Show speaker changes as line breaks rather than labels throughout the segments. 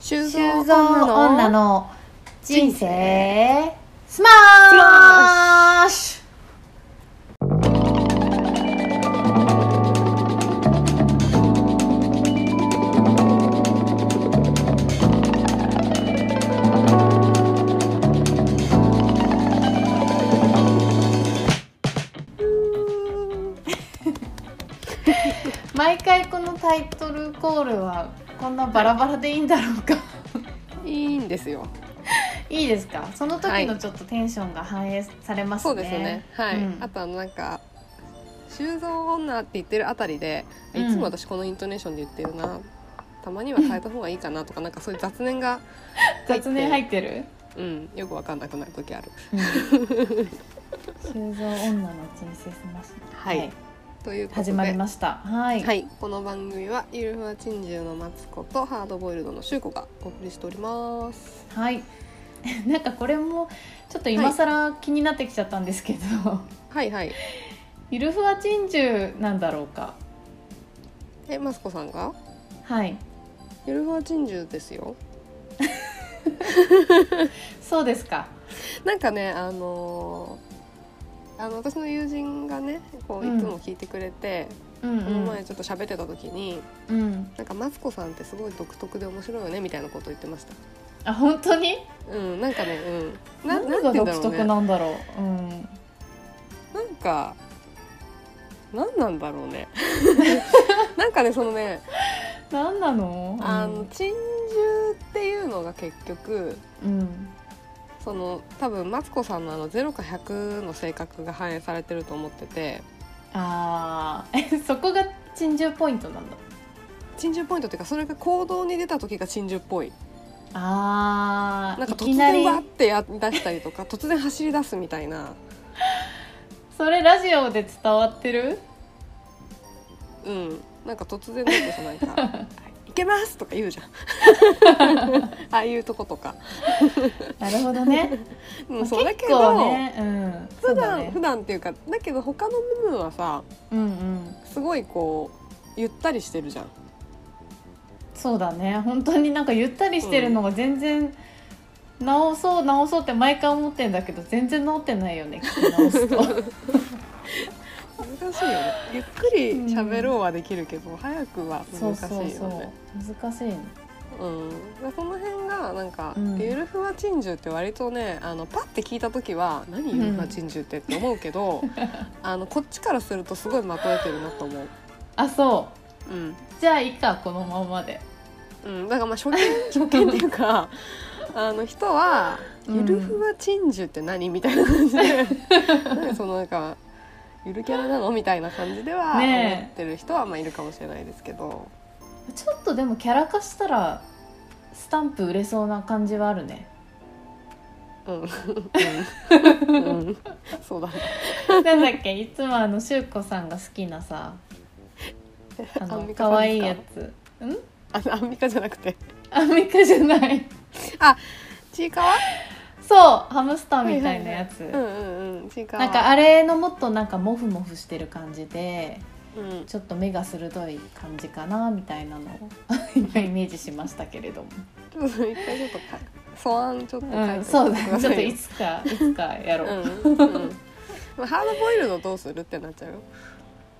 修
修造女の人生スマッシュ毎回このタイトルコールはこんなバラバラでいいんだろうか
いいんですよ
いいですかその時
は
のちょっとテンションが反映されますね、
そうですねはい、
うん
あとあのなんか修造女って言ってるあたりで、
うん
いつも私このイントネーションで言ってるなたまには変えた方がいいかなとかなんかそういう雑念が
雑念入っ てる
うんよくわかんなくなる時ある
修造女の人生スマッシュ
はいということで
始まりましたはい、
はい、この番組はゆるふわ珍獣のマツコとハードボイルドのシュウコがお送りしております。
はい なんかこれもちょっと今更気になってきちゃったんですけど、
はいはい。
ゆるふわ珍獣なんだろうか
え、マツコさんが
はい
ゆるふわ珍獣ですよ。
そうですか
なんかね、あのーあの私の友人がねこう
う
い
ん
つも聞いてくれて、
うんう
この
ん
前ちょっと喋ってた時に
うん
なんかマツコさんってすごい独特で面白いよねみたいなこと言ってました
あ本当に
うんなんかねうんな
何
な
が
んて言うんだろう
独特
ね
なんだろううん
なんかなんなんだろう ねなんかねそのね
何なの
あの珍獣っていうのが結局
うん
その多分マツコさんのあの0か100の性格が反映されてると思ってて
あー そこが珍獣ポイントなんだ
珍獣ポイントっていうかそれが行動に出た時が珍獣っぽい
あー
なんか突
いきな
然
り
わってやりだしたりと か突然走り出すみたいな
それラジオで伝わってる
うんなんか突然なんかそのなんか 「いけます!」とか言うじゃんああいうとことか、
なるほどね
う
まあ
ん、そうだけ
結構
ど、
ね、うん、そう
普
だ
段、
ね
普段っていうかだけど他の部分はさ
うんうん
すごいこうゆったりしてるじゃん
そうだね本当になんかゆったりしてるのが全然、直そう直そうって毎回思ってんだけど全然直ってないよね聞き直 すと
難しいよねゆっくり喋ろうはできるけど、早くは難
そう
しいよね
そうそう難しいね
うん、でその辺がなんか、
うん
ゆるふわ珍獣って割とねあのパッて聞いた時は「何ゆるふわ珍獣って」って思うけど、 あのこっちからするとすごいまとえてるなと思う。
あそ
うん
うじゃあいいかこのままで
うん、だからまあ初見初見っていう かあの人は「
うん
ゆるふわ珍獣って何?」みたいな感じで何そのなんか「ゆるキャラなの?」みたいな感じでは
ねえ
思ってる人はまあいるかもしれないですけど、
ちょっとでもキャラ化したらスタンプ売れそうな感じはあるね
うんうん、そうだね
なんだっけいつもあのしゅうこさんが好きなさあ
ア
の
ンミカ
可
さん
愛
です
い
か
やつん
あアンミカじゃなくて
アンミカじゃない
ちいかわ
そうハムスターみたいなやつ、
うんうんうんちいかわ
なんかあれのもっとなんかモフモフしてる感じで
うん、
ちょっと目が鋭い感じかなみたいな のを今イメージしましたけれども、
ちょっと一回ちょっとか素案ちょっと書いて
うん、そうだ
く
ね
だ
ちょ
さ
っと
い
い
よ
つかいつかやろう、
うんうんまあ、ハードボイルドどうするってなっちゃうよ、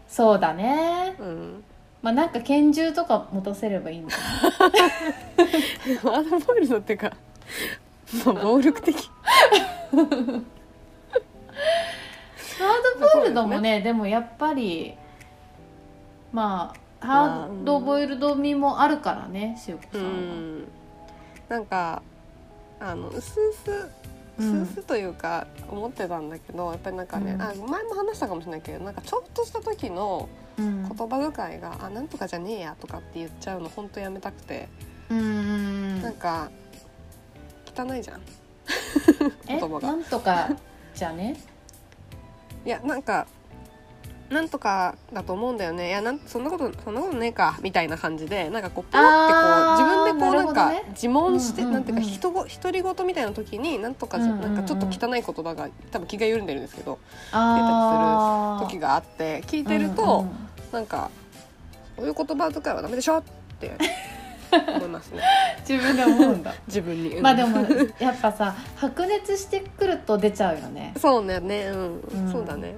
そうだね
うん、
まあなんか拳銃とか持たせればいいんだ
ハードボイルドっていうかまあ暴力的
ハードボイルドもねでもやっぱりまあハードボイルド味もあるからねしゅうこ
う
さんは、
んなんかあのうすうすうすうすというか思ってたんだけどやっぱりなんかね、
うん
あ前も話したかもしれないけどなんかちょっとした時の
うん
言葉遣いが「あなんとかじゃねえや」とかって言っちゃうの本当やめたくて
うん
なんか汚いじゃん
え
言葉が
なんとかじゃ ね
いやなんかなんとかだと思うんだよねいやなんそんなことそんなことねえかみたいな感じでなんかこうポロってこ
あー
う自分でこう
な
な
るほ
ん
ど
か
ね
自問して、
うんうんうん
なんていうかひとご独り言みたいな時になんとかじゃ、
うんうんうん
なんかちょっと汚い言葉が多分気が緩んでるんですけど
あー
時があって聞いてると、なんか「こういう言葉遣いはダメでしょ」って思います ね
自分で思うんだ
自分に、うん
まあでもやっぱさ白熱してくると出ちゃうよね
そうねねうん、
ん
そうだね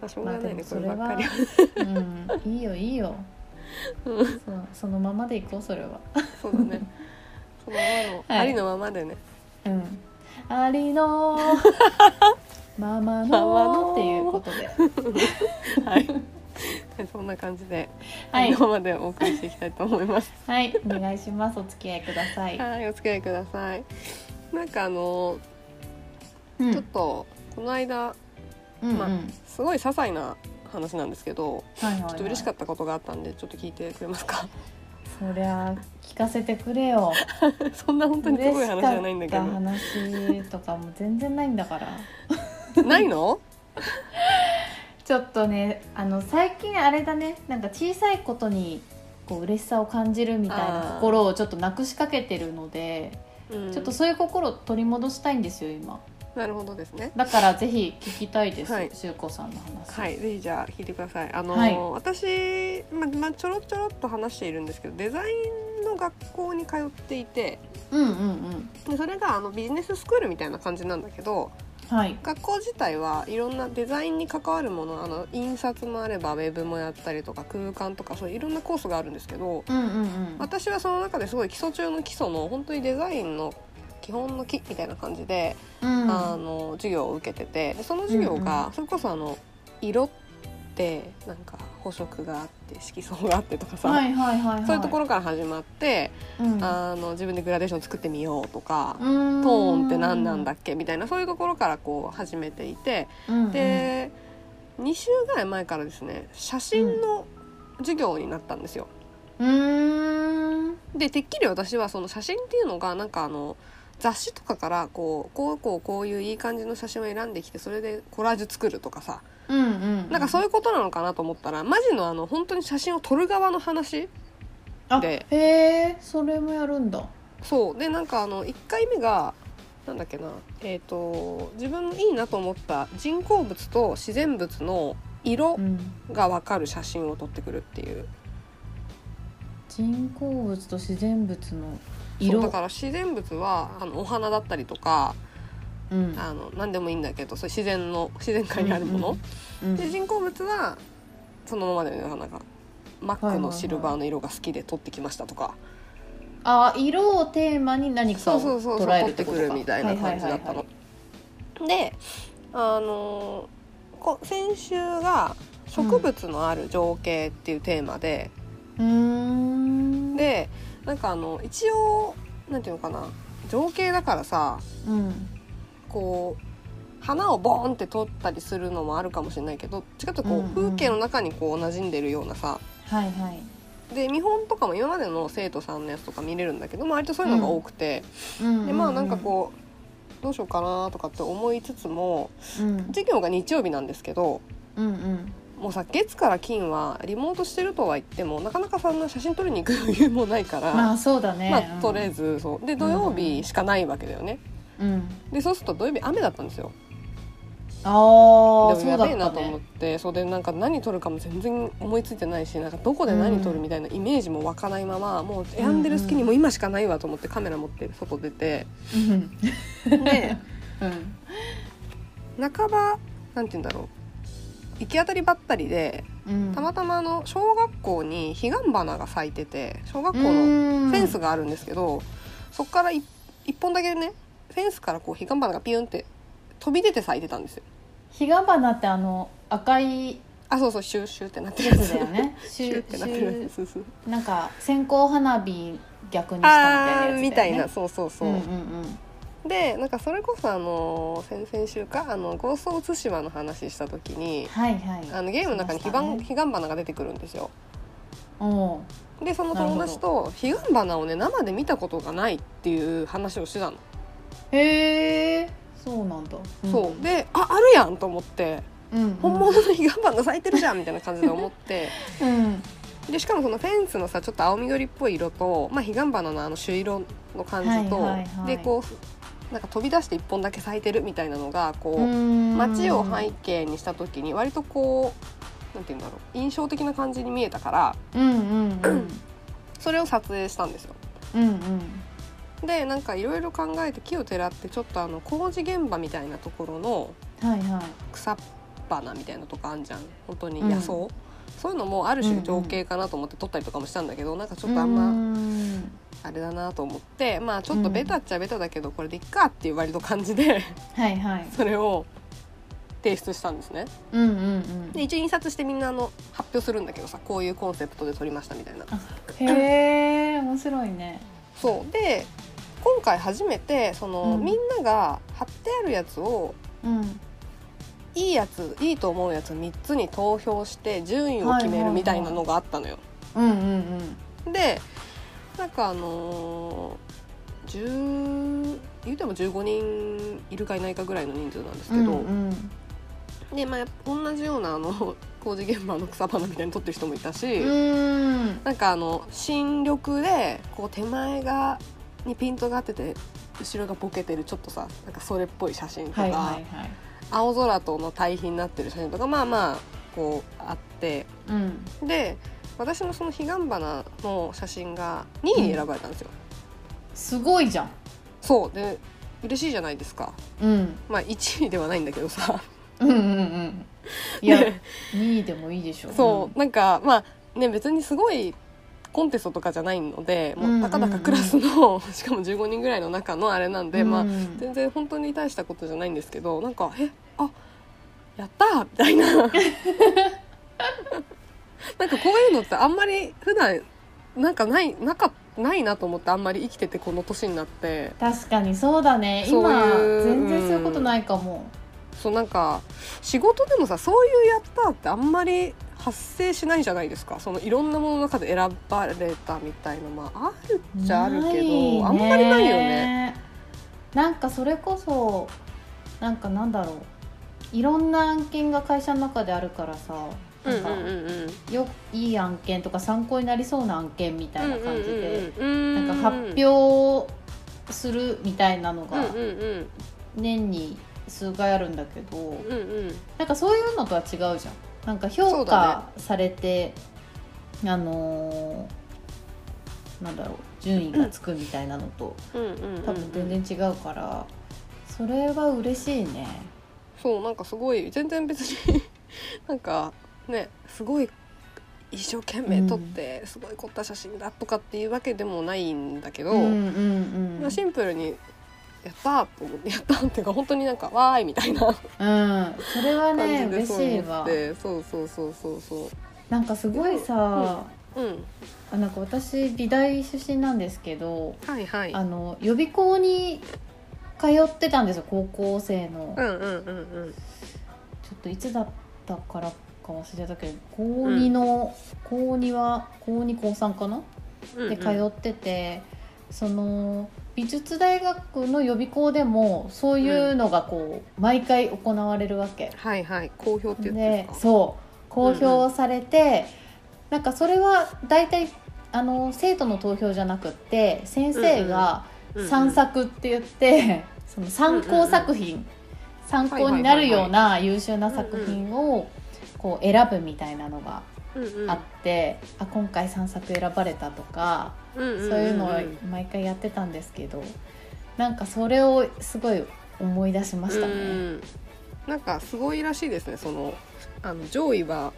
まあしょう
ま
が
あ
な
で
いね
も
こ
そ
れ
れ
ばっか
は
りは、
うん、いいよいいよ
うん
そうそのままでいこうそれは
そうだねそのままの、
はい
ありのままでね
うんありの
ま
まま
ま
の
の
っていうことで
はいそんな感じで、
はい
今までお送りしていきたいと思います
はいお願いしますお付き合いください、
はいお付き合いくださいなんかあの
うん
ちょっとこの間
うんうん
まあすごい些細な話なんですけど
はいはいはい
ちょっと嬉しかったことがあったんでちょっと聞いてくれますか
そりゃ聞かせてくれよ
そんな 本当にすごい話じゃないんだけ
嬉しかった話とかも全然ないんだから
ど ないの
ちょっとねあの最近あれだねなんか小さいことにこう嬉しさを感じるみたいな
あー
心をちょっとなくしかけてるので、
うん
ちょっとそういう心を取り戻したいんですよ今
なるほどですね
だからぜひ聞きたいです、
はい
しゅうこさんの話
はい、ぜひじゃあ聞いてください。あの、
はい
私、ままちょろちょろっと話しているんですけど、デザインの学校に通っていて、
うんうんうん
でそれがあのビジネススクールみたいな感じなんだけど、
はい
学校自体はいろんなデザインに関わるもの、あの印刷もあればウェブもやったりとか空間とかそういういろんなコースがあるんですけど、
うんうんうん
私はその中ですごい基礎中の基礎の本当にデザインの基本の木みたいな感じで、
うん
あの授業を受けててでその授業
うん
がそれこそあの色ってなんか補色があって色相があってとかさ、
はいはいはいはい
そういうところから始まって、
うん
あの自分でグラデーション作ってみようとか、
うーん
トーンって何なんだっけみたいなそういうところからこう始めていて
うんうん
で2週ぐらい前からですね写真の授業になったんですよ。
うーん
でてっきり私はその写真っていうのがなんかあの雑誌とかからこうこうこうこういういい感じの写真を選んできてそれでコラージュ作るとかさ
うんうん
なんかそう
い
いうことなのかなと思ったらマジのあの本当に写真を撮る側の話
う
で
へえそれもやるんだ
そうでなんかあの1回目がなんだっけなえっ、と自分のいいなと思った人工物と自然物の色
うん
が分かる写真を撮ってくるっていう
人工物と自然物の
そ
色
うだから自然物はあのお花だったりとか
うん
あの何でもいいんだけどそういう自然の自然界にあるもの、
うん
で人工物はそのままだよねなんかマックのシルバーの色が好きで撮ってきましたとか、
あ色をテーマに何か
そ
を
うそうそうそう
捉え
撮
る
っ
っててこ
く
とか
るみたいな感じだったの。
はい
であのーこ先週が「植物のある情景」っていうテーマで、
はいはいはいうーん
でなんかあの一応なんていうのかな情景だからさ
うん
こう花をボーンって撮ったりするのもあるかもしれないけど違ってこう、
うんうん
風景の中にこう馴染んでるようなさ
はいはい
で見本とかも今までの生徒さんのやつとか見れるんだけど、まあ、割とそういうのが多くて、
うんうん
でまあなんかこうどうしようかなとかって思いつつも
うんうん
授業が日曜日なんですけど
うん
もうさ月から金はリモートしてるとは言ってもなかなかそんな写真撮りに行く余裕もないから、
ま
まあ
あそうだね
とりあえずそうで土曜日しかないわけだよね。
うん
でそうすると土曜日雨だったんですよ
ああ
でも
そう
や
だ
べえ
っ
な
た
と思っ
ね
て、そうでなんか何撮るかも全然思いついてないしなんかどこで何撮るみたいなイメージも湧かないまま、もう選んでる隙にもう今しかないわと思ってカメラ持って外出て、
うん
で
うん
半ばなんて言うんだろう行き当たりばったりで
うん
たまたまあの小学校に彼岸花が咲いてて小学校
う
の
ーん
フェンスがあるんですけど、そこからい一本だけねフェンスからこう彼岸花がピュンって飛び出て咲いてたんですよ。
彼岸花ってあの赤い
あそうそうシューシューってなってる
や
や
つ
つ
だよ ね
シューってなってるやつそうそう
なんか線香花火逆にした
あー
み
み
た
た
い
い
な
な
やつ
そうそうそ
だ
う、
よね。うんうん
でなんかそれこそあの先々週かあの「ゴースト対馬」の話した時に
うん。はいはい。
あのゲームの中に
し
彼
ま
岸
した
彼
ね
岸花が出てくるんですよ
おう
でその友達と彼岸花をね生で見たことがないっていう話をしてたの、
へえ。そうなんだ。ん
そう。でああるやんと思って
うんうん。
本物の彼岸花咲いてるじゃんみたいな感じで思って
うん。
でしかもそのフェンスのさちょっと青緑っぽい色と、まあ、彼岸花のあの朱色の感じと、
はいはいはい
でこうなんか飛び出して一本だけ咲いてるみたいなのがこう、
うん
街を背景にした時に割とこうなんて言うんだろう印象的な感じに見えたから
うんうんうん。
それを撮影したんですよ
うんうん
でなんかいろいろ考えて木をてらってちょっとあの工事現場みたいなところの
はいはい
草花みたいなとこあんじゃん本当に
うん
野草、そういうのもある
うんう
種
ん
情景かなと思って撮ったりとかもしたんだけど、なんかちょっとあ
うん
ま
ーん
あれだなと思ってまあちょっとベタっちゃベタだけどこれでいっかっていう割と感じで
はいはい
それを提出したんですね。
うんうんうん
で一応印刷してみんなあの発表するんだけどさこういうコンセプトで撮りましたみたいな。
へえ面白いね
そうで今回初めてその、
うん
みんなが貼ってあるやつを
うん
いいやついいと思うやつ3つに投票して順位を決めるみたいなのがあったのよ。
うんうん
でなんかあのー、10言うても15人いるかいないかぐらいの人数なんです
う
け
ん
ど、
うんうん
でまあ、同じようなあの工事現場の草花みたいに撮ってる人もいたし、
うーん
なんかあの新緑でこう手前がにピントが合ってて後ろがボケてるちょっとさなんかそれっぽい写真とか、
はいはいはい
青空との対比になってる写真とかまあまあこうあって
うん
で私のその彼岸花の写真が2位に選ばれたんですよ。
すごいじゃん
そうで嬉しいじゃないですか
うん
まあ1位ではないんだけどさ
うんうんうんいや
ね
2位でもいいでしょ
そうなんかまあね別にすごいコンテストとかじゃないのでもうたかだかクラスのしかも15人ぐらいの中のあれなん
うん
で、まあ
うん
全然本当に大したことじゃないんですけどなんか「えあやったー!」みたいな なんかこういうのってあんまり普段なんかないなかないなと思ってあんまり生きててこの年になって
確かにそうだね
そう
今
いう
全然そういうことないかも、
そうなんか仕事でもさそういう「やった!」ってあんまり発生しないじゃないですかそのいろんなものの中で選ばれたみたいなまああるっちゃあるけど、
ないね
あんまりないよね。
なんかそれこそなんかなんだろういろんな案件が会社の中であるからさなんか
うん
よいい案件とか参考になりそうな案件みたいな感じで、
うん
なんか発表するみたいなのが
うんうんうん
年に数回あるんだけど、
うんうん
なんかそういうのとは違うじゃんなんか
そう
評
だ
価されて、あのーなんだろう順位がつくみたいなのと
うんうんうん
多分全然違うから、それは嬉しいね
そうなんかすごい全然別になんかねすごい一生懸命撮って、すごい凝った写真だとかっていうわけでもないんだけど、
んうんう
まあ
ん
シンプルに「やった!」って思って「やった!」っていうか本当になんか「わーい!」みたいな
うんそれは
感
ね
じで
嬉
そう
しい
思っ
わ
てそうそうそうそうそ
なんかすごいさ、
ううん
あなんか私美大出身なんですけど
はいはい
あの予備校に通ってたんですよ高校生の。
うんうんうんうん
ちょっといつだったからか忘れたけど高2の、高2は高2高3かな
うん
で通ってて、その美術大学の予備校でもそういうのがこう、毎回行われるわけ
はいはい好評って言って
で
る
そう公表されて、なんかそれは大体あの生徒の投票じゃなくって先生が
うんう
参
ん
作って言って、 その参考作品、参考になるような優秀な作品をこう選ぶみたいなのが
うんうん
あって、あ今回3作選ばれたとか、
うんうんうん
そういうのを毎回やってたんですけどなんかそれをすごい思い出しました
う
ね。
んなんかすごいらしいですねそのあの上位は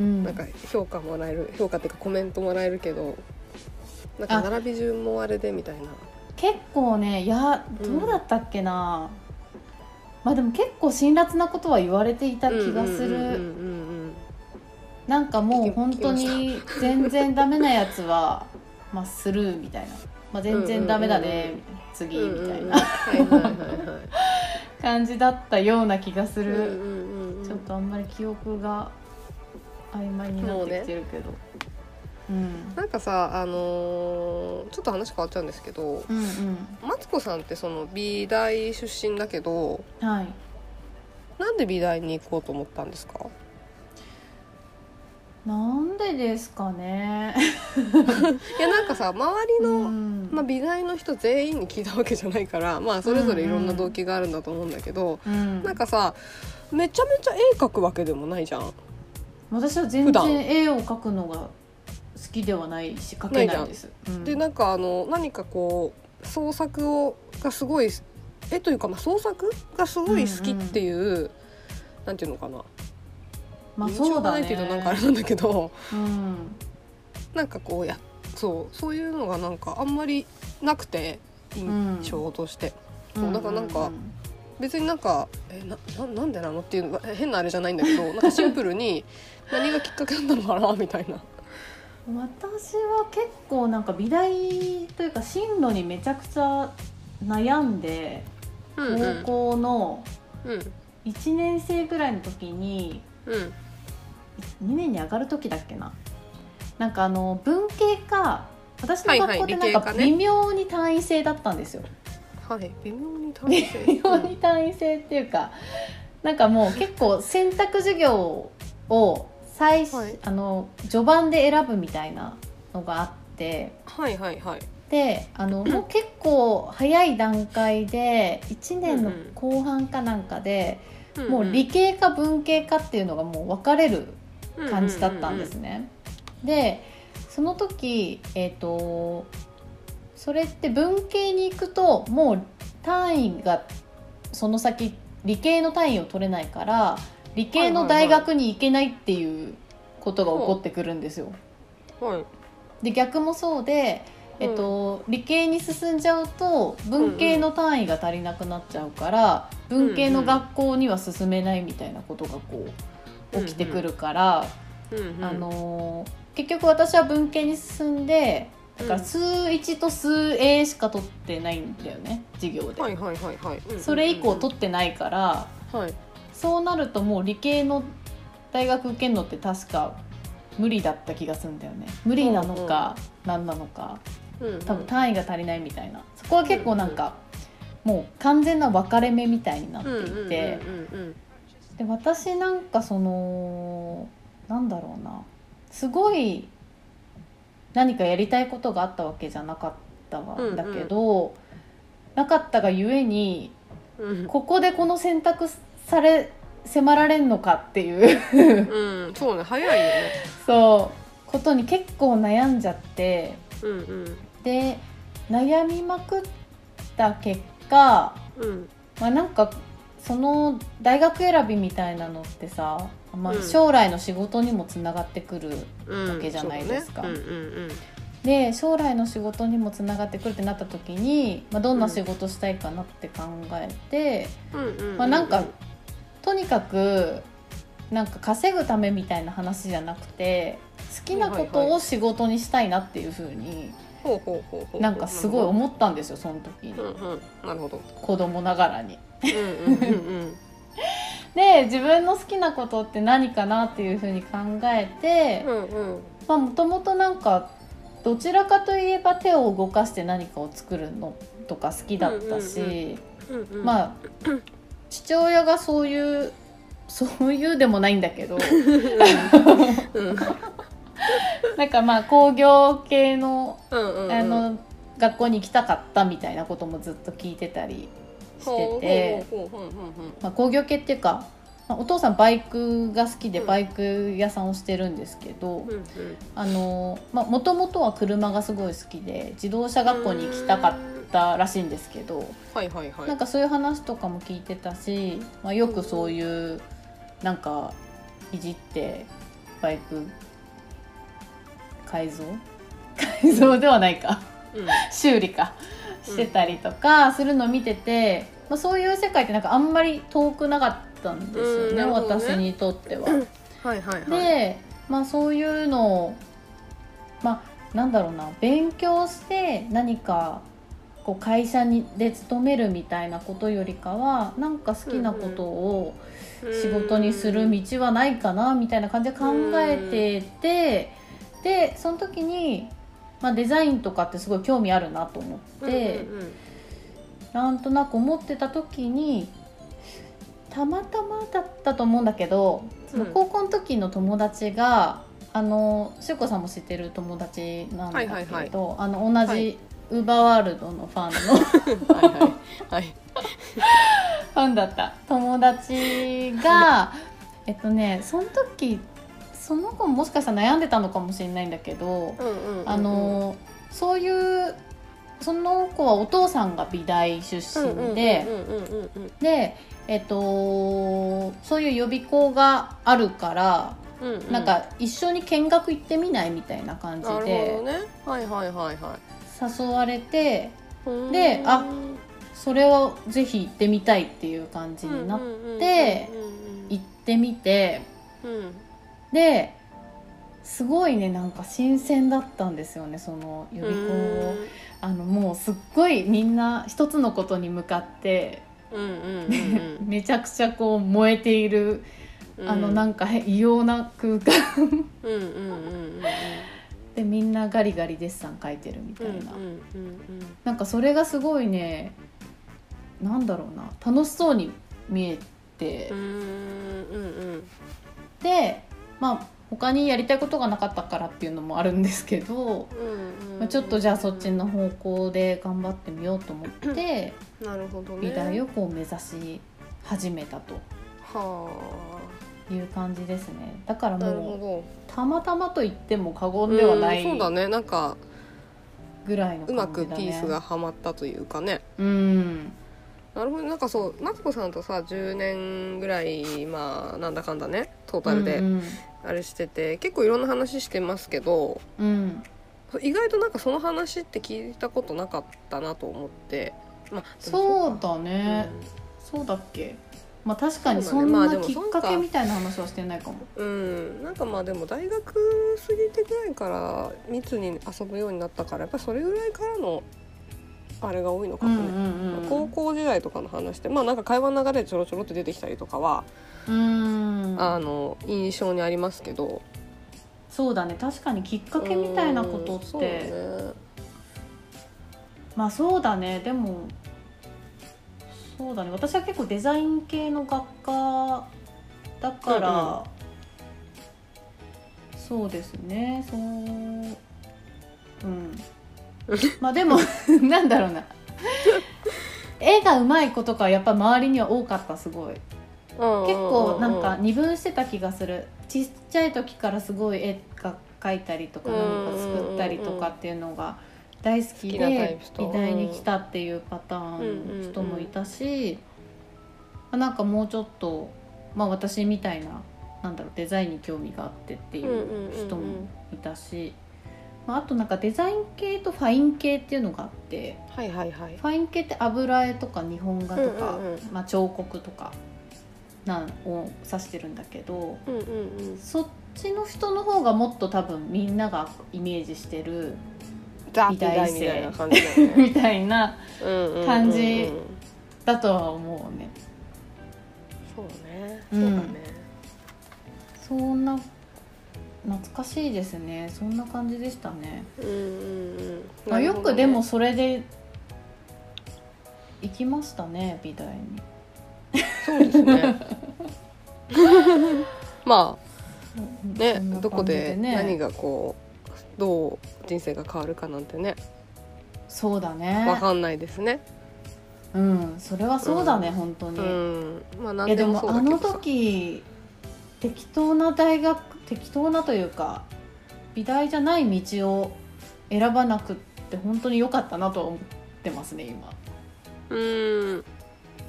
うん
なんか評価もらえる、評価っていうかコメントもらえるけどなんか
あ
並び順もあれでみたいな
結構ねいや
うん
どうだったっけな、まあでも結構辛辣なことは言われていた気がする、
うんうんうん
なんかもう本当に全然ダメなやつは、まあ、スルーみたいな、まあ、全然ダメだね、次
うんうん
みたい
うんうんうん
な
はいはいはいはい
感じだったような気がす
うん
る、
うんうんうん
ちょっとあんまり記憶が曖昧になってきてるけどう,、
なんかさあのーちょっと話変わっちゃうんですけど
んうん
マツコさんってその美大出身だけど
うんはい
なんで美大に行こうと思ったんですか
なんでですかね、
いやなんかさ周りの
うん
まあ、美大の人全員に聞いたわけじゃないから、まあ、それぞれいろんな動機があるんだと思うんだけど、
うん
なんかさめちゃめちゃ絵描くわけでもないじゃん。
私は全
普段
然絵を描くのがきではないし描けないです。うん
でなんかあの何かこう創作をがすごい絵というか、まあ、創作がすごい好きっていう、なんていうのかな、
まあ
印
そ
象
う
が
だ
ない
ね
っていうとなんかあれなんだけど
うん
なんかこうやそうそういうのがなんかあんまりなくて印象として、そうだからなんか別になんかえなななんでなのっていうのがえ変なあれじゃないんだ けどなんかシンプルに何がきっかけなのかなみたいな。
私は結構なんか美大というか進路にめちゃくちゃ悩んで
うんうん
高校の
うん
1年生ぐらいの時に
うん
2年に上がる時だっけななんかあの文系か私の学校って
はいはい理
なん
系
か
かね
微妙に単位制だったんですよ、
はい微妙に楽しい
微妙に単位制っていうかなんかもう結構選択授業を最、初
はい
あの序盤で選ぶみたいなのがあって
はいはいはい
であ のもう結構早い段階で1年の後半かなんかで、もう理系か文系かっていうのがもう分かれる感じだったんですね。でその時、えー、とそれって文系に行くともう単位がその先理系の単位を取れないから理系の大学に行けないっていうことが起こってくるんですよ。
はい
で逆もそうで、えっと理系に進んじゃうと文系の単位が足りなくなっちゃうから、文系の学校には進めないみたいなことがこう起きてくるから、
うんうん
あのー結局私は文系に進んでだから数1と数 A しか取ってないんだよね授業で、
はいはいはいはい、うんうんうん
それ以降取ってないから
はい
そうなるともう理系の大学受けるのって確か無理だった気がするんだよね無理なのか何なのか
うんうん
多分単位が足りないみたいなそこは結構なんかもう完全な分かれ目みたいになっていて。
うんうんうん
で私なんかそのなんだろうなすごい何かやりたいことがあったわけじゃなかったわ
うんうん
だけど、なかったがゆえに
うんうん
ここでこの選択され迫られんのかっていう
う ん、そうね早いよね。
そうことに結構悩んじゃって
うんうん
で悩みまくった結果
うん
まあなんかその大学選びみたいなのってさ、まあ
うん、
将来の仕事にもつながってくる、
うん
わけじゃないですか
そうねうん
で将来の仕事にもつながってくるってなった時に、まあ、どんな仕事したいかなって考えて、
うんうんうんうん
まあ、なんかとにかくなんか稼ぐためみたいな話じゃなくて好きなこ
はいはい
と
は
を仕事にしたいなっていうふうに
ほうほうほうほう
なんかすごい
い。
思ったんですよその時に
うんうんなるほど。
子供ながらに。
うんうんうん
で自分の好きなことって何かなっていうふうに考えて
うんうんうん
まあもともとなんかどちらかといえば手を動かして何かを作るのとか好きだったし、
うんうんうん。あ
まあ父親がそういうそういうでもないん だけど
うんうん
なんかまあ工業系の
うん
あの学校に行きたかったみたいなこともずっと聞いてたりしてて。
ほうほうほうほうほう
まあ、工業系っていうか、まあお父さんバイクが好きでバイク屋さんをしてるんですけど、
うんうん
あのまあもともとは車がすごい好きで自動車学校に行きたかったらしいんですけど、
はいはいはい。
なんかそういう話とかも聞いてたし、まあ、よくそういうなんかいじってバイク改造 改造ではないか
うん
修理かしてたりとかするの見てて、まあ、そういう世界ってなんかあんまり遠くなかったんですよ
う
ね
んなるほどね
私にとっては。
はいはいはい。
で、まあ、そういうのを、まあ、なんだろうな勉強して何かこう会社にで勤めるみたいなことよりかはなんか好きなことを仕事にする道はないかなみたいな感じで考えててでその時に、まあ、デザインとかってすごい興味あるなと思って。
うんうんうん
なんとなく思ってた時にたまたまだったと思うんだけどその
うん
高校の時の友達が、あのしゅうこさんも知ってる友達なんだけど、
はいはいはい
あの同じ、
はい
ウーバーワールドのフ ァンのフ
はいはいはい。
ァンだった友達がえっとねその時その子ももしかしたら悩んでたのかもしれないんだけど、
うんうんうんうん
あのそういうその子はお父さんが美大出
うん
身で、
うんうんうんうん
で、えっと、そういう予備校があるから、
うんうん
なんか一緒に見学行ってみないみたいな感じ
なるほど
で
ねはいはいはいは
誘われて
い
であ
うん
それをぜひ行ってみたいっていう感じになっ
うんうんうん
て
うん
行ってみて
うん
ですごいねなんか新鮮だったんですよねその予
う
備校を
ん
あのもうすっごいみんな一つのことに向かって
うんうんうん
めちゃくちゃこう燃えている
うん
あのなんかへ異様な空間
うんうんうんうんうん
でみんなガリガリデッサン描いてるみたいな、
うんうんうん
なんかそれがすごいねなんだろうな楽しそうに見えて、
うんうんうん
でまあ他にやりたいことがなかったからっていうのもあるんですけど、
うんうん
まあ、ちょっとじゃあそっちの方向で頑張ってみようと思って
なるほどね
美大をこう目指し始めたと
は
いう感じですねだから
あなるほ
もう
ど
たまたまと言っても過言ではない
うんそうだねなんか
ぐらいの感じだね
うまくピースがはまったというかね
うん
なるほどなんかそうマツコさんとさ10年ぐらいまあなんだかんだねトータル
う
で
ん
あれしてて、結構いろんな話してますけど
うん、うん
意外となんかその話って聞いたことなかったなと思って、まあ、
そうだ
う
ね、そうだっけまあ確かに
そ
そう
だね
ん
まあ
な
でも
きっかけみたいな話はしてないかも、
うん、なんかまあでも大学過ぎてぐらいから密に遊ぶようになったからやっぱそれぐらいからのあれが多いのかもね。
ん
高校時代とかの話でまあなんか会話の流れでちょろちょろって出てきたりとかは、
うん
あの印象にありますけど
そうだね確かにきっかけみたいなこと
うんそう
っ
だ
て、
ね
まあそうだねでもそうだね私は結構デザイン系の学科だから、そうですねそ ううんまあでもなんだろうな 絵がうまい子とかやっぱ周りには多かったすごい
結構
結構なんか二分してた気がするちっちゃい時からすごい絵が描いたりとか
うん
何か作ったりとかっていうのが大好
好き
き
なタイ
で
プと
美大に来たっていうパターンの人もいたしなんかもうちょっと、まあ、私みたいななんだろうデザインに興味があってっていう人もいたし、まあ、あとなんかデザイン系とファイン系っていうのがあって
はいはいはい
ファイン系って油絵とか日本画と
うん
か、
うんうん
まあ、彫刻とかなんを指してるんだけど
うんうんうん
そっちの人の方がもっと多分みんながイメージしてる
ザ
美
美
大
大
生
みたいな感じだよね
みたいな
うんうんうんうん
感じだとは思うね。
そうねそ
うん
うだね
そんな懐かしいですねそんな感じでしたね。
うんうんうん
まあ、
なる
よ
ほど
く
ね
でもそれで行きましたね美大に。
そうですね まあね
そんな感じ
どこで
ね
何がこうどう人生が変わるかなんてね
そうだ
わ
ね。
かんないですね
うんそれはそうだね、本当に。
うんまあ何
いやで
でも
も
そう
あ
だけ
の
どさ
時適当な大学適当なというか美大じゃない道を選ばなくって本当に良かったなと思ってますね今
うん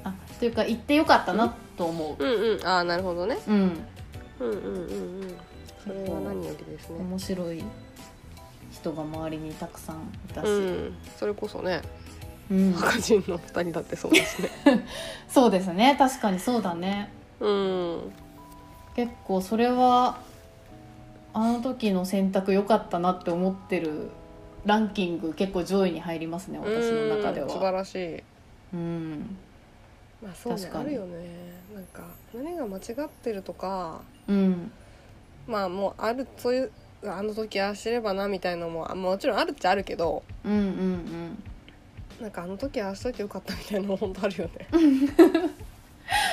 あというか行って良かったなと思
うんうんああなるほどね
ううん
うんうんうんうんそれは何よりですね
面白い人が周りにたくさんいたし、
うんそれこそね
うん
白人の二人だってそう ですね
そうですね確かにそうだね
うん
結構それはあの時の選択良かったなって思ってるランキング結構上位に入りますね私の中で
うん
は
素晴らしい
うん、
まあそうね
確か
あ
に
るよねなんか何が間違ってるとか
うん、
まあもうあるそういうあの時ああしてればなみたいのもあもちろんあるっちゃあるけど
うんうん
なんかあの時ああしといてよかったみたいなのも本当あるよね。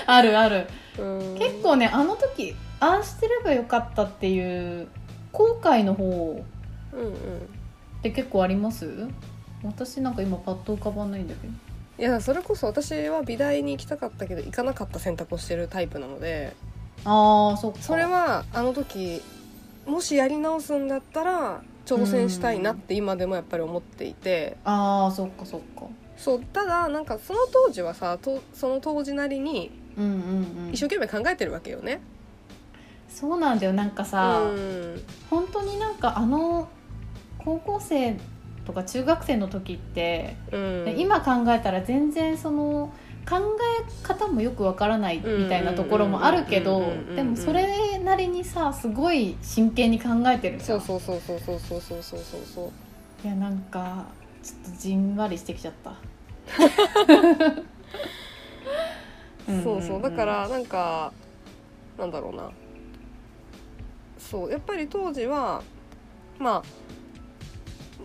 あるある
うん
結構ねあの時ああしてればよかったっていう後悔の方
うんうん
って結構あります私なんか今パッと浮かばないんだけど
いやそれこそ私は美大に行きたかったけど行かなかった選択をしてるタイプなので
ああそっか
それはあの時もしやり直すんだったら挑戦したいなって今でもやっぱり思っていて、
ああそっかそっか
そうただなんかその当時はさとその当時なりに
うんうんうん
一生懸命考えてるわけよね。
そうなんだよなんかさ、
うん
本当になんかあの高校生とか中学生の時って、
うん、
今考えたら全然その考え方もよくわからないみたいなところもあるけ
うんうん
ど
うんうんうんうん
でもそれなりにさすごい真剣に考えてるじ
そ
ゃ
うんそうそうそうそうそうそうそうそうそう
いやなんかちょっとじんわりしてきちゃった。
そうそうだからなんかなんだろうなそうやっぱり当時はまあ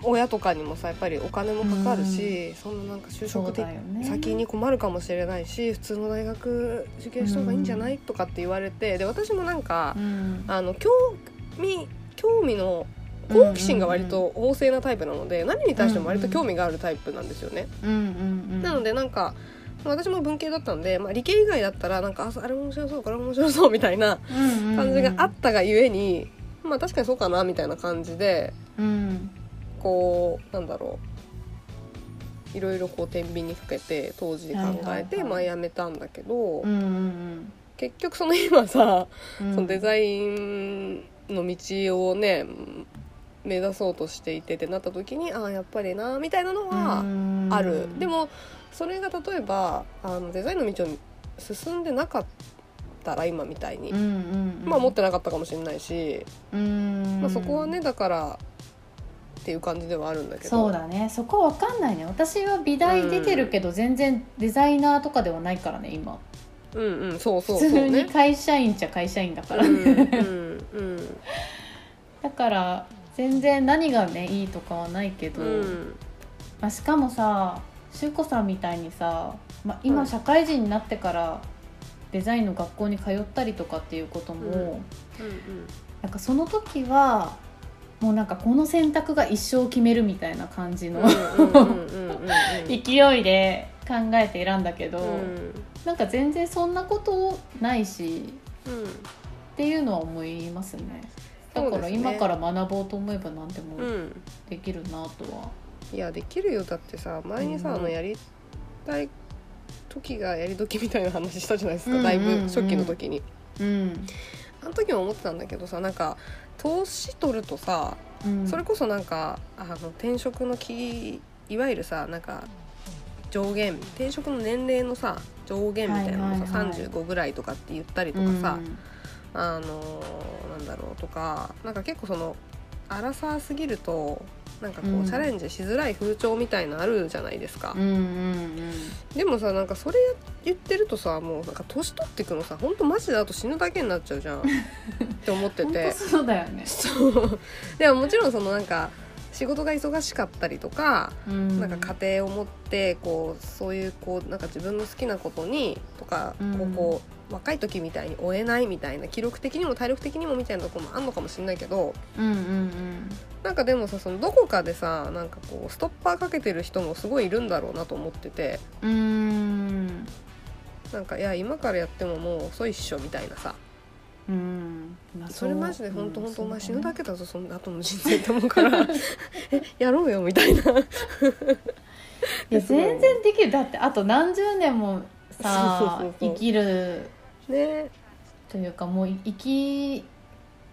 親とかにもさやっぱりお金もかかるし、そんななんか就
そう
職的
だよね
先に困るかもしれないし普通の大学受験した方がいいんじゃない、とかって言われてで私もなんか
う、ん
あの興味興味の好奇心が割と旺盛なタイプなので、何に対しても割と興味があるタイプなんですよね。
うんうんうん
なのでなんか私も文系だったんで、まあ、理系以外だったらなんかああれ面白そうこれ面白そうみたいな感じがあったがゆえに、まあ確かにそうかなみたいな感じで
うん
こうなんだろういろいろこう天秤にかけて当時考
はいは
え
い
て、
はい
まあやめたんだけど、
うんうんうん
結局その今さ、
うん
そのデザインの道をね目指そうとしていてってなった時にああやっぱりなみたいなのは。ある、でもそれが例えばあのデザインの道を進んでなかったら今みたいに、まあ持ってなかったかもしれないし、まあ、そこはねだからっていう感じではあるんだけど
そうだねそこわかんないね私は美大出てるけど全然デザイナーとかではないからね今
うんうんそうそうそ
普
う
通に
ね
会社員じゃ会社員だか
う
ら、
んうんうん
だから全然何がねいいとかはないけど、
うん
まあ、しかもさ修子さんみたいにさ、まあ、
は
今
い
社会人になってからデザインの学校に通ったりとかっていうことも、
うん
なんかその時はもうなんかこの選択が一生決めるみたいな感じの、 勢いで考えて選んだけど、なんか全然そんなことないしっていうのは思いますねだから今から学ぼうと思えば何でも
うん
できるなとは、
いやできるよだってさ前にさ、
うん
あのやりたい時がやり時みたいな話したじゃないですか、
うん
だいぶ初期の時に、
うん
あの時も思ってたんだけどさなんか年取るとさ
うん、
それこそなんかあの転職のきいわゆるさなんか上限転職の年齢のさ上限みたいなのもさ、
はいはいはい
35ぐらいとかって言ったりとかさ、あのーなんだろうとかなんか結構その荒さすぎるとなんかこう、
うん
チャレンジしづらい風潮みたいのあるじゃないですか、
うんうん
でもさなんかそれ言ってるとさもうなんか年取ってくのさほんとマジであと死ぬだけになっちゃうじゃ んって思って
うん、本
て
当そうだよね、
そうでももちろんそのなんか仕事が忙しかったりとか、
うん、
なんか家庭を持ってこうそういうこうなんか自分の好きなことにとか、
うん
こうこう若い時みたいに追えないみたいな記録的にも体力的にもみたいなとこもあんのかもしれないけど
うんうん
なんかでもさそのどこかでさなんかこうストッパーかけてる人もすごいいるんだろうなと思ってて
うんうん
なんかいや今からやってももう遅いっしょみたいなさ
うんまあ
それマジで本当
うん
本当お前死
そう
ぬ
ね
だけだぞその後の人生って思うから えやろうよみたいな。
いや全然できるだってあと何十年もさ
そうそうそうそう
生きる
ね
というかもう生き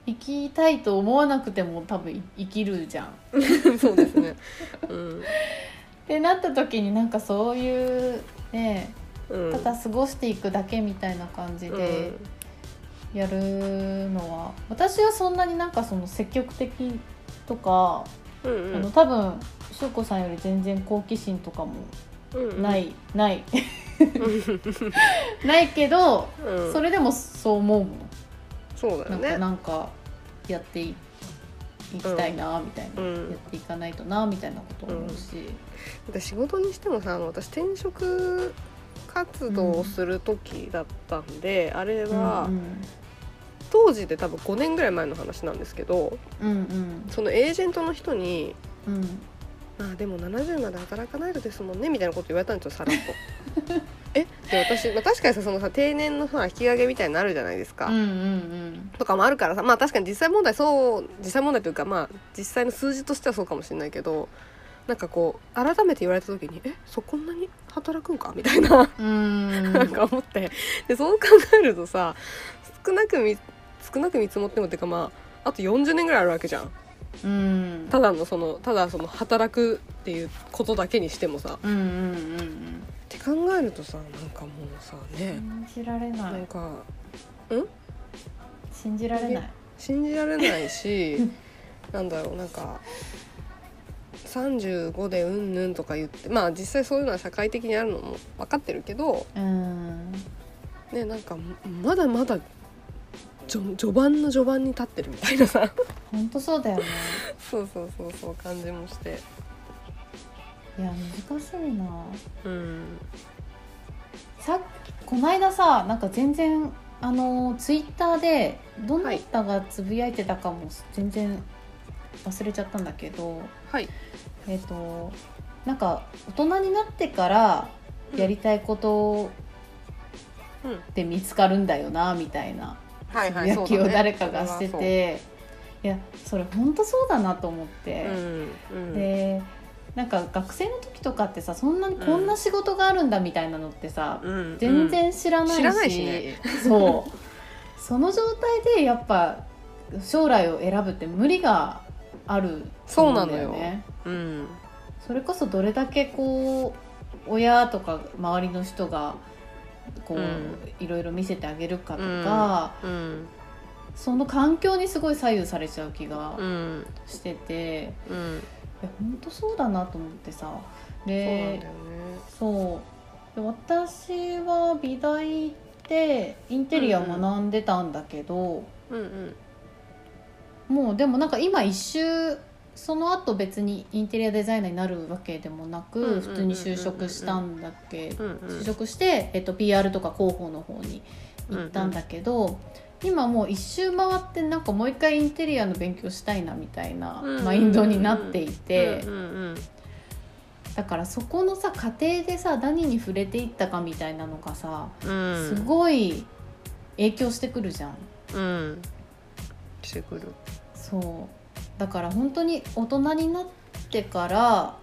生きたいと思わなくても多分い生きるじゃん。っ
そうですね。うん。
てなった時になんかそういうね
うん、
ただ過ごしていくだけみたいな感じでやるのは、私はそんなになんかその積極的とか、
うん、うん
あの多分しょうこさんより全然好奇心とかも
うん、。
ないい、ないないけど
うん、
それでもそう思うもん
そうだ
な
よ
んか
ね。
なんかやっていいきたいなみたいな、
うん
やっていかないとなみたいなこと思うし、
で仕事にしてもさ、あの私転職活動をする時だったんで、あれ
うん、
は、
うん
当時で多分5年ぐらい前の話なんですけど、
うん
そのエージェントの人に。
うんうん
まあでも70まで働かないとですもんねみたいなこと言われたんですよさらっとえで私、まあ、確かにさそのさ定年のさ引き上げみたいになるじゃないですか、
うんうん
とかもあるからさまあ確かに実際問題そう実際問題というかまあ実際の数字としてはそうかもしれないけどなんかこう改めて言われた時にえそこんなに働くんかみたいな
うんうん
なんか思ってでそう考えるとさ少なく見少なく見積もってもっていうかまああと40年ぐらいあるわけじゃん
うん
ただのそのただその働くっていうことだけにしてもさ
うんうんうん
って考えるとさなんかもうさ
う
ね、
ん信じられな
なん
い
か
信じられない
信じられないし なんだろうなんか35でうんぬんとか言ってまあ実際そういうのは社会的にあるのも分かってるけど
うん
ねなんかまだまだ序序盤の序盤に立ってるみたいなさ
本当そうだよね
そうそうそうそう感じもして
いや難しいな
うん
さこないださなんか全然あのツイッターでどなたがつぶやいてたかも全然忘れちゃったんだけど、
はい
えっ、となんか大人になってからやりたいこと
うん
で見つかるんだよなみたいな
はいはい
野球を誰かがして
そうだね
て、いやそれ本当そうだなと思っ
そ
て
れは、そううんうん
でなんか学生の時とかってさそんなにこんな仕事があるんだみたいなのってさ、
うん
全然知らないし,、
知らないしね
そうその状態でやっぱ将来を選ぶって無理があると思んだ
そうなのようん
それこそどれだけこう親とか周りの人がこう、
うん
いろいろ見せてあげるかとか、
うん
その環境にすごい左右されちゃう気が
うん
してて、
うん
いや本当そうだなと思ってさ
そうなん
で
だよね
そうで私は美大でインテリアを学んでたんだけど、
うんうん
もうでもなんか今一周その後別にインテリアデザイナーになるわけでもな
うんうんうんうん
く普通に就職したんだけ
うん
就職して、えっと、PR とか広報の方に行ったんだけど、今もう一周回ってなんかもう一回インテリアの勉強したいなみたいな
うんうん
マインドになっていて、
うんうん
だからそこのさ過程でさ何に触れていったかみたいなのがさ
うんうん
すごい影響してくるじゃん。
うんしてくる
そうだから本当に大人になってから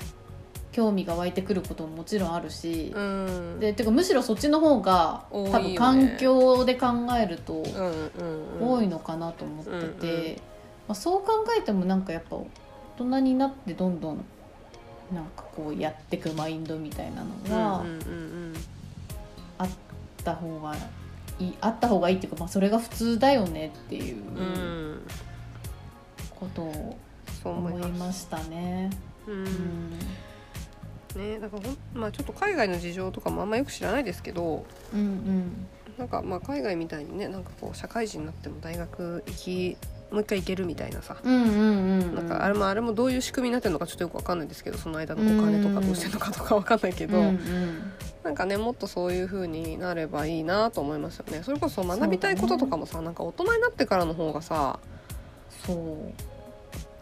興味が湧いてくることももちろんあるし、
うん
でてかむしろそっちの方が
多いよね
多分環境で考えると
うんうんうん
多いのかなと思ってて、
うんうん
まあ、そう考えてもなんかやっぱ大人になってどんどんなんかこうやってくマインドみたいなのが。
うんうん
あった方がいいあった方がいいっていうか、まあ、それが普通だよねっていう
うんうん
ことを
そう
思
思い
い
ま
ますしたね。
うんねだからほんまあちょっと海外の事情とかもあんまよく知らないですけど
うんうん
なんかまあ海外みたいにねなんかこう社会人になっても大学行きもう一回行けるみたいなさ
うんうんうんうん
なんかあれもあれもどういう仕組みになってるのかちょっとよくわかんないですけどその間のお金とかどうしてるのかとかわかんないけど、
うんうん
なんかねもっとそういう風になればいいなと思いますよねそれこそ学びたいこととかもさ、なんか大人になってからの方がさ
そ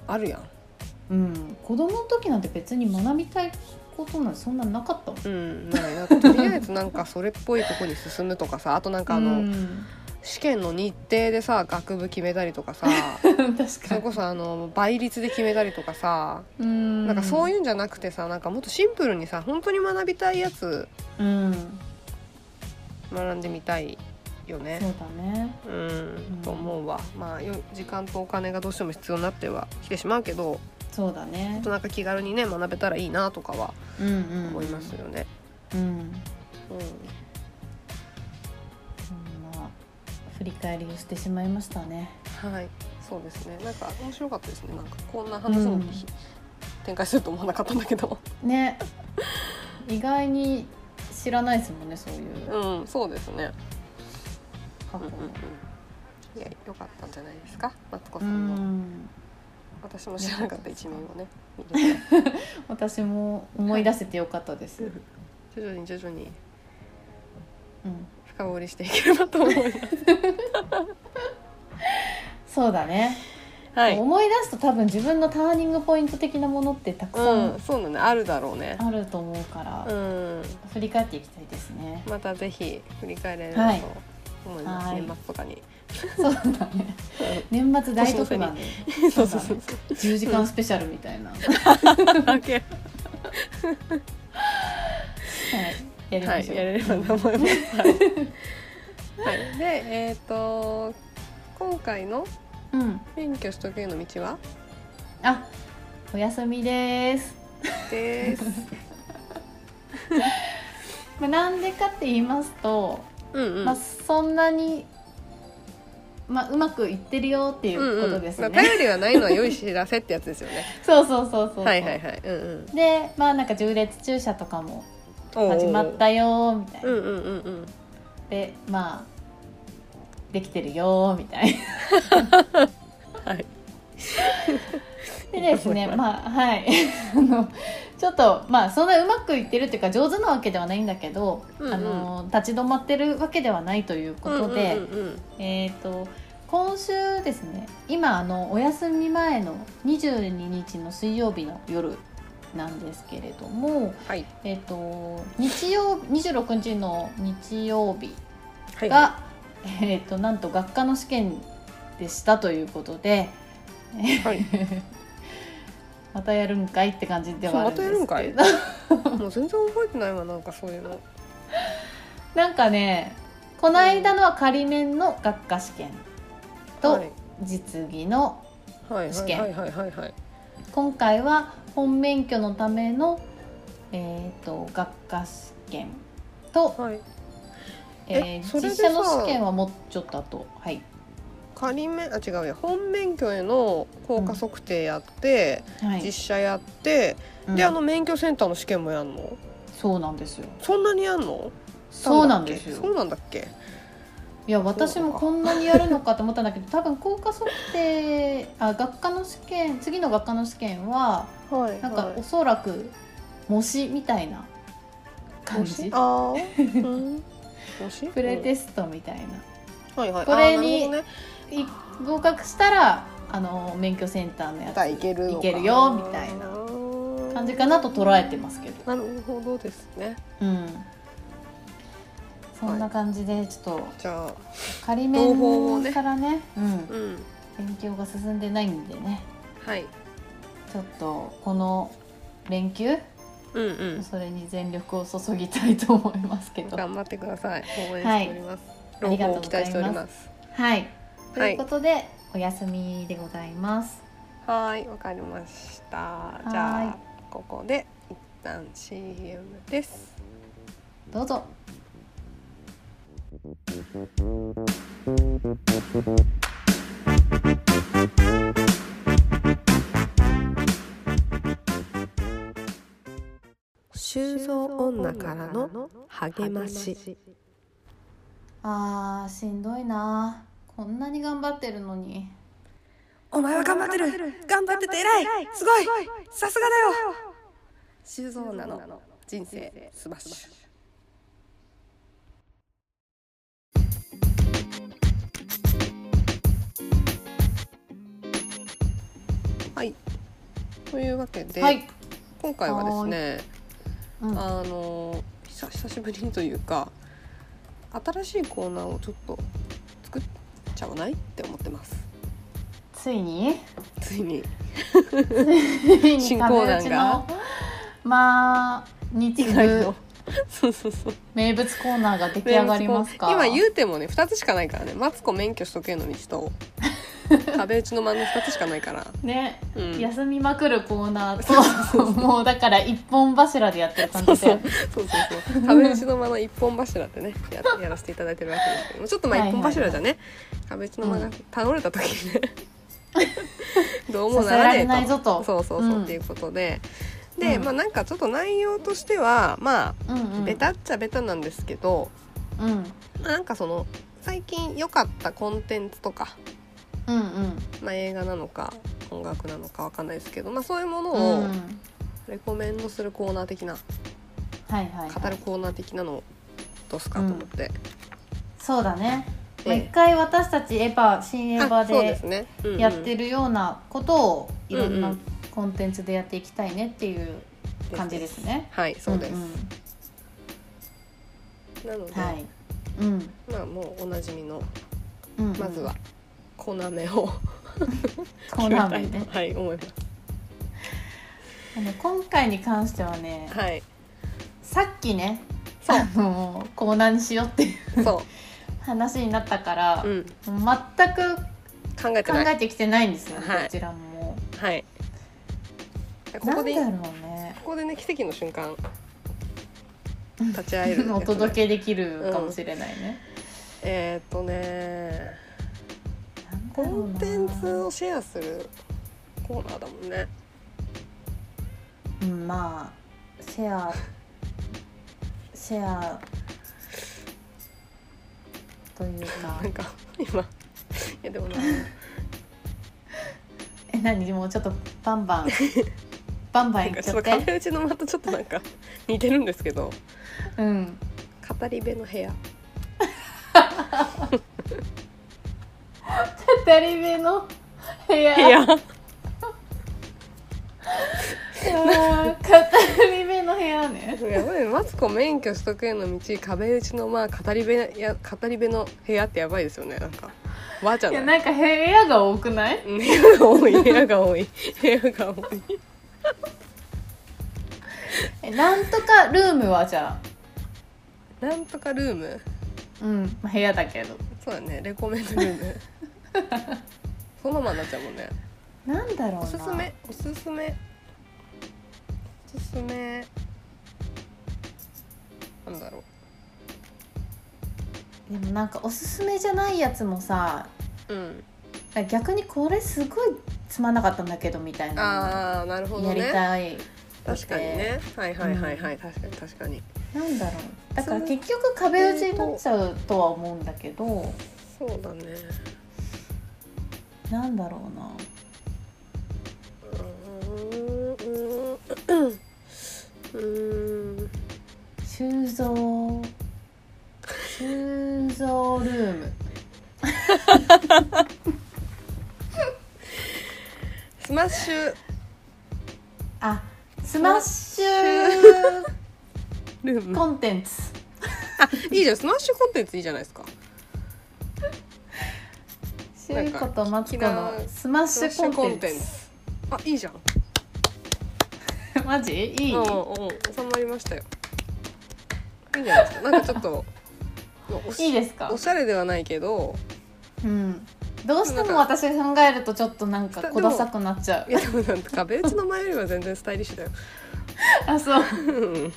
あるやん、
う、うん、子供の時なんて別に学びたいことなんてそんななかったもん
うん、ないなんかとりあえずなんかそれっぽいとこに進むとかさあとなんかあの、
うん、
試験の日程でさ学部決めたりとかさ
確
そ
か
れ
に
こそあの倍率で決めたりとかさ
うん
なんかそう
い
いうんじゃなくてさなんかもっとシンプルにさ本当に学びたいやつ
う、うん、
学んでみたいよね
そうだね
うん、と思うわまあよ時間とお金がどうしても必要になってはきてしまうけど
そうだね
となんか気軽にね学べたらいいなとかは
うんうん
思いますよね。
うん
うん
そんな振り返りをしてしまいましたね
はいそうですねなんか面白かったですねなんかこんな話に、
うん
展開すると思わなかったんだけど
ね意外に知らないですもんねそういう
うんそうですね。
過
うん
去
うんうん
の
いや良かったんじゃないですかマツコ
う
さんの、
ん
私も知らなかった一面をね見れて
私も思い出せてよかったです、
うん徐々に徐々に
うん、
深掘りしていければと思います。
そうだね
はい
思い出すと多分自分のターニングポイント的なものってたくさ
うん
ん
そうだねあるだろうね
あると思うから、
うん
振り返っていきたいですね。
またぜひ振り返れると
はい
思います、
はい
年末とかに
そうだね。年末大特番で、
そ
そう う
そ
だ
うそう
ね。10時間スペシャルみたいな、はい、
だけ
やり
は
まし
い
ょう。
やれればと思いますはい、はい、でえっ、と今回の
うん。
免許取得への道は
あ、お休みです。
です
まあ、なんでかって言いますと、
うんうん
まあそんなに、まあうまくいってるよっていうことですね。
うんうんまあ、頼りがないのは良い知らせってやつですよね
そうそうそう そうそう。
はいはいはいうんうん
で、まあなんか縦列駐車とかも
おうおう
始まったよみたいな。
うんうんうんうん
で、まあできてるよみたいな。
はい
でです ね、まあはいあのちょっとまあそんなうまくいってるっていうか上手なわけではないんだけど、
うんうん
あの立ち止まってるわけではないということで、
うんうんうん
えっ、と今週ですね今あのお休み前の22日の水曜日の夜なんですけれども、
はい
えっと日曜26日の日曜日
はい
が、えっとなんと学科の試験でしたということで。
はい
またやるんかいって感じではあるんですけど、
そうまたやるんもう全然覚えてないわなんかそういうの
なんかねこの間のは仮面の学科試験と
はい
実技の、
はいはい
試験
はいはいはいはい
今回は本免許のための、えー、と学科試験と、
はいえ
えー
それで
実
さ
写の試験はもうちょっと後はい
仮面あ違うや本免許への効果測定やって、
はい
実写やって、
うん
であの免許センターの試験もやんの
そうなんですよ
そんなにやんの
そうなんです
そ
よ
うなんだっけ
いや私もこんなにやるのかと思ったんだけど多分効果測定あ学科の試験次の学科の試験は
はい
なんかおそらく模試みたいな感じ
ああー、うん、もし
プレテストみたいな、
はいはい、
これに
あーなる
い合格したらあの免許センターの
ほどね
や
また
つ
いけるのか
いけるよみたいな感じかなと捉えてますけ
な
ど、
るほどですね
うん、そんな感じでちょっと
じゃあ
仮
同胞をね
面からねうん、
うん
勉強が進んでないんでね
はい
ちょっとこの連休
うんうん
それに全力を注ぎたいと思いますけど。
頑張ってください応援しております、
いありがとう
期
ございま
待し
す
ております
はい、と
はいいう
ことで、お休みでございます。
はーいわかりました
い
じゃあここで一旦 CM です
どうぞ。
修造女からの励まし
あーしんどいなこんなに頑張ってるのに
お前は頑張ってる頑張ってて偉いすごいさすがだよ修造女の人生すばしはいというわけで、
はい、
今回はですね
うん、は
あの久久しぶりにというか新しいコーナーをちょっと作っちゃわないって思ってます
ついに
ついに新
新
コー ナーが
まあ日
以外
次
の そうそうそう
名物コーナーが出来上がりますか
今言うてもね2つしかないからねマツコ免許取得への道 と壁打ちの間の2つしかないから、
ね、
うん、
休みまくるコーナーともうだから一本柱でやってる感じ
そ
で
うそうそうそうそう壁打ちの間の一本柱ってねややらせていただいてるわけですけどもちょっとまあ
はい
一
は
本
いはい
柱じゃね、壁打ちの間が倒れた時 にねどうも
支え
なら
ら
ね
れ
え
ない
と
ぞと
そうそうそう、
うん
っていうことでで、
うん
まあなんかちょっと内容としてはま
うんう
あ
ん
ベタっちゃベタなんですけど、
うんうん
まあなんかその最近良かったコンテンツとか
うん
まあ、映画なのか音楽なのかわかんないですけど、まあ、そういうも
う
の
ん
をレコメンドするコーナー的な、
はいはい、は
語る
い、
コーナー的なのをどうすかと思って、
そうだねまあ、
ええ
一回私たちエヴァ新エヴ
あ
ァ
そうで
です
ね
やってるようなことをいろん
うんう
なんコンテンツでやっていきたいねっていう感じですね。
はいそうです、
ん
なの
うん
で、
はい。うん。
まあもうおなじみの
うんうん
まずは粉目を
コーナー名ね。
はい思います
あの今回に関してはね、
はい
さっきね、
そう
あのコーナーにしようっていう
そ
話になったから
う、、うん、
全く
考えて
考
ない
えてきてないんですよ、ね
はい
こちらも。
はいこ
な
こ
ん
で
だ
こ
ろうね。
こでね奇跡の瞬間立ち会える、
お届けできるかもしれないね。
えーっとね
なんだ
コ
ろう
ン
な
テンツをシェアするコーナーだもんね
うんまあシェアシェアというか
なんか今いやでもな
え何もうちょっとバン バンバンバン
なん
い
か
っ
ち
ち
ょっ
ゃっ
と
て
壁打ちのまたちょっとなんか似てるんですけど
うん
語り部の部屋
語り部の部屋
部屋
あー語り部の部屋ね
やばいマツコ免許取得への道壁打ちのまあ語り部いや語り部の部屋ってやばいですよねなんかわじゃ
いや
ない
なんか部屋が多くない
うん部屋が多い部屋が多い部屋が多い
えなんとかルームはじゃ
なんとかルーム
あうんまあ部屋だけど
そうだねレコメンドルームそのままになっちゃうもんね
なんだろうな
おすすめおすすめおすすめなんだろ
でもなんかおすすめじゃないやつもさ
ううん
逆にこれすごいつまんなかったんだけどみたいな
ああなるほ
や
ど
り
ね
たい、
確かにねはいはいはいはい、確かに確かに
なんだろうだから
そう
結局壁打ちになっちゃうとは思うんだけど
そうだね
なんだろうな
うーんうーんうーん
収蔵収蔵ルーム
スマッシュ
あスマッシ
ルー
ュ
ム
コンテンツ
あいいじゃんスマッシュコンテンツいいじゃないですか
シュウコとマツコのスマッ
ス
シ
マッシュ
ュ
コ
コ
ン
ン
テ
テ
ン
ン
ツ
ツ
あいいじゃん
マジいい、
うんうん収まりましたよいいんじゃないですかなんかちょっとおし
いいですか
おしゃれではないけど
うんどうしても私が考えるとちょっとなんか小ださくなっちゃう
いやでもなんか壁打ちの前よりは全然スタイリッシュだよ
あそう
うん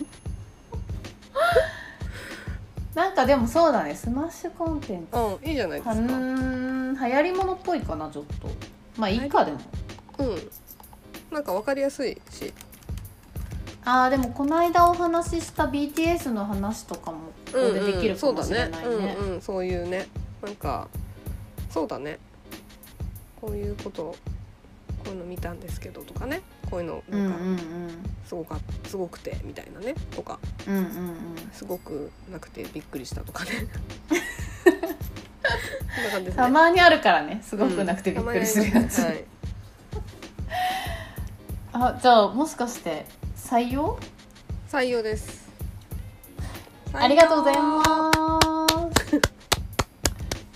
なんかでもそうだねスマッシュコンテンツ
うんいいじゃないで
う
すか
ーん流行りものっぽいかなちょっとまあいいかでも
うんなんかわかりやすいし
あーでもこの間お話しした BTS の話とかもここでできるかもしれないね,、
うんうんそうだねうんうんそういうねなんかそうだねこういうことこういうの見たんですけどとかねこういうの
うんうん
な
うん
か
ん
すごかすごくてみたいなねとか
うんうんうん
すごくなくてびっくりしたとか ねこんな感じですね
たまにあるからねすごくなくてびっくりするやつ、
うんたまにありますね
あじゃあもしかして採用
はい採用です
ありがとうござい
す
ます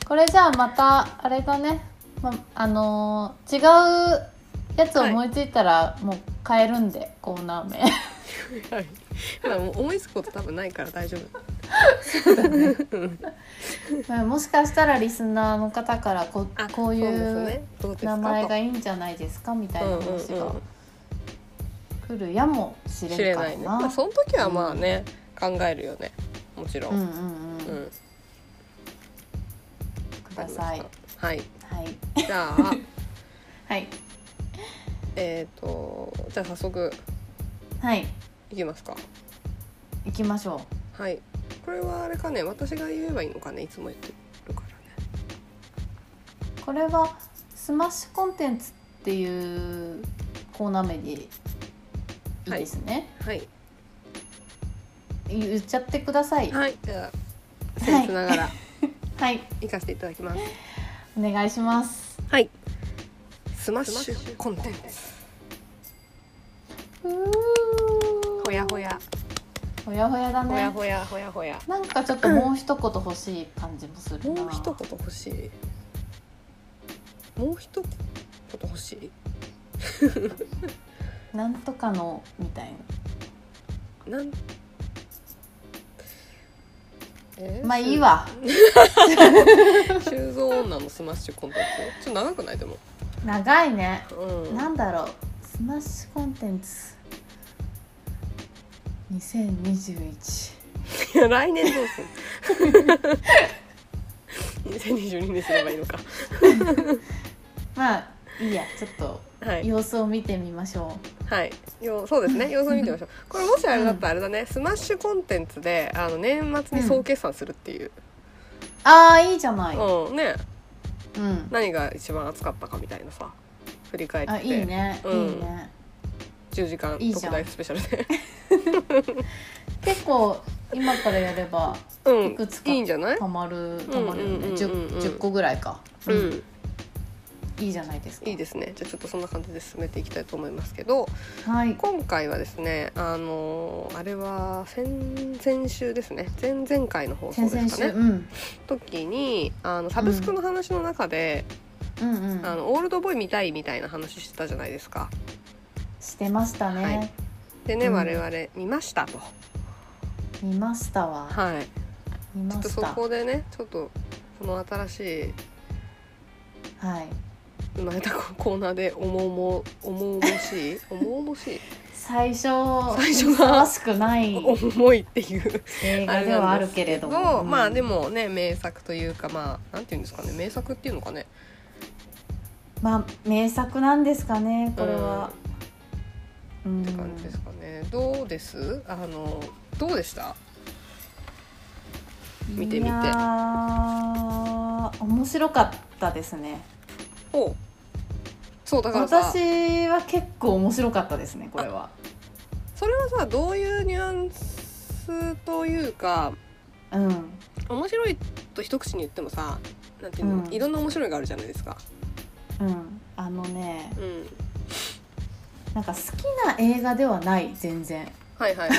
これじゃあまたあれだね、まあのー違うやつ思いついたらもう変えるんで、コーナー名
はい、まあもう思いつくこと多分ないから大丈夫。
まあ もしかしたらリスナーの方からこ
あ、
こうい
そです
う
ねどうですか
名前が
い
いいんじゃないですかみたいな話
うんうん
が来るやも
う
し
ん、
れ
知れ
んか
な
ら
いね。
な。
まあその時はまあね、考えるよね。もちろ。
うんうんん
う
うん、
ん、
ください
わ。かりましたはい。
はい、
じゃ あ
はい、
えっとじゃあ早速
はい、
いきますか。
行きましょ
はい。これはあれかね私が言えばいいのかねいつも言ってるからね。
う。これはスマッシュコンテンツっていうコーナー名でいいですね。
はい
言っちゃってください。は
はいじゃあ。せつながら
はい
行かせていただきます
お願いします
はいスマッシュコンテンツ
うー
ほやほや
ほやほやだ
ほや
ね
ほやほやほや
なんかちょっともう一言欲しい感じもするな
もう一言欲しいもう一言欲しい
なんとかのみたい
なんえ
な
ー
まあいいわ
修造女のスマッシュコンテンツちょっと長くないでも、
長いね
うん、
なんだろうスマッシュコンテンツ2021
いや 来年どう する2022年すればいいのか
まあいいやちょっと
はい、
様子を見てみましょ
はい、よそうですね様子を見てみましょうこれもしあれだったらあれだね、スマッシュコンテンツであの年末に総決算するっていう、
うああいいじゃない、
うんね
うん、
何が一番熱かったかみたいなさ振り返って
あいいね、
うん
いいね
10時間
いいじ
特
ゃん
大スペシャルで
結構今からやれば
う
い
ん
くつか
いいんじゃない
たまるたまるよ
う
ね、
んうんうんうんうん
10, 10個ぐらいか、
う
うん
ん、
いいじゃないですか
いいですねじゃあちょっとそんな感じで進めていきたいと思いますけど
はい
今回はですねあのあれは先々週ですね前々回の放送
先
ですか
々
ね
週、うん、
時にあのサブスクの話の中で、
うんうん
あのオールドボーイ見たいみたいな話してたじゃないですか。
してましたね、
はいでね、
うん
我々見ましたと。
見ましたわ
はい。
見
ちょっ
ま
と
し
そ
た
こでね、ちょっとこの新しい
はい
生まれた コーナーで重々重々 しい重々しい
最初
最初が
ふさわしくない
重いっていう
映
あ
画
れ
では
な
あ
んで
る
す
けれども
をまあ
うん
でもね名作というかまあなんていうんですかね名作っていうのかね
まあ名作なんですかねこれは、うん、
って感じですかね。どうです？あのどうでした？見てみて
いやー面白かったですね
おそうだからさ
私は結構面白かったですねこれは
それはさどういうニュアンスというか
うん
面白いと一口に言ってもさなんていうの、
うん
いろんな面白いがあるじゃないですか。
うんあのね
うん、
なんか好きな映画ではない全然
はいはいは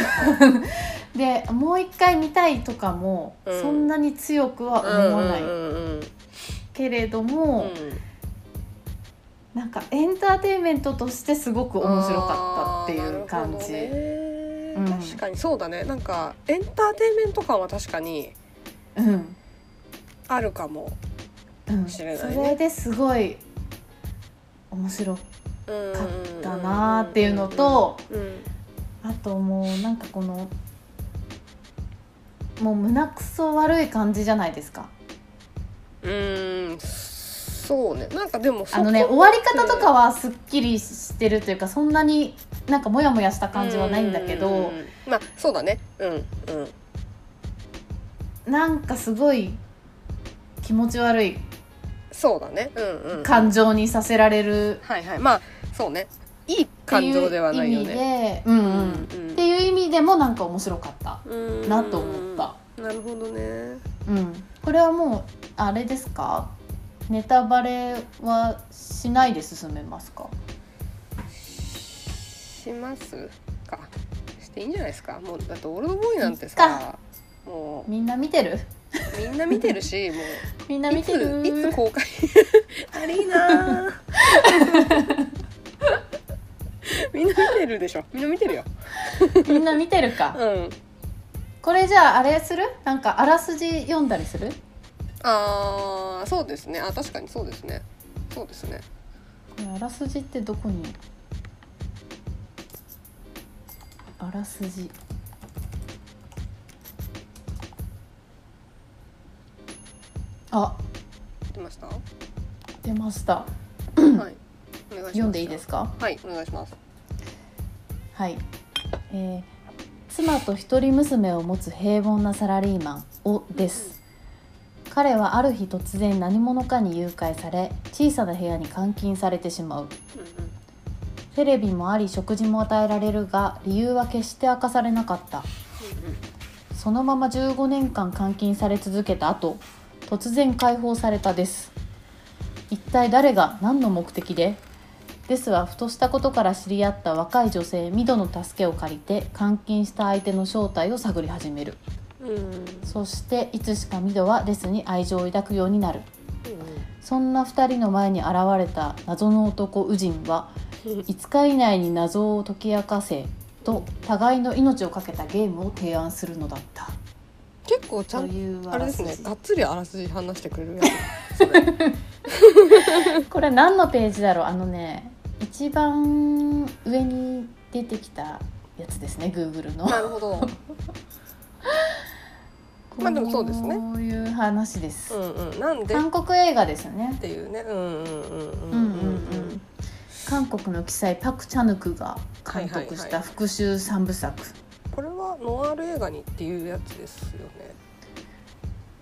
い、はい、
でもう一回見たいとかも、
うん
そんなに強くは
うん
思わない
うんうんうん
けれど
う
も、
ん
なんかエンターテインメントとしてすごく面白かったっていう感
あ
じ、
ーなるほどね
うん
確かにそうだねなんかエンターテインメント感は確かに
うん、
あるかも、
うん、
知
そ
らないね
れですごい面白か
うん
ったなーっていうのと、
うんうん
あともうなんかこのもう胸くそ悪い感じじゃないですか
うん、そうねなんかでもそこ
あのね終わり方とかはすっきりしてるというかそんなになんかモヤモヤした感じはないんだけ
う
ど
んうんうんまあそうだねうんうん
なんかすごい気持ち悪い
そうだねうんうん
感情にさせられる
はいはいまあそうねいい
ってい
感情
う
ではない
意
よ
味
ね
でうん
う
うんっていう意味でもなんか面白かった
うん
なと思った。
なるほどね
うん、これはもうあれですかネタバレはしないで進めますか
しますかしていいんじゃないですかもうだってオールドボーイなんて
いっ
さも
みんな見てる
うみんな見てるしもう
みんな見てる
いついつ 公開あれいいなあ みんな見てるでしょみんな見てるよ
みんな見てる
う
か
ん
これじゃああれするなんかあらすじ読んだりするこ
ああそうですねあ確かにそうですねそうですね
れあらすじってどこにあらすじあ
出ました、
出ました
はいお願いします
読んでいいですか
はいお願いします
はい、えー妻と一人娘を持つ平凡なサラリーマンをです彼はある日突然何者かに誘拐され小さな部屋に監禁されてしまう
うんうん
テレビもあり食事も与えられるが理由は決して明かされなかったそのまま15年間監禁され続けた後突然解放されたです一体誰が何の目的でですはふとしたことから知り合った若い女性ミドの助けを借りて監禁した相手の正体を探り始める
うん
そしていつしかミドはレスに愛情を抱くようになるそんな2人の前に現れた謎の男ウジンは5日以内に謎を解き明かせと互いの命をかけたゲームを提案するのだった
結構ちゃ
と
んと
いう
あ
あ
れ
ら
ですすね
じ
がっつりあらすじ話してくれるや
これ何のページだろうあのね一番上に出てきたやつですね Google の
つ なるほどまあでもそうですね
こういう話です、
うんうんなんでっ
韓国映画ですよね
ていうねうんうんうんうん
ううんんうん韓国の記載パク・チャヌクが監
は
督し
いはいは
た
い
復讐三部作、
これはノワール映画にっていうやつですよね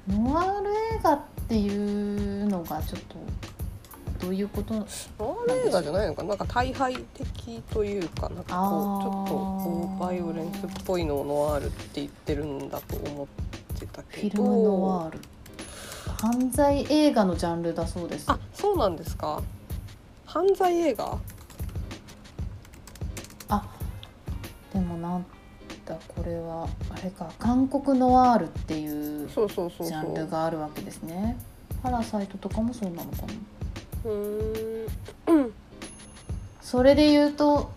ノワール映画っていうのがちょっとどういうこと
ノワール映画じゃないのかななんか大敗的というかなんかこうちょっとこう
あー
バイオレンスっぽいのをノワールって言ってるんだと思ってた
フ
けど
ィルムノワール犯罪映画のジャンルだそうです
あそうなんですか犯罪映画
でもなんだこれはあれか韓国ノワールっていう
そうそうそう
ジャ
そ
ンル
う
があるわけですねパラサイトとかもそうなのかな
うーんうん
それで言うと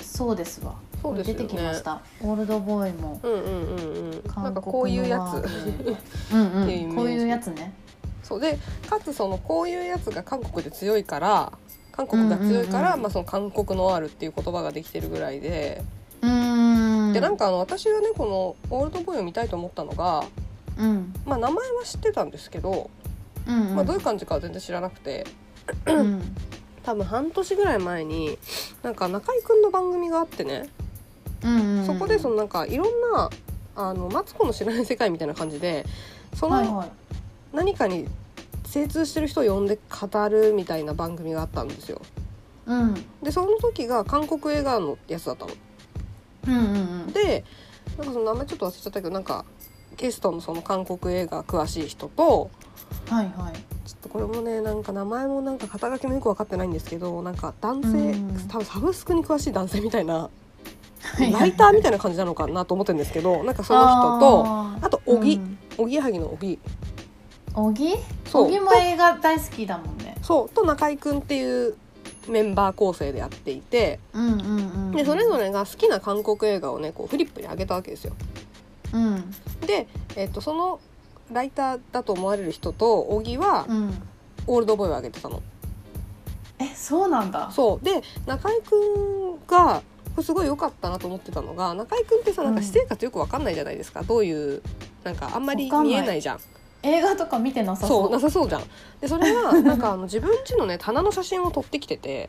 そうですわ
そうですよね
これ出てきましたオールドボーイも
うんうんうんうんなん
韓
か
国
こういうや
ノワ
つ
ール映画うん
っていうイメー
うん
ジ
こういうやつね
そうでかつそのこういうやつが韓国で強いから韓国が強いから、
うんうんうん
まあ、その韓国のあるっていう言葉ができてるぐらいで、
うーん
でなんかあの私がねこの「オールドボーイ」を見たいと思ったのが、
うん
まあ、名前は知ってたんですけど、
うんうん
まあ、どういう感じかは全然知らなくて
うん
多分半年ぐらい前になんか中居くんの番組があってね、
うんうん
そこでそのなんかいろんなあのマツコの知らない世界みたいな感じでそ
はい
の
はい
何かに精通してる人を呼んで語るみたいな番組があったんですよ。
うんうん
でその時が韓国映画のやつだったの。
うんうん
でなんかその名前ちょっと忘れちゃったけどなんかゲストのその韓国映画詳しい人と
はいはい
ちょっとこれもねなんか名前もなんか肩書きもよく分かってないんですけどなんか男性、
うん
多分サブスクに詳しい男性みたいな
はい
ライターみたいな感じなのかなと思ってるんですけどなんかその人と
あー
あと小木
うん
おぎやはぎのおぎ
小木
そ
小
う
木も
と
映画大好きだもんね
そうと中居くんっていうメンバー構成でやっていて
うんうんうん
でそれぞれが好きな韓国映画をねこうフリップに上げたわけですよ。
うん
で、えっとそのライターだと思われる人と小木は
うん
オールドボーイを挙げてたの。
えそうなんだ
そうで中居くんがこれすごい良かったなと思ってたのが中居くんってさなん
う
か
ん
私生活よくわかんないじゃないですか、どういうなんかあんまり
わかん
見
ない
えないじゃん
映画とか見てなさ
そう
そ
な
う
さそうじゃんでそれ がなんかあの自分家のね棚の写真を撮ってきてて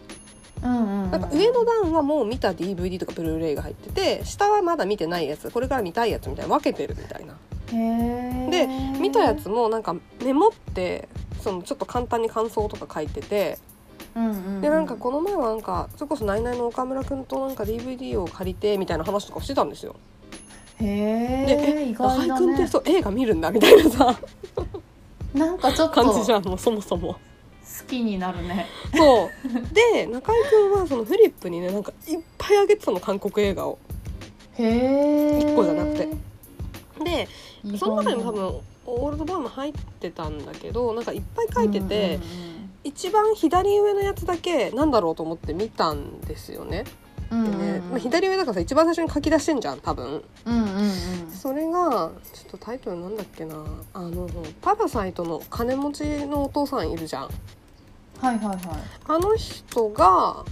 うんうん
なんか上の段はもう見た DVD とかブルーレイが入ってて下はまだ見てないやつこれから見たいやつみたいな分けてるみたいな
へー
で見たやつもなんかメモってそのちょっと簡単に感想とか書いてて
うんうん
でなんかこの前はなんかそれこそナイナイの岡村君となんか DVD を借りてみたいな話とかしてたんですよ。
へえ
で
意
中
外
井
だ
君って
ね
そう映画見るんだみたいな さ
なんかちょっと
感じじ
好
ゃんもうそもそも。
きになるね
そうで中井君はそのフリップにねなんかいっぱいあげてたの韓国映画を。
へえ
一個じゃなくてでその中にも多
っ
分オールドボーイも入ってたんだけどなんかいっぱい書いてて、一番左上のやつだけなんだろうと思って見たんですよね。
うん
で
うんうん
ね、まあ、左上だからさ一番最初に書き出してんじゃん多分。
うんうんうん
それがちょっとタイトルなんだっけなあの「パラサイト」の金持ちのお父さんいるじゃん
はいはいはい
あの人が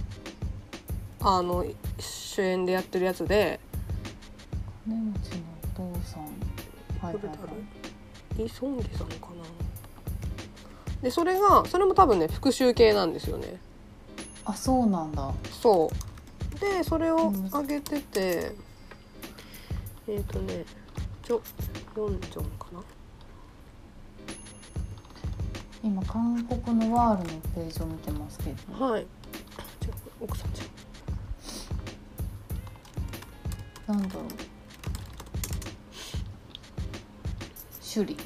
あの主演でやってるやつで
金持ちのお父さんはいはいはい
イ・ソンギさんかなでそれがそれも多分ね復讐系なんですよね
あそうなんだ
そうでそれを上げててえっ、とねジョ・ヨンジョンかな
今韓国のワールのページを見てますけど
はいじゃあ奥さんじゃん
なんだろう首里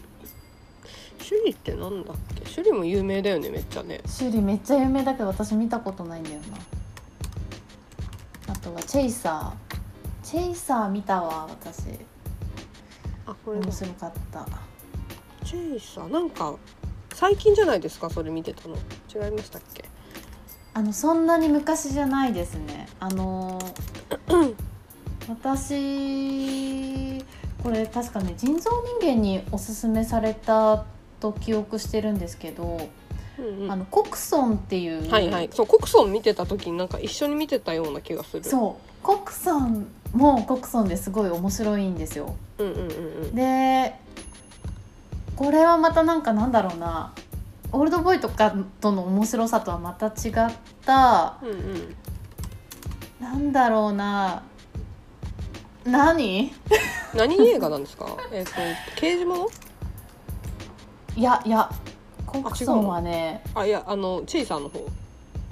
趣里ってなんだっけ趣里も有名だよねめっちゃね
修理めっちゃ有名だけど私見たことないんだよなあとはチェイサーチェイサー見たわ私
あこれだ
面白かった
チェイサーなんか最近じゃないですかそれ見てたの違いましたっけ
あのそんなに昔じゃないですねあ のー私これ確かね人造人間におすすめされたと記憶してるんですけど、
うんうん
あのコクソンっていう、
はいはいそうコクソン見てた時になんか一緒に見てたような気がする
そうコクソンもコクソンですごい面白いんですよ。
うんうんうん
でこれはまたなんかなんだろうなオールドボーイとかとの面白さとはまた違った
うんうんうん
なんだろうな何
何映画なんですか えっと刑事物
いやいやコクソンはね
あいやあのチェイサーの方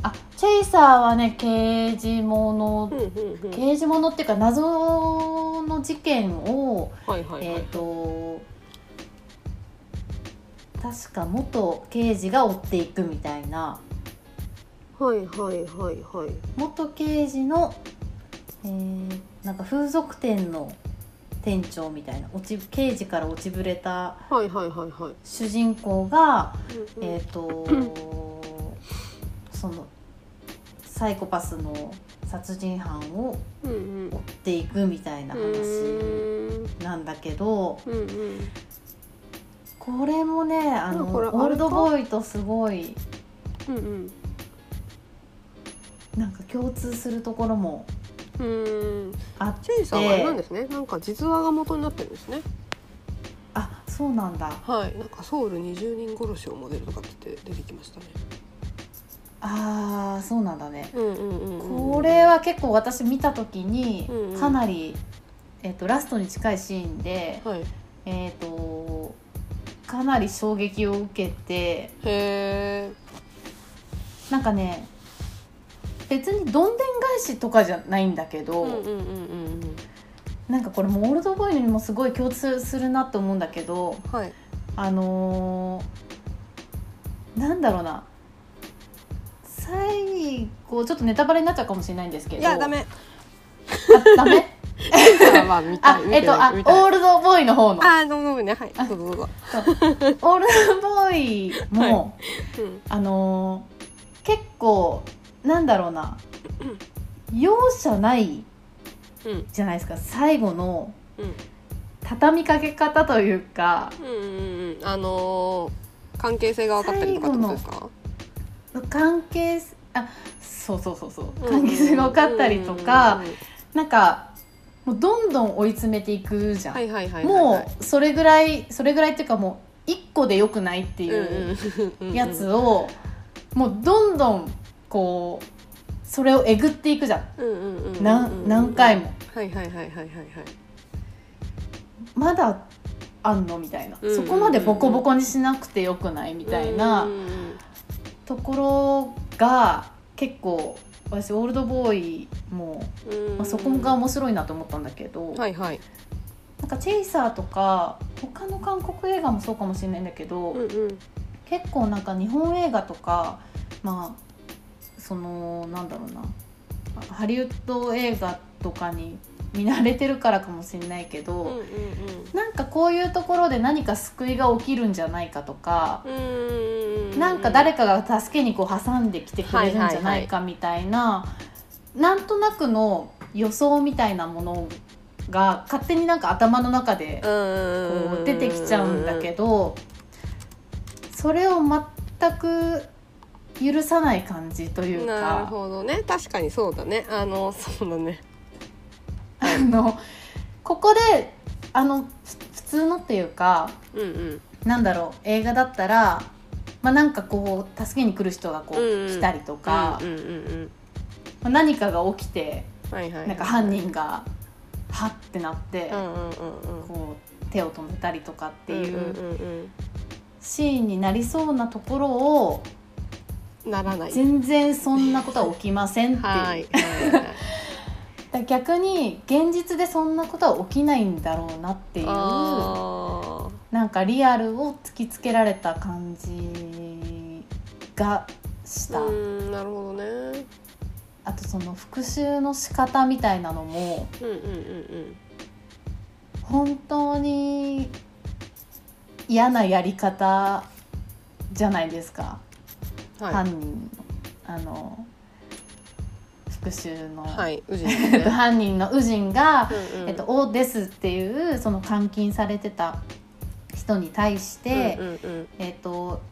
あチェイサーはね刑事物
うんうんうん
刑事物っていうか謎の事件を、
はいはいは
えっ、
い
と確か元刑事が追っていくみたいな
はいはいはいはい
元刑事の、えーなんか風俗店の店長みたいな落ち刑事から落ちぶれた
はいはいはいはい
主人公が、
うんうん
えっ、とそのサイコパスの殺人犯を
うんうん
追っていくみたいな
う
話
ーん
なんだけど
うんうん
これもねあの
でもこれ
オールドボーイとすごい
うんうん
なんか共通するところも
うーん
あっ
チェイサーはあれなんですねなんか実話が元になってるんですね
あそうなんだ
はいなんかソウル20人殺しをモデルとかって言って出てきましたね
あーそうなんだね。
うんうんうんうん
これは結構私見た時に
うんうん
かなり、えっとラストに近いシーンで、
はいへ
えっとかなり衝撃を受けて
え
なんかね別にどんでん返しとかじゃないんだけど、
うんうんうんうんうん
なんかこれもオールドボーイにもすごい共通するなって思うんだけど
はい
あのーなんだろうな最後ちょっとネタバレになっちゃうかもしれないんですけど
いやダメ
あダメ
チェイサーは 見た
あ
い、見て
えっと、あ、オ
見たい
ールドボーイの方の。
あーどうぞどうぞねはいどうぞどうぞ
オールドボーイも、
はうん
あのー結構、なんだろうな、容赦ない
うん
じゃないですか、最後の
うん
畳みかけ方というか、
うんうんうんあのー関係性が分かったりとかってことですか
関係す、あ、そうそうそうそう、関係性が分かったりとか、
うんうんうんうん
なんか、もうどんどん追い詰めていくじゃん。
はいはいはいはいはい
もう、それぐらい、それぐらいっていうかもう、一個でよくないっていう。
うんうん
やつをもうどんどんこうそれをえぐっていくじゃん
うんうんうんうん
何何回も
はいはいはいはいはいはい
まだあんのみたいな
うんうんうん
そこまでボコボコにしなくてよくないみたいな
うんうんうん
ところが結構私オールドボーイも、
うん
まあ、そこが面白いなと思ったんだけど、
はいはい
なんか「チェイサー」とか他の韓国映画もそうかもしれないんだけど、
うんうん
結構なんか日本映画とかまあそのなんだろうなあハリウッド映画とかに見慣れてるからかもしれないけど、
うんうん
なんかこういうところで何か救いが起きるんじゃないかとか、
うんうん
なんか誰かが助けにこう挟んできてくれるんじゃないかみたいな、なんとなくの予想みたいなものが勝手になんか頭の中でこう出てきちゃうんだけどそれを全く許さない感じという
なる
か
ほどね確かにそうだねあのそうだね
あのここであのふ普通のっていうか
うんうん
なんだろう映画だったら、まあ、なんかこう助けに来る人がこう、
うんうん
来たりとか、
うんうんうん
まあ何かが起きて
うんはいはい
なんか犯人がはってなって、
うんうんうんうんっ
こう手を止めたりとかっていううん
うん
シーンになりそうなところを
うんならない
全然そんなことは起きませ んっていう。
はいはいはい
だから逆に現実でそんなことは起きないんだろうなっていうな
あー
なんかリアルを突きつけられた感じがした、
うんなるほどね
あとその復習の仕方みたいなのも
うんうんうん
本当に嫌なやり方じゃないですか、
うんはい
犯人のあの復讐の、
はい宇治ですね
犯人のウジンが
うんうん
えっと、をですっていうその監禁されてた人に対して、
うんうん
えっと、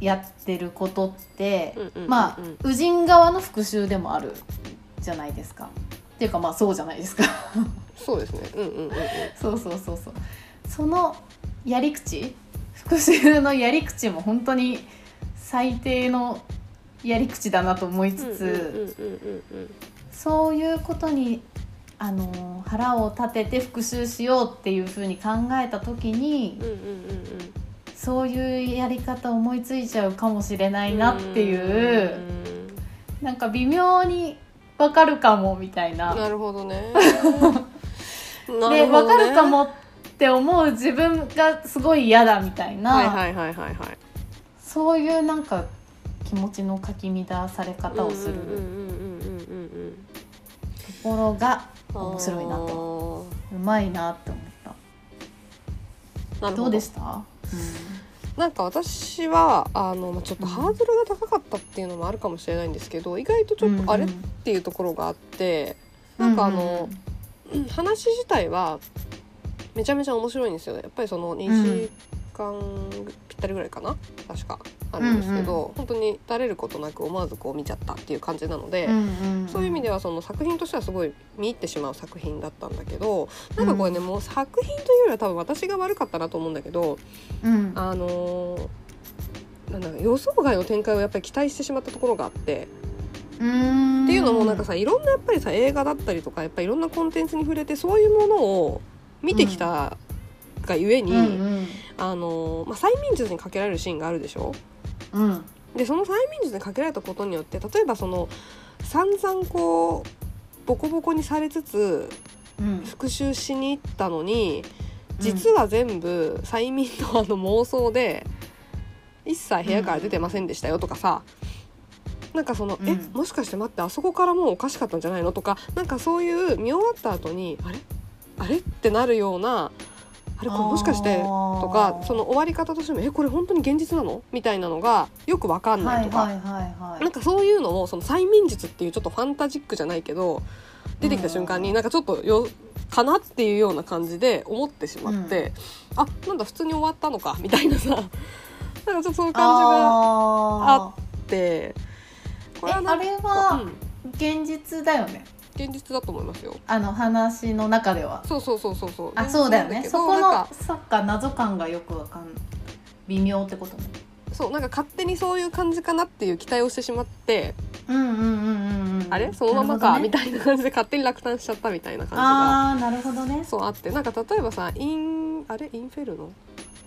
やってることって、
うんうんうんうん
まあ宇人側の復讐でもあるじゃないですか。っていうかまあそうじゃないですか。
そうですねうんうんうんうん
そうそうそうそう。そのやり口復讐のやり口も本当に最低のやり口だなと思いつつ。
うんうんうんうんうん
そういうことにあの腹を立てて復讐しようっていうふうに考えた時に
うんうんうんうん
そういうやり方思いついちゃうかもしれないなっていうなんか微妙にわかるかもみたい
うん
な。
なるほどね
でわかるか
は
もって思う自分がすごい嫌だみたいな、
いはいはいはいはい
そういうなんか気持ちのかき乱され方をする
うんうんうんうんうんうん
ところが
うん
面白いなと
と
うまいなって思った。
なる
ど
ほど
うでした、
なんか私はあのまあちょっとハードルが高かったっていうのもあるかもしれないんですけど意外とちょっとあれっ
うんうん
ていうところがあって、なんかあの、うん話自体はめちゃめちゃ面白いんですよねやっぱりその2時間ぴったりぐらいかな確かあるんですけど、本当にだれることなく思わずこう見ちゃったっていう感じなので。そういう意味で
は
はその作品としてはすごい見入ってしまう作品だったんだけどなんかこれね、もう作品というよりは多分私が悪かったなと思うんだけど
うん
あのーなんだろう予想外の展開をやっぱり期待してしまったところがあって
うん、
っていうのもなんかさいろんなやっぱりさ映画だったりとかやっぱりいろんなコンテンツに触れてそういうものを見てきたがゆえに、
うんうん
あのーまあ、催眠術にかけられるシーンがあるでしょ
うん
でその催眠術にかけられたことによって例えばその散々こうボコボコにされつつ
うん
復讐しに行ったのに実は全部催眠のあの妄想で一切部屋から出てませんでしたよとかさ、なんかその「
うん
えもしかして待ってあそこからもうおかしかったんじゃないの?」とかなんかそういう見終わった後に「あれあれ?」ってなるような「あれこれもしかして?」とかその終わり方としても「えこれ本当に現実なの?」みたいなのがよくわかんないとか、
はいはいはい
なん
は
かそういうのをその催眠術っていうちょっとファンタジックじゃないけど出てきた瞬間になんかちょっとよかなっていうような感じで思ってしまって、あなんだ普通に終わったのかみたいなさ なんかちょっとそういう感
い
じがあ
あー
ってこ
えあ
なんか
れ
う
は
ん、
現実だよね、
現実だと思いますよ
あの話の中では
そうそうそうそうそう
あそうだよね
けど
そこ
なん
の
か
そっか謎感がよくわかん微妙ってことね
そうなんか勝手にそういう感じかなっていう期待をしてしまって、
うんうんうんうんうん
あれそのままか、み
い
たいな感じで勝手に落胆しちゃったみたいな感じが
なあーなるほどね
そうあってなんか例えばさインあれインフェルノ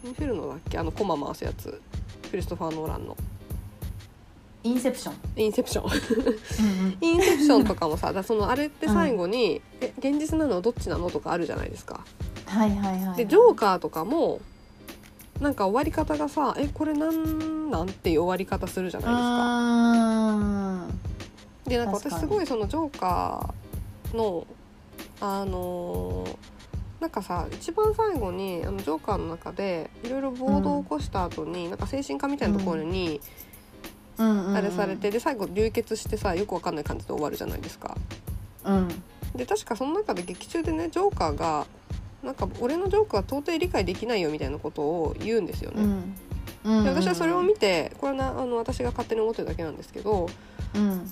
インフェルノだっけあのコマ回すやつクリストファー・ノーランの
インセプション
インセプシ ョン
うんうん
インセプションとかもさだからそのあれって最後に、え現実なのはどっちなのとかあるじゃないですか
はいはいはい
でジョーカーとかもなんか終わり方がさえこれなんなんっていう終わり方するじゃないですか
あ
でなんか私
確かに
すごいそのジョーカーのあのーなんかさ一番最後にあのジョーカーの中でいろいろ暴動を起こした後に、なんか精神科みたいなところに
ーうんうんうん
あれされて、で最後流血してさよくわかんない感じで終わるじゃないですか。
うん
で確かその中で劇中でねジョーカーがなんか俺のジョークは到底理解できないよみたいなことを言うんですよ
う
ね。
んうん
で私はそれを見てこれはなあの私が勝手に思ってるだけなんですけど
うん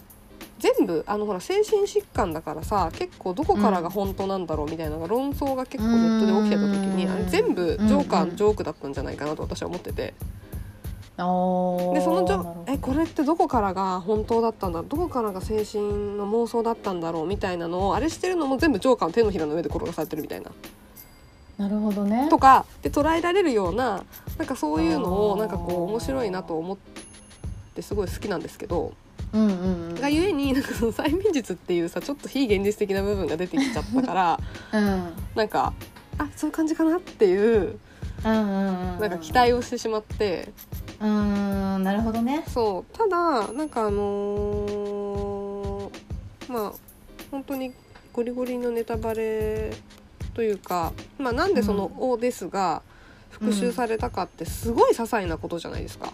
全部あのほら精神疾患だからさ結構どこからが本当なんだろうみたいな論争が結構ネットで起きてた時に
うん
あれ全部ジョーカー
うんう
の
ん
ジョークだったんじゃないかなと私は思ってて
おー
でそのジ
なるほ
ョ
ど
えこれってどこからが本当だったんだどこからが精神の妄想だったんだろうみたいなのをあれしてるのも全部ジョーカーの手のひらの上で転がされてるみたいな
なるほどね
とかで捉えられるようななんかそういうのを
あー
なんかこう面白いなと思ってすごい好きなんですけど。
うんうんうん
がゆえになんかその催眠術っていうさちょっと非現実的な部分が出てきちゃったから
うん
なんかあそういう感じかなっていう
な
なんか期待をしてしまって
うんなるほどね
そうただなんかあのーまあ本当にゴリゴリのネタバレというか、まあ、なんでその「お」ですが復讐されたかってすごい些細なことじゃないですか。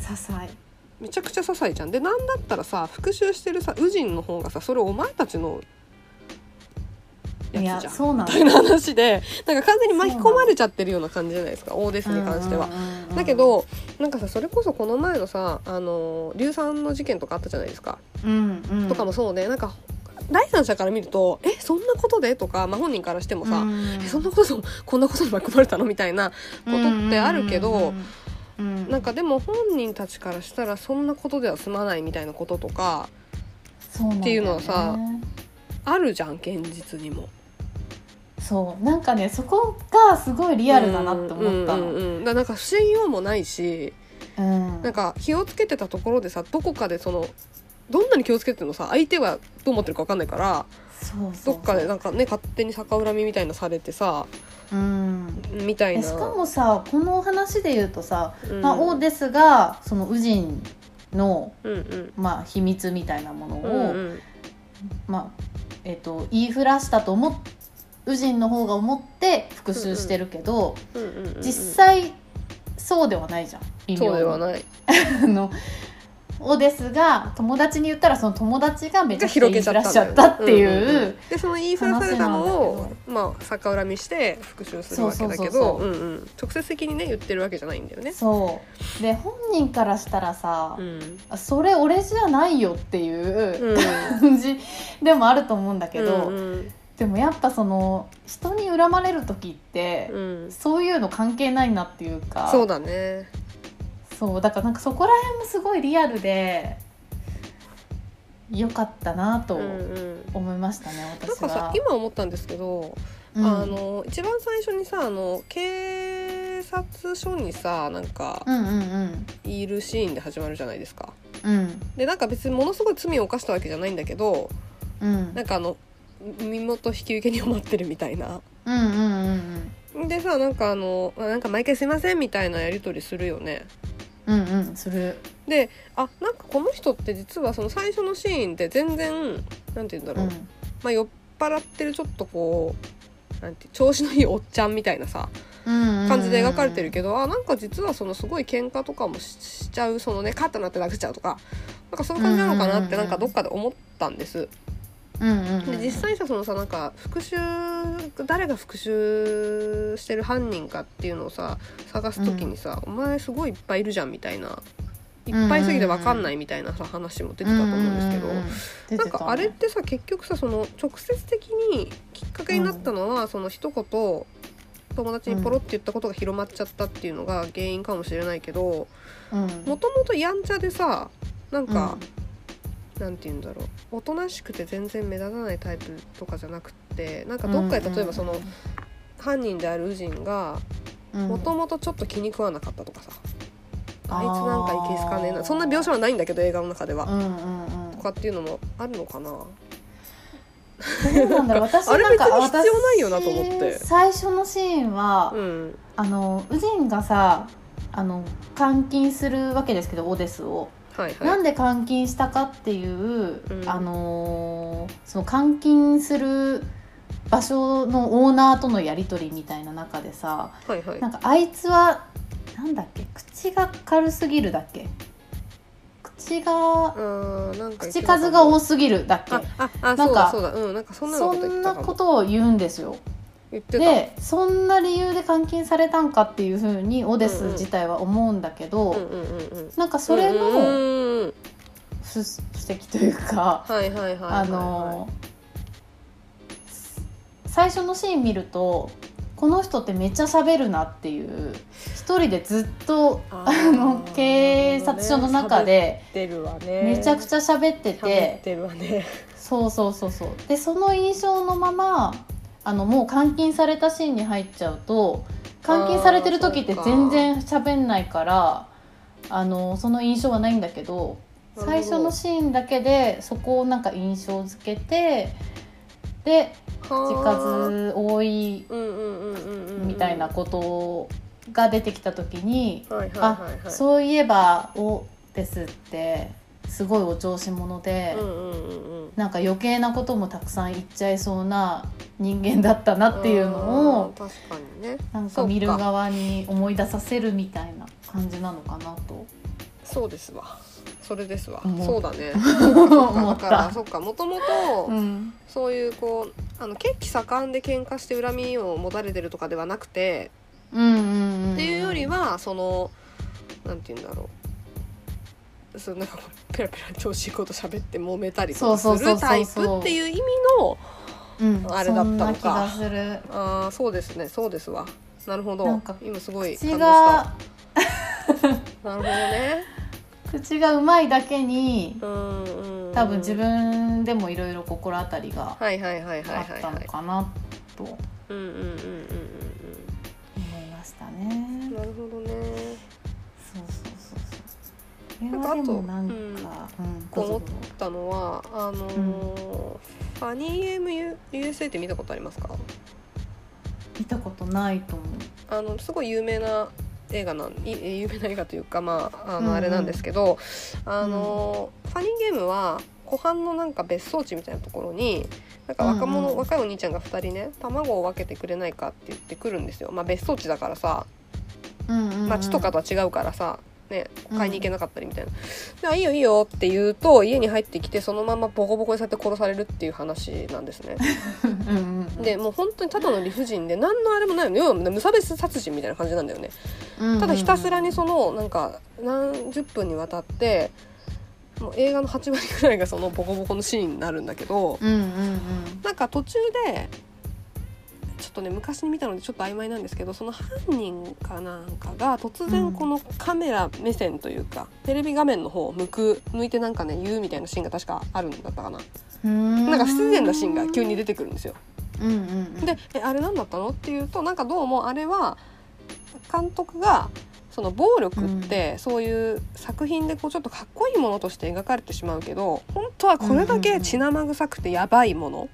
些細
めちゃくちゃ些細じゃんでなんだったらさ復讐してるさウジンの方がさそれお前たちの
い
や
や
つじゃん
そうなん
みたいな話でなんか完全に巻き込まれちゃってるような感じじゃないですかオーデスに関しては。だけ、どなんかさそれこそこの前のさあの硫酸の事件とかあったじゃないですか、
うんうんうん、
とかもそうでなんか第三者から見ると「えそんなことで?」とか、まあ、本人からしてもさ「
うん
えそんなことこんなことに巻き込まれたの?」みたいなことってあるけど、
うんうんうんうん
なんかでも本人たちからしたらそんなことでは済まないみたいなこととか
そうなんだよね
っていうのはさあるじゃん現実にも。
そうなんかねそこがすごいリアルだなって思っ
う
た
んうん
の
うんうんだからなんか不思議ようもないし
うん
なんか気をつけてたところでさどこかでそのどんなに気をつけてもさ相手はどう思ってるか分かんないから
そうそうそう
どっかでなんかね勝手に逆恨みみたいなされてさ
うん
みたい
え
な。
しかもさこのお話で言うとさ、
うん、
まあ、王ですがそのウジンの、
うんうん
まあ、秘密みたいなものを、
うんうん
まあえっと言いふらしたと思っウジンの方が思って復讐してるけど、
うんうんうん
実際そうではないじゃん微妙
そ
に
うではない
あのをですが友達に言ったらその友達がめちゃ
が
くちゃ
広
言
げ
い
ちゃ
ふ
ったん
ら
だ
しち
よ
ゃったってい
んんん
う。
でその言いふらされたの
話なん
を
だ、
まあ、逆恨みして復讐するわけだけ
そ
ど
うそうそう
う
そ
んうん直接的にね言ってるわけじゃないんだよね。
そうで本人からしたらさ
う、ん
それ俺じゃないよっていう感じでもあると思うんだけど、
うん
でもやっぱその人に恨まれる時って
う、んうん
そういうの関係ないなっていうか
そうだね
そうだからなんかそこら辺もすごいリアルで良かったなと
うんうん
思いましたね、
なん
私
か
は。
さ今思ったんですけど、
うん
あの一番最初にさあの警察署にさなんか
うんうんうん
いるシーンで始まるじゃないですか。
うん
でなんか別にものすごい罪を犯したわけじゃないんだけど
うん
なんかあの身元引き受けに困ってるみたいな。
うんうんうん
でさなんかあのあなんか毎回すいませんみたいなやり取りするよね
うんうんうんする
であなんかこの人って実はその最初のシーンって全然なんて言うんだ
う
ろう、
ん
まあ酔っ払ってるちょっとこうなんて調子のいいおっちゃんみたいなさ感
感
じで描かれてるけど、あなんか実はそのすごい喧嘩とかもししちゃうそのねカッとなって殴っちゃうとかなんかそういう感じなのかなって
うん
な
うんん
かどっかで思ったんです。
うんうんうん
で実際さそのさなんか復讐誰が復讐してる犯人かっていうのをさ探す時にさ、お前すごいいっぱいいるじゃんみたいないっぱいすぎて分かんないみたいなさ話も出てたと思うんですけど、
ううううん出
なん
てたね
かあれってさ結局さその直接的にきっかけになったのは、その一言友達にポロって言ったことが広まっちゃったっていうのが原因かもしれないけど
うん
もともとやんちゃでさなんか、なんて言うんだろうおとなしくて全然目立たないタイプとかじゃなくってなんかどっかで例えばその犯人であるウジンがもと
も
もとちょっと気に食わなかったとかさあいつなんかいけすかねえなそんな描写はないんだけど映画の中では
うんうんうん
とかっていうのもあるのかな
どう なんだろう私
あれ
なんか
別に必要ないよなと思って
私最初のシーンは
うん
あのウジンがさあの監禁するわけですけどオデスを
はいはい
なんで監禁したかっていう、
うん
あのーその監禁する場所のオーナーとのやり取りみたいな中でさ
はいはい
なんかあいつはなんだっけ口が軽すぎるだっけ口が
あーなんか
口数が多すぎるだっ
あ
け
ああ
なんか
そうだそうだうんなんかそんなの
そ
こと言って
ん
た
な
か
こ
も
とを言うんですよ。
言ってた
でそんな理由で監禁されたんかっていうふうにオデス自体は思うんだけど、
うんうんうんうん
なんかそれ
うんうん
の
うんうん
不不指摘というか。
はいはいはいはいはい
あのーす最初のシーン見るとこの人ってめっちゃ喋るなっていう一人でずっと
あ
あ
ー
の警察署の中で
喋ってるわね
めちゃくちゃ喋って
喋っててるわね
そうそうそうそうでその印象のままあのもう監禁されたシーンに入っちゃうと監禁されてる時って
あーそうか
全然喋んないからあのその印象はないんだけど
なるほど
最初のシーンだけでそこをなんか印象付けてで口数多いみ
み
たいなことが出てきた時に、
はいはい
あ
はいはい
そういえば「お」ですってすごいお調子者で、
うんうんうんうん
なんか余計なこともたくさん言っちゃいそうな人間だったなっていうの
あ
を
ー確かにね
なんか見る側に思い出させるみたいな感じなのかなと
そうですわそれですわ
思う
そうだね
思
だ
っ
から
た。
そっかもともと
うん
そういうこうあの血気盛んで喧嘩して恨みを持たれてるとかではなくて
うんうんんん
っていうよりはそのなんて言うんだろうそうなんかこうペラペラ調子いいこと喋って揉めたりとか
そう
す
そうそう
る
そうそ
タ
う
イプっていう意味の
うん
あれだったのか
そんな気がする
あーそうですねそうですわなるほ
な
ど
んか
今すごい感動した
口が
なるほどね
口がうまいだけに
うんうんうん
多分自分でもいろいろ心当たりが
はいはいはいはい
あ
は
っ
い
た
は
の
い
かなと思
うんうんうんうんうん
いましたね
うん。なるほどね
そうそうそうそう。こ
な
れ
んかあ
はで
と
もなんか、
う
うんん、
こう
ど
思っ
うぞどうぞ
たのはあのーファニー MUSA って見たことありますか
見たことないと思う。
あのすごい有名な映画なんい有名な映画というかまああ
うんう
の
ん
あれなんですけど、あのファニーゲームは湖畔のなんか別荘地みたいなところになんか若者、
うんうん
若いお兄ちゃんが2人ね卵を分けてくれないかって言ってくるんですよ、まあ、別荘地だからさ
うんうんうん
町とかとは違うからさ、ね、買いに行けなかったりみたいな「であいいよいいよ」って言うと家に入ってきてそのままボコボコにされて殺されるっていう話なんですね。
うんうんうん、
でもう本当にただの理不尽で何のあれもないの要は無差別殺人みたいな感じなんだよね。
うんうんうん、
ただひたすらにそのなんか何十分にわたってもう映画の8割ぐらいがそのボコボコのシーンになるんだけど
うんうんうん
なんか途中でちょっとね昔に見たのでちょっと曖昧なんですけどその犯人かなんかが突
う
然
ん
このカメラ目線というか、テレビ画面の方を向く向いてなんかね言うみたいなシーンが確かあるんだったかな
うーん
なんか不自然なシーンが急に出てくるんですよ。
うんうんうん
で「えあれ何だったの?」っていうとなんかどうもあれは監督がその暴力って、そういう作品でこうちょっとかっこいいものとして描かれてしまうけど本当はこれだけ血生臭くてやばいもの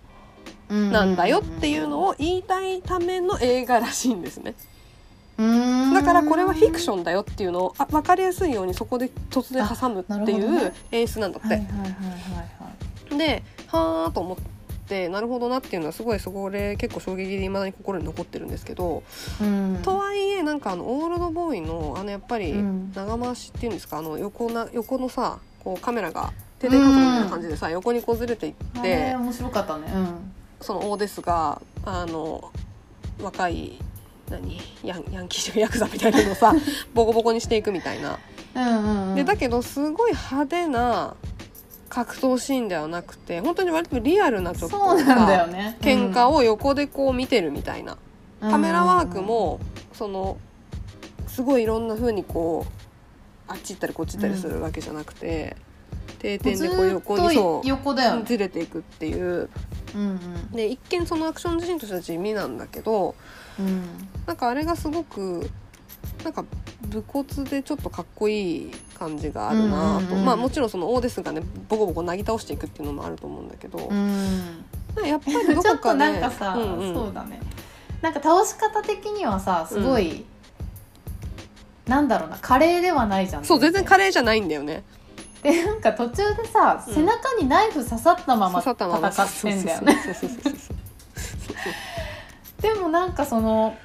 なんだよっていうの
を
を言いたいための映画らしいんですねだ
だ
からこれはフィクシ
ン
ョンだよっていうのをあ分かりやすいようにそこで突然挟むってい
あなるほど
う
ね
演出なんだって。
はいはいはいはい
ではあと思ってなるほどなっていうのはすごいそこで結構衝撃で未だに心に残ってるんですけど。
はい、うん、
とはいえなんかあのオールドボーイのあのやっぱり
うん
長回しっていうんですかあの横な横のさこうカメラが手で囲むみたいな感じでさ横にこうずれていっ
あれ
て
面白かったねうん
その大ですがあの若い何ヤンヤンキーじゃんヤクザみたいなのを さボコボコにしていくみたいな。
うんうんうん
でだけどすごい派手な格闘シーンではなくて本当に割とリアルなちょっとさ
そうなんだよね
喧嘩を横でこう見てるみたいな。
うん
カメラワークもそのすごいいろんな風にこうあっち行ったりこっち行ったりするわけじゃなくて、定点でこう横にそ
も
う
ずっと横だよね
ずれていくっていう
うん
で一見そのアクション自身としては地味なんだけど
うんうん
なんかあれがすごくなんか武骨でちょっとかっこいい感じがあるな
うんうん
と、
うんうん
まあもちろんそのオーデスがねボコボコなぎ倒していくっていうのもあると思うんだけど、
うん
なんかやっぱり どこかね
ちょっとなんかさ、
うんうん
そうだねなんか倒し方的にはさすごい、なんだろうな華麗ではないじゃん
そう全然
カ
カレーじゃないんだよね。
でなんか途中でさ、
うん
背中にナイフ刺さったまま戦ってんだよね
そうそうそうそうそう
でもなんかその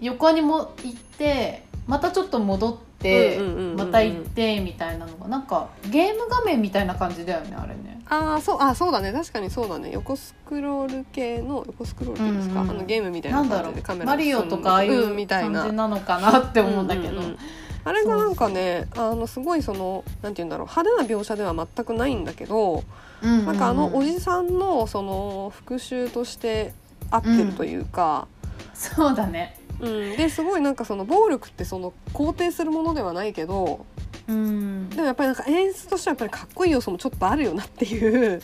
横にも行ってまたちょっと戻って、
うんうんうんうん
また行ってみたいなのがなんかゲーム画面みたいな感じだよねあれね
ああそうあそうだね確かにそうだね横スクロール系の横スクロールっていうんですか、
うんうん
あのゲームみたい
な
なん
だ
感
ろ
じで
う
カメラ
マリオとかああい
ん
う
みたい
感
な
じなのかなって思うんだけど、
うんうんうんあれがなんかねあのすごいそのなんて言うんだろう派手な描写では全くないんだけど、
うんうん
なんかあのおじさんのその復讐として合ってるというか、
そうだね
うん、ですごいなんかその暴力ってその肯定するものではないけど
うん
でもやっぱりなんか演出としてはやっぱりかっこいい要素もちょっとあるよなっていう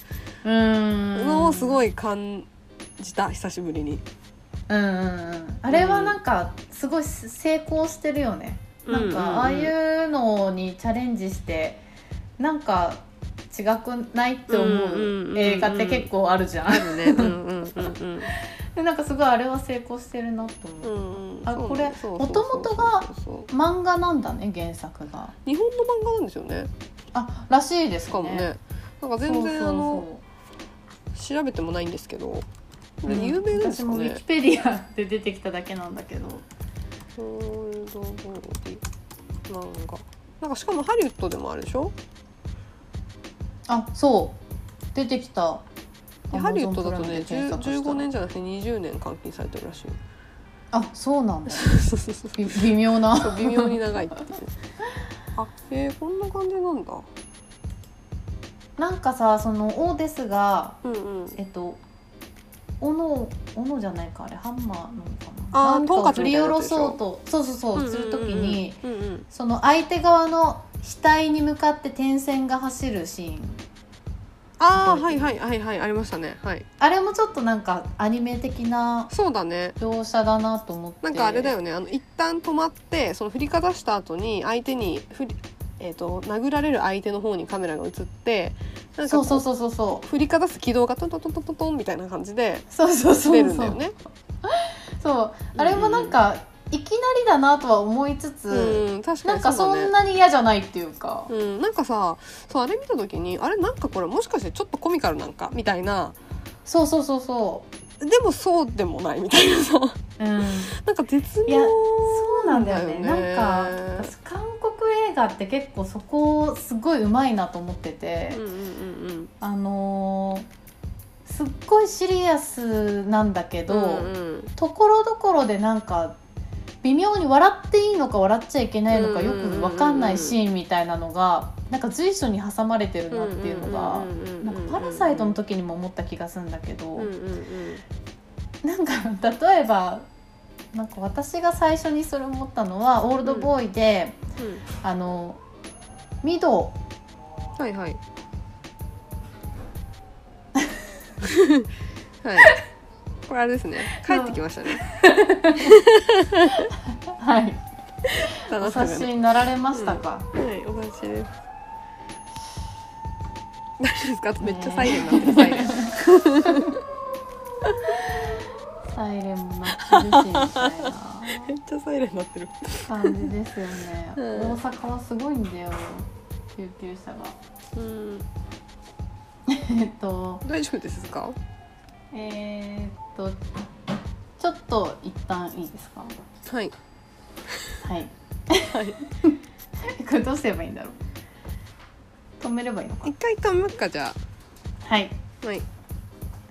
うん
のをすご
い、
い感じた久しぶりに。
うんうんうん、あれはなんかすごい成功してるよね、なんかああい
うんうんうん
うのにチャレンジしてなんか違くないって思う映画って結構あるじゃん。
あるねうんうんうんうん
でなんかすごいあれは成功してるなと思う。
うん
あ
そう
これ
そうそう
元々が
そうそうそう
漫画なんだね原作が。
日本の漫画なんですよね
あらしいで
し
す
か
ね。
もねなんか
そうそ
全
うそう
然あの調べてもないんですけどこれ有名なんですか
うん私もウィ
ね
キペディアで出てきただけなんだけど。
ホールドボディ漫画なんかしかもハリウッドでもあるでしょ
あそう出てきた。
でハリウッドだとね
Amazon プライムで検
10
索した
15
ら
年じゃなくて20年監禁されてるらしいよ
あそうなんだ。
そうそうそう
び 微妙な。
そう微妙に長いっていう あえー、こんな感じなんだ
なんかさそのオーデスが
うんうん
えっと斧斧じゃないかあれハンマーなのか
あ
な
ー
なんかを
トンカツ
振
み
り
たい
下
なや
ろ
つでしょ
そうとそうそうそう、するときに
うんうんうん
その相手側の額に向かって点線が走るシーン
ああはいはいはいはいありましたねはい
あれもちょっとなんかアニメ的な
そうだね
描写だなと思って
なんかあれだよねあの一旦止まってその振りかざした後に相手に振り、えー、と殴られる相手の方にカメラが映ってなんか
そ
こ
うそうそうそうそう
振りかざす軌道がトントントントントントンみたいな感じで
そうそうそう
出るん
そ
だよ
う、
ね。
そうあれもなんかいきなりだなとは思いつつ、
うん、確か
なん
に
か
そ
そう
だ
ん
ね。
なに嫌じゃないっていうか、
うん、なんかさそうあれ見た時にあれなんかこれもしかしてちょっとコミカルなんかみたいな
そうそうそうそ
でもそうでもないみ たいなさ
う、うん、
なんか絶
いや
妙
そうなんだよね
だよ
なんか韓国映画って結構そこすごいうまいなと思ってて、
うんうんうんうん
あのーすっごいシリアスなんだけど、
うんうん
ところどころでなんか微妙に笑っていいのか笑っちゃいけないのかよくわかんないシーンみたいなのがなんか随所に挟まれてるなっていうのが。なんかパラサイトの時にも思った気がするんだけど、
うんうんうん
なんか例えばなんか私が最初にそれ思ったのは「オールドボーイ」で、
うん
あのミド
はい はいはいこれあれですね帰ってきましたね
はいお
楽しく
察しになられましたか、
はい、お待ちです。大丈夫ですか？めっちゃサイレンになってる サイレン。
サイレンも鳴ってるしみたいな
めっちゃサイレンになってる。
感じですよ ね、
うん
大阪はすごいんだよ救急車が
うん、
えっと
大丈夫ですか？
えーっとちょっと一旦いいですか
はい。
はい
はい
これどうすればいいんだろう止めればいいのか
一回止めますかじゃ
はい
あ。はい。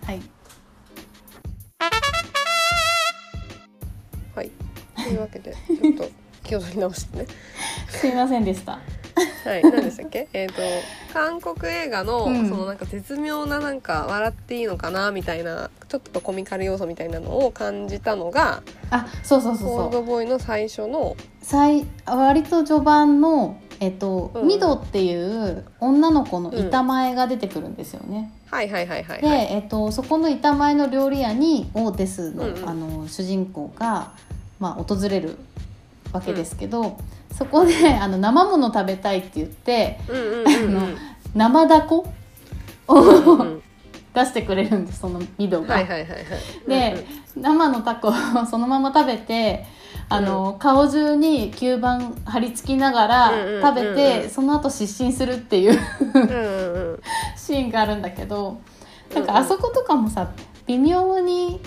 はい
はい。というわけでちょっと気を取り直してね。
すいませんでした
はい。何でしたっけ？えっ、と韓国映画の、
うん
そのなんか絶妙ななんか笑っていいのかなみたいなちょっとコミカル要素みたいなのを感じたのが、
あそうそうそう
コー
そ
ル
う
ドボーイの最初の
最割と序盤の、えっと
うん
ミドっていう女の子の板前が出てくるんですよね。
はいはいはいはい
で、
はい。
えっとそこの板前の料理屋にオーテスの,、
うんうん
あの主人公が、まあ、訪れるわけですけど、そこであの生もの食べたいって言って
うんうんうんうん
生だこ
うんう
を
ん
出してくれるんですそのミドが。
はいはいはいはい。
で、生のタコを そのまま食べてあの、顔中に吸盤貼り付きなが
うんうん
ら食べて、
うんうん
その後失神するっていう
うんうんうん
シーンがあるんだけどなん
うん
か
うん
あそことかもさ微妙に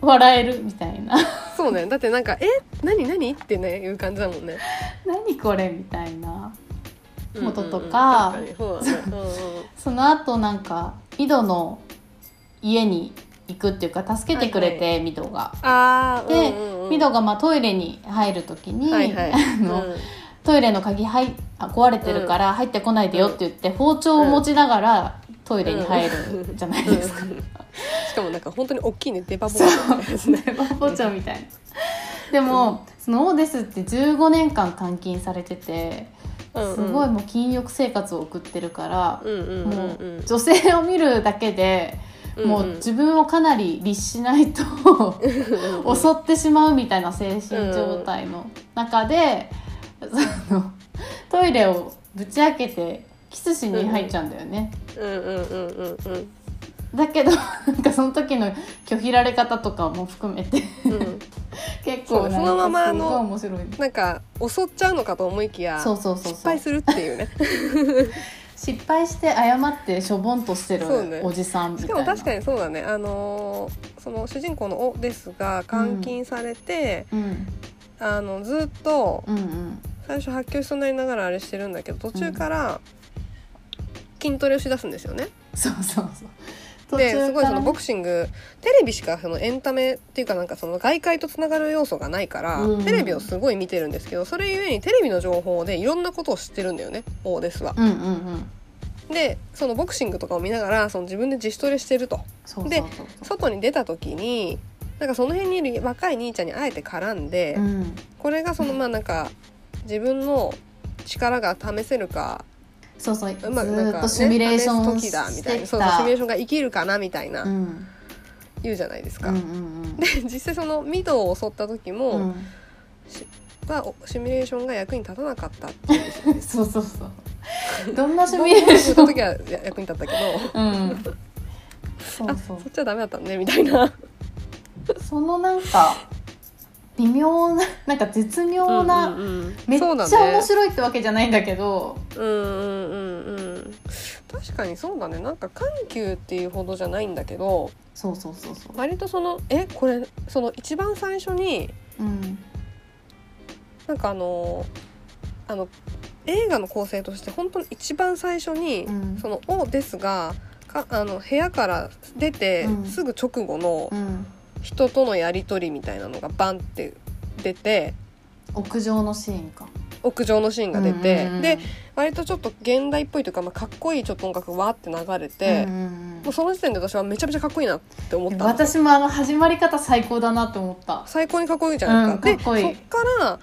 笑えるみたいな
そうねだってなんか「え何何?」ってねいう感じだもんね。
何これみたいな元と
う
か
んうんうん確かにそうだねうん
その後なんか井戸の家に行くっていうか助けてくれて、
は
ミドが。
うんあー
で、
うんうんうん
ミドがまあトイレに入る時に、
はいはい
あの
うん
トイレの鍵はいあ壊れてるから入ってこないでよって言って包丁を持ちながらトイレに入るじゃないですか。
うんしかもなんか本当に大きいねデバボーみたいなやつね。
包丁みたいな。でも、そのオーデスって15年間監禁されてて
うんうん
すごいもう禁欲生活を送ってるから、
うんうんうん
も
うん
う女性を見るだけで、もう自分をかなり律しないと襲ってしまうみたいな精神状態の中で、そのトイレをぶち開けてキスしに入っちゃうんだよね、
うんうんうんうんうん
だけどなんかその時の拒否られ方とかも含めて
うん
結
そ
構
うそのままあ
なん
の
かすごい面白い
なんか襲っちゃうのかと思いきや
そうそうそう
失
そう
敗するっていうね
失敗して謝ってしょぼんとして
そうね
るおじさんみた
し
い
か
な、
も 確かにそうだねあのーその主人公の「お」ですが監禁されて、
うん
あのずっと
うんうん
最初発狂しそうになりながらあれしてるんだけど途中から筋トレをしだすんですよね。
そうそうそう途中
ですごいそのボ
僕
クシングテレビしかそのエンタメっていうかなんかその外界とつながる要素がないから、
うん
テレビをすごい見てるんですけどそれゆえにテレビの情報でいろんなことを知ってるんだよね「お」ですは。
うんうんうん
でそのボクシングとかを見ながらその自分で自主トレしてると。
そうそう
で
そうそ
外に出た時になんかその辺にいる若い兄ちゃんにあえて絡んで、
ううん
これがそのまあなんか自分の力が試せるか、
そうそうず
まあ、なん
ーっ
か、ね、
とシミュレーション
試す時だみ
し
い
たて
な
き
そうそうシミュレー
た
ションが生きるかなみたいな、
うん
言うじゃないです
う
か。
んうん
で実際そのミドを襲った時も、
うん
はおシミュレーションが役に立たなかったって
うんそうそうそうどんなシミュレーシ
襲った
ョン
時はや役に立ったけど
うんそうそ
あそっちはダメだったねみたいな。
うそのなんか微妙ななんか絶妙な、
うんうんうん
めっちゃ
そう
面
だね
白いってわけじゃないんだけど
うんうんうんうん確かにそうだねなんか緩急っていうほどじゃないんだけど
そうそうそうそう
割とそのえこれその一番最初に
うん
なんかあのあの映画の構成として本当に一番最初に、
うん
その「お」ですがかあの部屋から出て
うん
すぐ直後の
うん
人とのやり取りみたいなのがバンって出て
屋上のシーンか
屋上のシーンが出て、
うんうんうん
で割とちょっと現代っぽいというか、まあ、かっこいいちょっと音楽がわーって流れて。
うんうん
もうその時点で私はめちゃめちゃかっこいいなって思っ
う
た
ん
んですよ
私もあの始まり方最高だなと思った
最高にかっこいいじゃないですか、
うんかっこい
で
い
そっから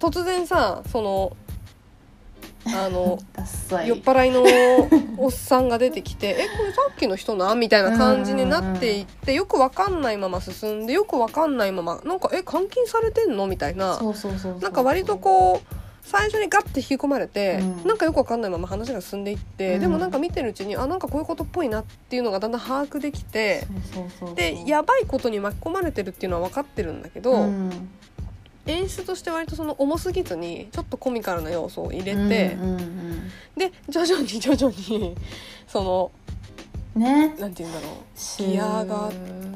突然さそのあの
ダッサい
酔っ払いのおっさんが出てきて「 えこれさっきの人な?」みたいな感じになっていってよくわかんないまま進んでよくわかんないままなんか「え監禁されてんの?」みたいな
そうそうそうそう
なんか割とこう最初にガッて引き込まれて、
うん
なんかよくわかんないまま話が進んでいって、
うん
でもなんか見てるうちにあなんかこういうことっぽいなっていうのがだんだん把握できて。
そうそうそうそう
でやばいことに巻き込まれてるっていうのは分かってるんだけど、
うん
演出として割とその重すぎずにちょっとコミカルな要素を入れて、
うんうんうん
で徐々に徐々にその
ね
なんて言うんだろう
ギ
アが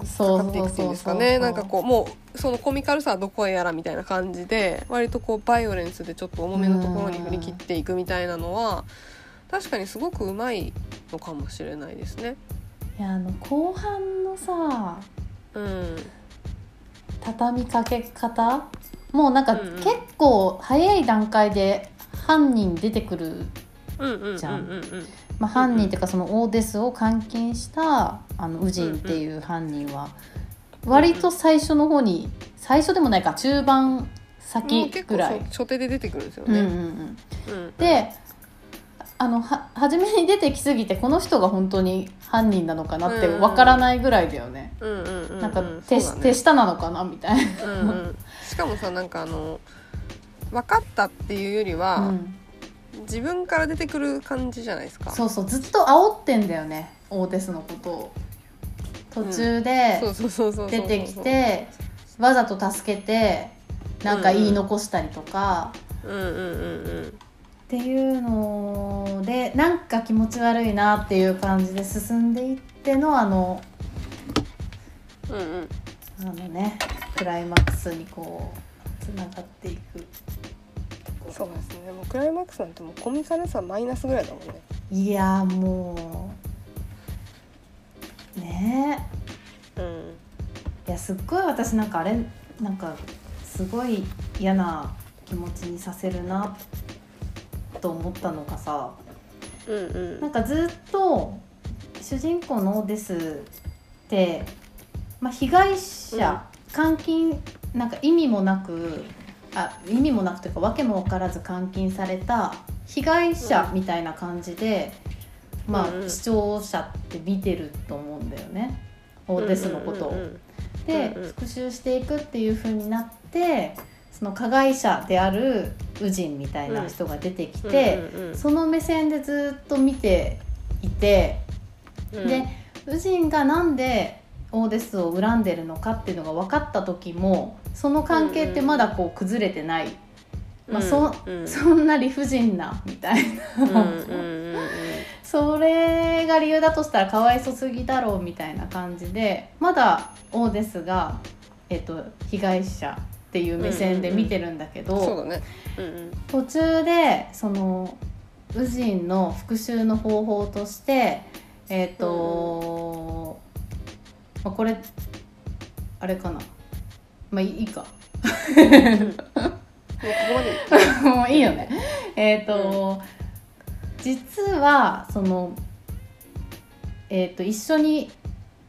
そ
か
う
かっていくっていうんですかねなんかこうもうそのコミカルさはどこへやらみたいな感じで割とこうバイオレンスでちょっと重めのところに振り切っていくみたいなのは確かにすごくうまいのかもしれないですね。
ういやあの後半のさ
うん、
畳みかけ方もうなんか
うんうん
結構早い段階で犯人出てくる、
うんうんうんうん
じゃ
う
ん
ん
まあ、犯人っていうかそのオーデスを監禁したあのウジンっていう犯人は割と最初の方に最初でもないか中盤
もう
先
結
ぐ
構
らい。
初初手で出てくるんですよ
うんうんう
ね。
ん、
うん
であのは初めに出てきすぎてこの人が本当に犯人なのかなって
うん
わからないぐらいだよね。
うんうんうんう
なんか
そ
手,、
うだね
手下なのかなみたいな。
うんうんしかもさなんかあの分かったっていうよりは、
うん
自分から出てくる感じじゃないですか
そうそうずっと煽ってんだよねオーテスのことを途中で
そうそうそうそうそう
出てき、てわざと助けてなんか言い残したりとか、
うんうんうん
っていうのでなんか気持ち悪いなっていう感じで進んでいってのあの
うんうんうん
あのねクライマックスにこうつながっていく
そうですねもうクライマックスなんてもうコミカルさマイナスぐらいだもんね
いやーもうねえ
うん
いやすっごい私なんかあれなんかすごい嫌な気持ちにさせるなと思ったのがさ
うんうん
なんかずっと主人公のオデスって、まあ、被害者、監禁なんか意味もなくあ意味もなくというか訳も分からず監禁された被害者みたいな感じで、ま
うんう
あ、
ん
視聴者って見てると思うんだよね、オーデスのことを。
うんうんうん
で
うんうん
復讐していくっていう風になってその加害者である宇人みたいな人が出てきて、その目線でずっと見ていて、で宇人がなんでオーデスを恨んでるのかっていうのが分かった時もその関係ってまだこう崩れてない、まあそそんな理不尽なみたいな、それが理由だとしたらかわいそすぎだろうみたいな感じでまだオーデスが、えっと、被害者っていう目線で見てるんだけど、
そうだね、うんうん、
途中でその宇人の復讐の方法としてえっ、と、まあ、これあれかなまあいいいい か
もうここまで
もういいよねえっ、と、実はそのえっ、と一緒に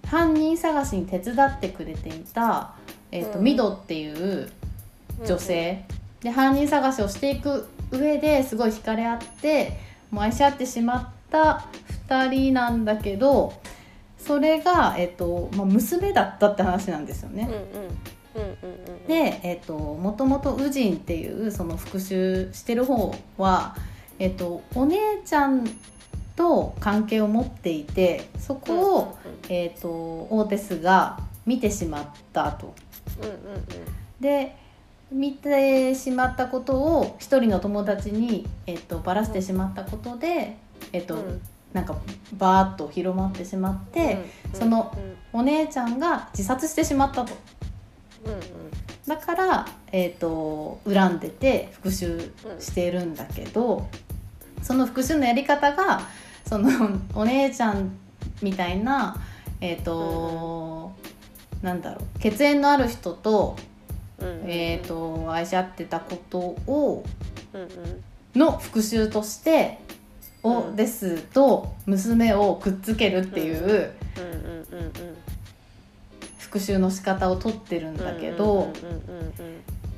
犯人探しに手伝ってくれていた、えーと
うん
ミドっていう女性、で犯人探しをしていく上ですごい惹かれ合ってもう愛し合ってしまった2人なんだけどそれが、えーとまあ、娘だったって話なんですよね。
うんうんうんうんうんうん
で、えっともともとウジンっていうその復讐してる方は、えっとお姉ちゃんと関係を持っていてそこを、えっとオーテスが見てしまったと。
うんうんうん
で見てしまったことを一人の友達に、えっとバラしてしまったことで、えっと
うん
なんかバーッと広まってしまって、
うん
その
うん
お姉ちゃんが自殺してしまったと。
うんうん
だから、えー、と恨んでて復讐しているんだけど、その復讐のやり方がそのお姉ちゃんみたいな、えーとなんだろう血縁のある人と,、
うんうん
えー、と愛し合ってたことを
うんうん
の復讐として。を
うん
ですと娘をくっつけるっていう
うんうんうんうん
復讐の仕方をとってるんだけど、
うんうんうん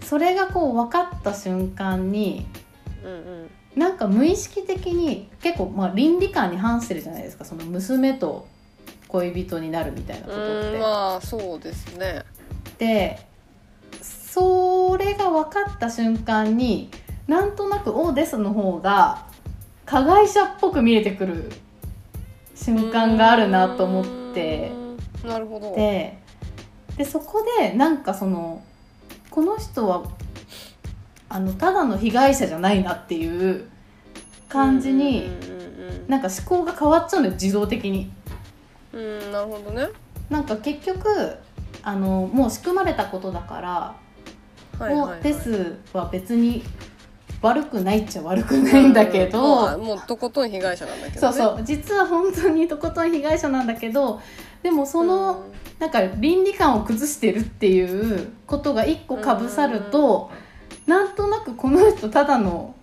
それがこう分かった瞬間に
うんうん
なんか無意識的に結構まあ倫理観に反してるじゃないですかその娘と恋人になるみたいなことっ
う
て。
んまあそうですね
でそれが分かった瞬間になんとなくオーデスの方が加害者っぽく見えてくる瞬間があるなと思って
うんなるほど
ででそこでなんかそのこの人はあのただの被害者じゃないなっていう感じ
うんうんう
に。
んうん
なんか思考が変わっちゃうのよ自動的に
うんなるほどね
なんか結局あのもう仕組まれたことだから、
はいはいは
も
いう
デスは別に悪くないっちゃ悪くないんだけど、
うんもうとことん被害者なんだけど
そう
ね
そう実は本当にとことん被害者なんだけどでもその、
うん
なんか倫理観を崩してるっていうことが一個かぶさると、なんとなくこの人ただの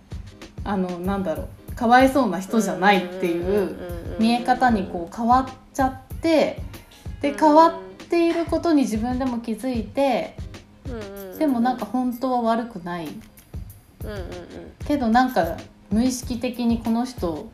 あのなんだろうかわいそうな人じゃないっていう。見え方にこう変わっちゃってで変わっていることに自分でも気づいて
うんうんうん
でもなんか本当は悪くない
うんうんうん
けどなんか無意識的にこの人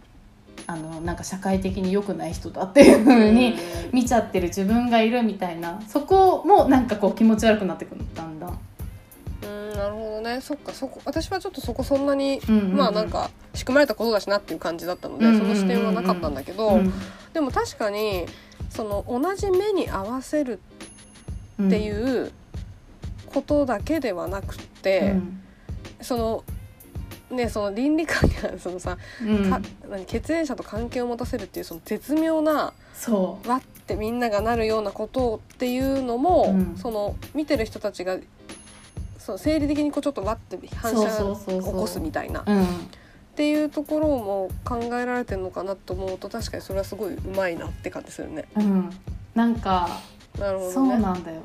あのなんか社会的に良くない人だっていう風に見ちゃってる自分がいるみたいなそこもなんかこう気持ち悪くなってくるのだんだん。
うんなるほどねそっかそこ私はちょっとそこそんなに
うんうんうん
まあなんか仕組まれたことだしなっていう感じだったので
うんうん
そ
うんうん
の視点はなかったんだけど
うん
でも確かにその同じ目に合わせるってい
うん
うことだけではなくてそのねその倫理観やそのさ
うん
か何血縁者と関係を持たせるっていうその絶妙な
そ
わってみんながなるようなことっていうのも、
うん
その見てる人たちがそう生理的にこうちょっとわって反射
そう
を
そうそうそう
起こすみたいなっ
う、うん、
ていうところも考えられてるのかなと思うと確かにそれはすごいうまいなって感じするね。
うん、なんか
なるほ
そ
ど
う
ね。
なんだよ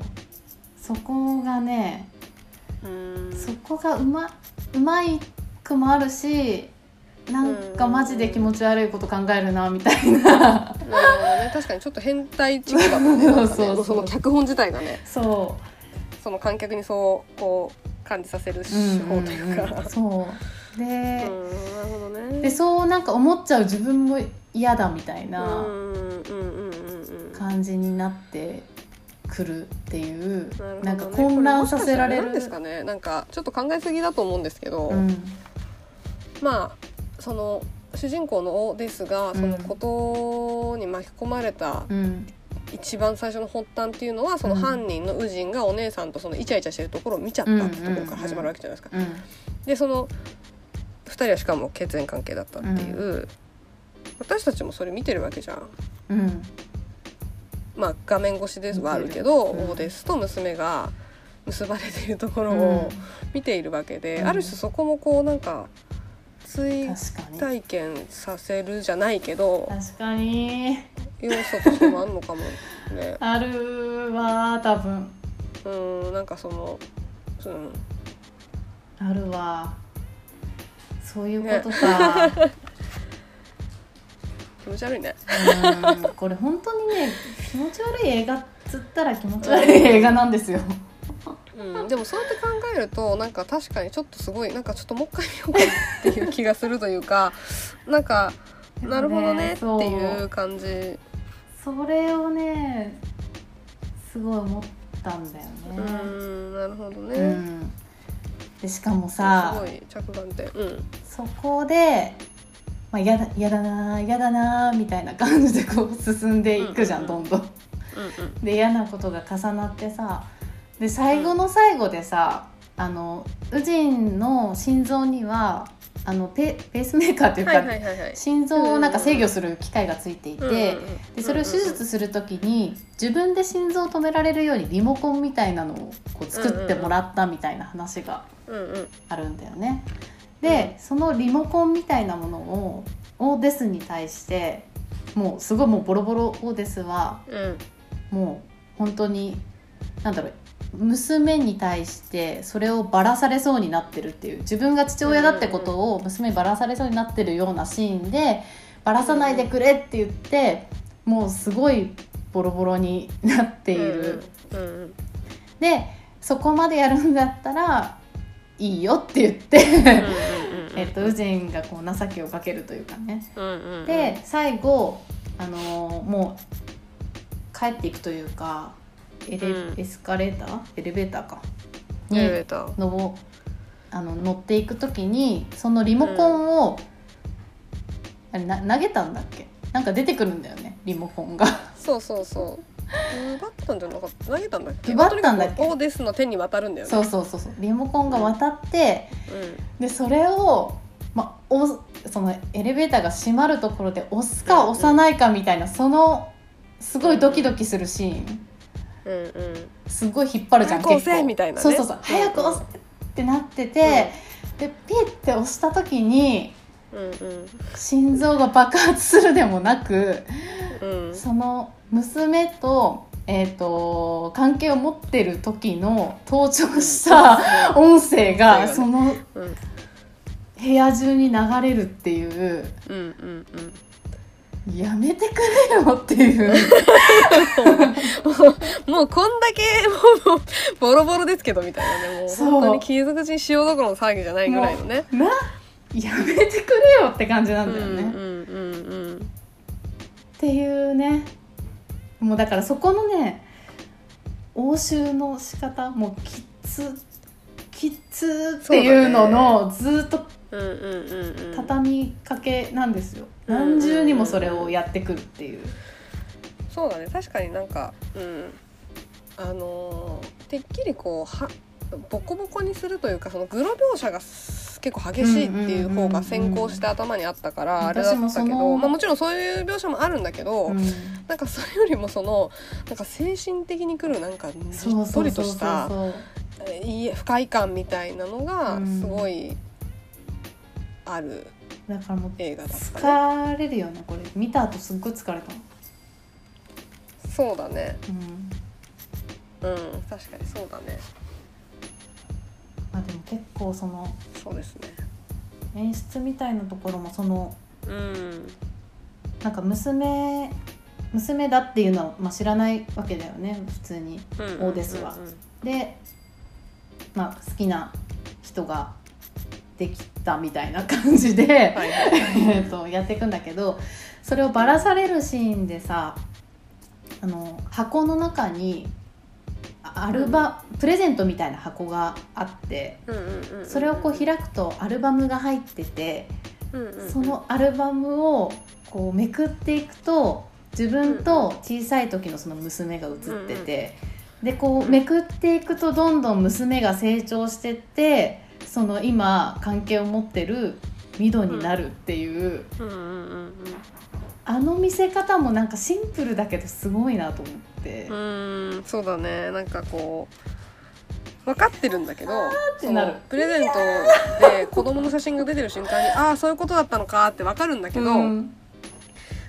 そこがね
うーん
そこがうまうまいくもあるしなんかマジで気持ち悪いこと考えるなみたいな
なるほどね確かにちょっと変態チックだもんねなんかね
そうそう
その脚本自体がね
そ
その観客にそうこう感じさせる
う、うん
手法というか。う
うんうん
ん
そうで,、
なるほどね。
でそうなんか思っちゃう自分も嫌だみたい
うん
な
うんうんうんうんうん。
感じになって来るってい
な
う
るほどね
なんか混乱させられ
こもしかしたなん
る
ですかねなんかちょっと考えすぎだと思うんですけど、
うん
まあその主人公の王ですが
ん
そのことに巻き込まれた
うん
一番最初の発端っていうのはその犯人のウジンがお姉さんとそのイチャイチャしてるところを見ちゃったってところから始まるわけじゃないですか。
うん
でその2人はしかも血縁関係だったっていう、私たちもそれ見てるわけじゃん。
うん
まあ、画面越しですはあるけど、
見てるうん
オーデスと娘が結ばれているところ
うん
を見ているわけで、
うん
ある種そこもこうなんか追
確かに
体験させるじゃないけど
確かに
要素としてもあんのかもね
あるわ多分
うんなんかその、うん、
あるわそういうことか、
気持ち悪いね
うんこれ本当にね気持ち悪い映画っつったら気持ち悪い映画なんですよ
うん、でもそうやって考えるとなんか確かにちょっとすごいなんかちょっともう一回見ようかなっていう気がするというか なんかなるほどねっていう感じ
それをねすごい思ったんだよね
うんなるほどね、
うんでしかも
す
さ
ごい着眼点うん
そこでまあ、やだやだなーやだなーみたいな感じでこう進んでいくじゃん、
うんうんうん
どんどん。
うん
で嫌なことが重なってさで最後の最後でさあのウジンの心臓にはあのペペースメーカーというか、
はいはいはいはい
心臓をなんか制御する機械がついていて、
うん
でそれを手術する時に自分で心臓を止められるようにリモコンみたいなのをこう作ってもらったみたいな話が
うんうん
あるんだよね。でそのリモコンみたいなものをオーデスに対してもうすごいもうボロボロオーデスは
うん
もう本当になんだろう娘に対してそれをばらされそうになってるっていう自分が父親だってことを娘にばらされそうになってるようなシーンでばらさないでくれって言ってもうすごいボロボロになっている。
うんうん
でそこまでやるんだったらいいよって言って、えっと、ウジンがこう情けをかけるというかね。
うん
で最後、あのーもう帰っていくというかエレ、
うん
エスカレーターエレベーターか
エレベ
に
ーター
のぼあの乗っていく時にそのリモコンを、あれな投げたんだっけなんか出てくるんだよねリモコンが
そうそうそう奪ったんじゃなかった投げたんだっけ
奪ったんだっけ
とにかくオーデスの手に渡るんだよね
そうそうそうそうリモコンが渡って
うん
でそれを、まあ、おそのエレベーターが閉まるところで押すか押さないかみたいなそのすごいドキドキするシーン。
うんうん
すごい引っ張るじゃん
早く押せ
結構
みたいなね
そうそうそう
うん
早く押せってなってて、でピッて押した時に
うんうん
心臓が爆発するでもなく
うん
その娘と,、えー、と関係を持ってる時の盗聴した音声が
そ
その
うん
部屋中に流れるっていう
うんうんうん
やめてくれよっ ていう
もうこんだけもうボロボロですけどみたいなねもう
そう
本当に傷口に塩どころの騒ぎじゃないぐらいのね
なやめてくれよって感じなんだよね。
うんうんうんうん
っていうねもうだからそこのね応酬の仕方もうきつきつっていうののずっと
うんうんうんうん
畳みかけなんですよ、
うん
何重にもそれをやってくるっていう、
そうだね確かになんかうんあのーてっきりこうはボコボコにするというかそのグロ描写がす結構激しいっていう方が先行して頭にあったか
うん
ら
うん
あ
うんう
れ
ん
だったけ
私もそ
ど、
の
まあ、もちろんそういう描写もあるんだけど、
うん
なんかそれよりもそのなんか精神的にくるなんかじ
そう
っ
そ
と
う
りと
そうそう
したえいい不快感みたいなのが
うん
すごいある
だからもう
映画だったね。
疲れるよねこれ見た後すっごい疲れたの、
そうだね
うん
うん確かにそうだね
まあ、でも結構その
そうですね。
演出みたいなところもその
うん
なんか娘娘だっていうのは、まあ、知らないわけだよね普通にオーデスはで、まあ、好きな人ができたみたいな感じで、
はいはい
えーとやっていくんだけどそれをばらされるシーンでさあの箱の中にアルバ、プレゼントみたいな箱があって
うんうんうん
それをこう開くとアルバムが入ってて
うんうんうん
そのアルバムをこうめくっていくと自分と小さい時のその娘が写ってて、でこうめくっていくとどんどん娘が成長してってその今関係を持ってるミドになるっていう、
うんうんうん
あの見せ方もなんかシンプルだけどすごいなと思って。
うんうーんそうだねなんかこう分かってるんだけど
てなる
そのプレゼントで子供の写真が出てる瞬 間にああそういうことだったのかって分かるんだけど、
うん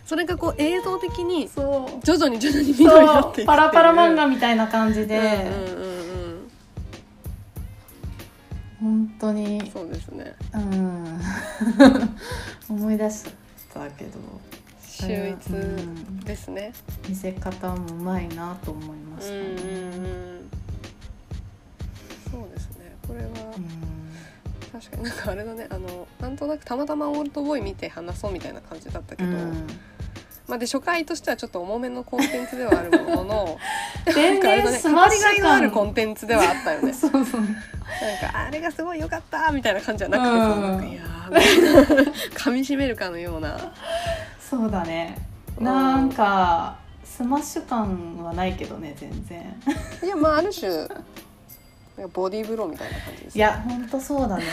それがこう映像的に
そう
徐々に徐々に緑になっていくってい
そ
うう
パラパラ漫画みたいな感じで、
うんうんうんうん
本当に
そうですね
うん 思い出したけど
秀逸ですね
見せ方もうまいなと思いま
う
し
ん
た、
うん
ね
うんそうですねこれは
うん
確かになんかあれだねあのなんとなくたまたまオールドボーイ見て話そうみたいな感じだったけど、
うん
まあ、で初回としてはちょっと重めのコンテンツではあるものの な
全
んかあれだ
然
ね
スマ
語り
ス
がいのあるコ
感
ンテンツではあったよね
そうそう
なんかあれがすごい良かったみたいな感じじゃなくて、そのなんか
うん
いやーみたいな噛み締めるかのような
そうだねなんかスマッシュ感はないけどね全然
いやまあある種なんかボディーブローみたいな感じです
いやほんとそうだね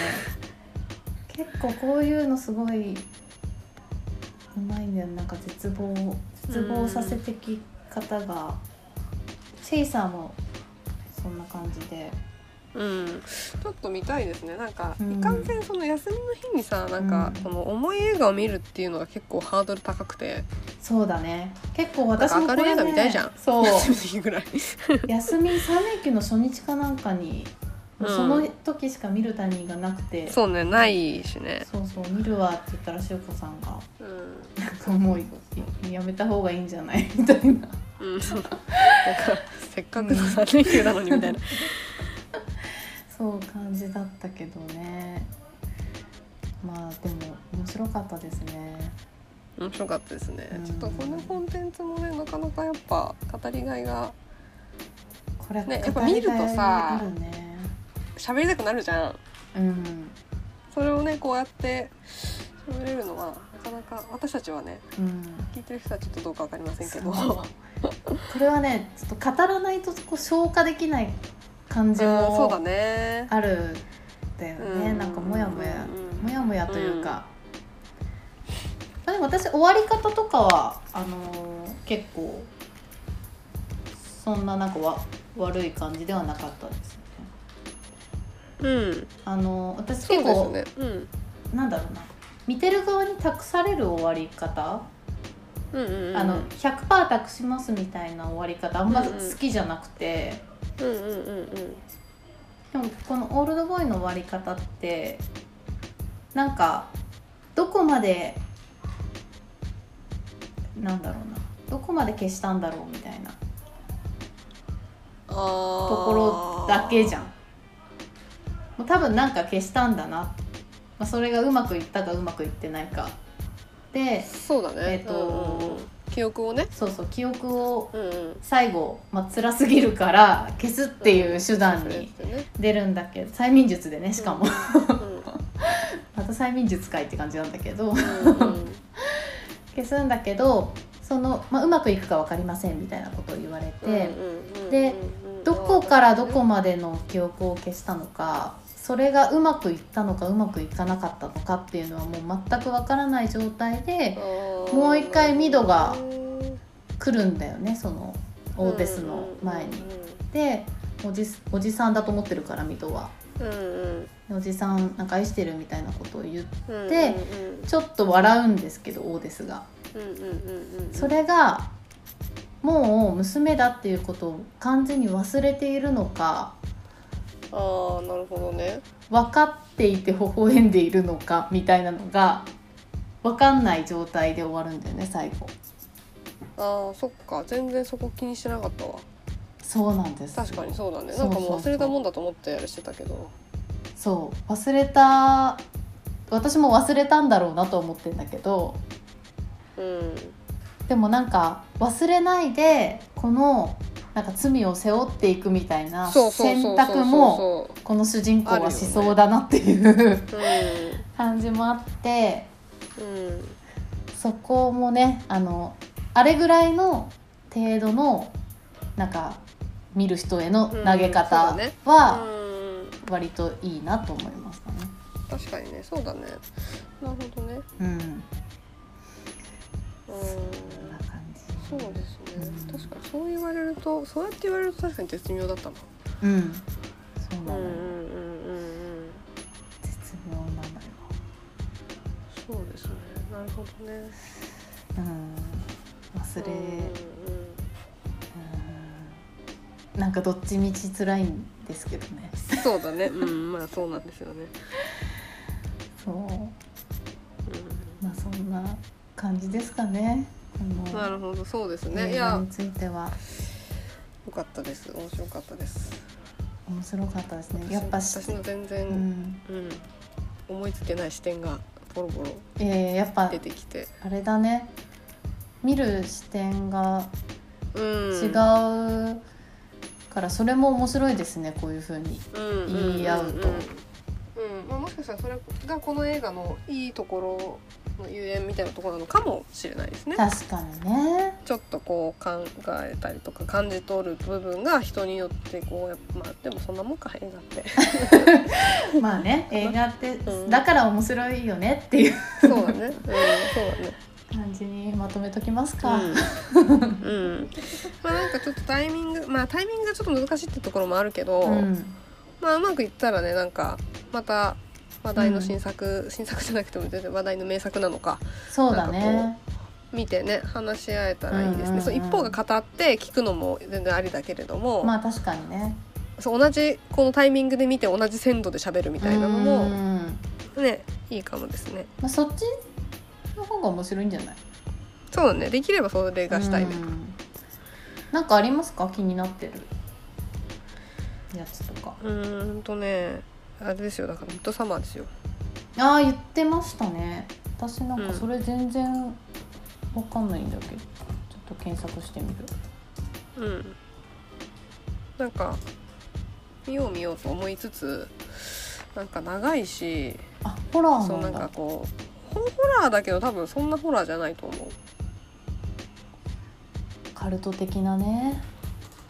結構こういうのすごいうまいんだよなんか絶望絶望させてき方がチェイサーもそんな感じで
うん、ちょっと見たいですねなんか、
うん
いかんせんその休みの日にさなんか、
うん
その重い映画を見るっていうのが結構ハードル高くて
そうだね結構私も
なんか
こ
明るい
れ、ね、
映画見たいじゃん
そう
休みの日ぐら い
休み3連休の初日かなんかに、
うん
その時しか見るタイミングがなくて
そうねないしね、
そうそう見るわって言ったらしゅうこさんが
うん
なんかもういいやめた方がいいんじゃない みたいな
うん、なん かせっかくの3連休なのにみたいな、
そう感じだったけどねまあでも面白かったですね
面白かったですね、
うん
ちょっとこのコンテンツもねなかなかやっぱ語りがいが
これ
ねやっぱ見るとさ
語りがいあるね
喋りたくなるじゃん
うん、
それをねこうやって喋れるのはなかなか私たちはね
うん、
聞いてる人たちとどうかわかりませんけど
そうこれはねちょっと語らないとこう消化できない感じ
うんそうだ
も
ね
あるんだよね、
うん
なんかモヤモヤ
うん
モヤモヤというか、まあでも私終わり方とかはあのー結構そんななんかわ悪い感じではなかったですね
うん
あのー私
そう
結
です
構、
ねうん
なんだろうな見てる側に託される終わり方、
うんうんうん
あの100%託しますみたいな終わり方あんま
うん
好
うん
きじゃなくて、
うんうんうんうん
でもこの「オールドボーイ」の終わり方ってなんかどこまでなんだろうなどこまで消したんだろうみたいな
と
ところだけじゃん。もう多分なんか消したんだな、まあ、それがうまくいったかうまくいってないかで
そうだね
えっと
うんうんうん記憶をね
そうそう記憶を
うんうん
最後、まあ辛すぎるから消すっていう手段
そうで
に
すね
出るんだけど催眠術でねしかも
うん
また催眠術かいって感じなんだけど
うんうん
消すんだけどその、まあ、うまくいくか分かりませんみたいなことを言われて、でどこからどこまでの記憶を消したのかそれがうまくいったのかうまくいかなかったのかっていうのはもう全く分からない状態で
も
もう一回ミドが来るんだよねそのオーデスの前に。でおじおじさんだと思ってるからミドは。
うんうん
おじさんなんか愛してるみたいなことを言う
うん
でちょっと笑うんですけどオーデスが。
うんうんうんうん
それがもう娘だっていうことを完全に忘れているのか
ああなるほどね
分かっていて微笑んでいるのかみたいなのが分かんない状態で終わるんだよね最後
ああそっか全然そこ気にしてなかったわ
そうなんです
確かにそうだね
そ
な
うんそう
か
そう
もう忘れたもんだと思ってあれしてたけど
そう忘れた私も忘れたんだろうなと思ってんだけど
うん
でもなんか忘れないでこのなんか罪を背負っていくみたいな
そうそうそうそ
選
う
択もこの主人公はしそうだなっていう
そう
感じもあって
うんうん
そこもねあのあれぐらいの程度のなんか見る人への投げ
うん
方
そうだね
は
うん
割といいなと思いましたね。
確かにねそうだねなるほどね
うん、
うん
そんな感じ。
そうですね
うん
確かにそう言われるとそうやって言われると確かに絶妙だったな
うん、そうなのよ、
うんうんうん
絶妙なのよ。
そうですねなるほどね
うん、忘れ、
うんうん
うん、なんかどっちみち辛いんですけどね。
そうだねうんまあそうなんですよね
そう、
う
まあそんな感じですかね。こ
んな
の
るほどそうですねい
映
や
画
よ
については
かったです面白かったです
面白かったですね。やっぱし
私、の全
う
然、うん
ん、
思いつけない視点がボロボロ
えー、やっぱ
出てきて、
あれだね。見る視点が
うん、
違うから、それも面白いですね。こういう風に。言い合うと
うんまあ、もしかしたらそれがこの映画のいいところのゆえんみたいなところなのかもしれないですね
確かにね。
ちょっとこう考えたりとか感じ取る部分が人によってこうやっぱまあでもそんなもんか映画って
まあね、映画って、
うん
だから面白いよねっていう
そうだね。うん、そうだね。
感じにまとめときますか。
うん。うん。まあなんかちょっとタイミング、まあタイミングがちょっと難しいってところもあるけど、
うん
まあうまくいったらねなんかまた話題の新作、新作じゃなくても全然話題の名作なのか
そうだね。
見てね話し合えたらいいですね。
うんうんうん
そう一方が語って聞くのも全然ありだけれども、
まあ確かにね。
そう同じこのタイミングで見て同じ鮮度で喋るみたいなの
う
も
ん
ねいいかもですね。
まあそっちの方が面白いんじゃない？
そうだね。できればそれがしたいね。
うんなんかありますか？気になってるやつとか。
うーんとねあれですよだからミッドサマーですよ
ああ言ってましたね。私なんかそれ全然わかんないんだけど、ちょっと検索してみる。
うんなんか見よう見ようと思いつつなんか長いし
あホラ
そう
ー
な
な
ん
ん
か
だ。
こうホホラーだけど多分そんなホラーじゃないと思う
カルト的なね。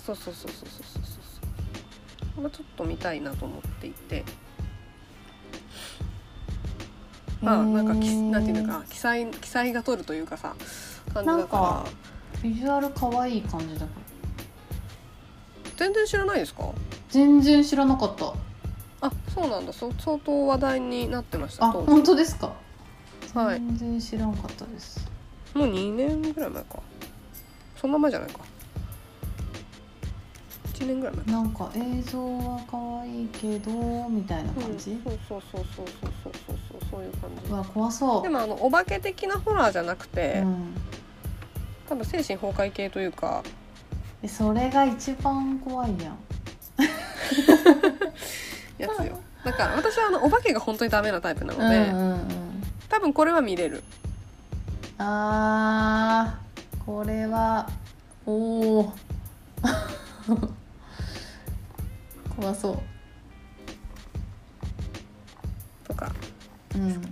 そうそうそうそうそうそうそうそうまあちょっと見たいなと思っていてまあなんかき
へー
なんていうのか記載記載が取るというかさ感じだ
なん
か
からビジュアル可愛い感じだから。
全然知らないですか
全然知らなかった。
あそうなんだそう相当話題になってました
あ
当時
本当ですか。
はい
全然知らんかったです。
もう2年ぐらい前かそんな前じゃないか1年ぐらい前か
なんか映像は可愛いけどみたいな感じ、
うんそうそうそうそうそうそうそうそういう感
う
じ
わ怖そう
でもあのお化け的なホラーじゃなくて、
うん、
多分精神崩壊系というか
えそれが一番怖いやん
やつよだから私はあのお化けが本当にダメなタイプな
う
の
んう
で、
ん
多分これは見れる
うんあーこれはおお 怖そ
とか、
う、うん、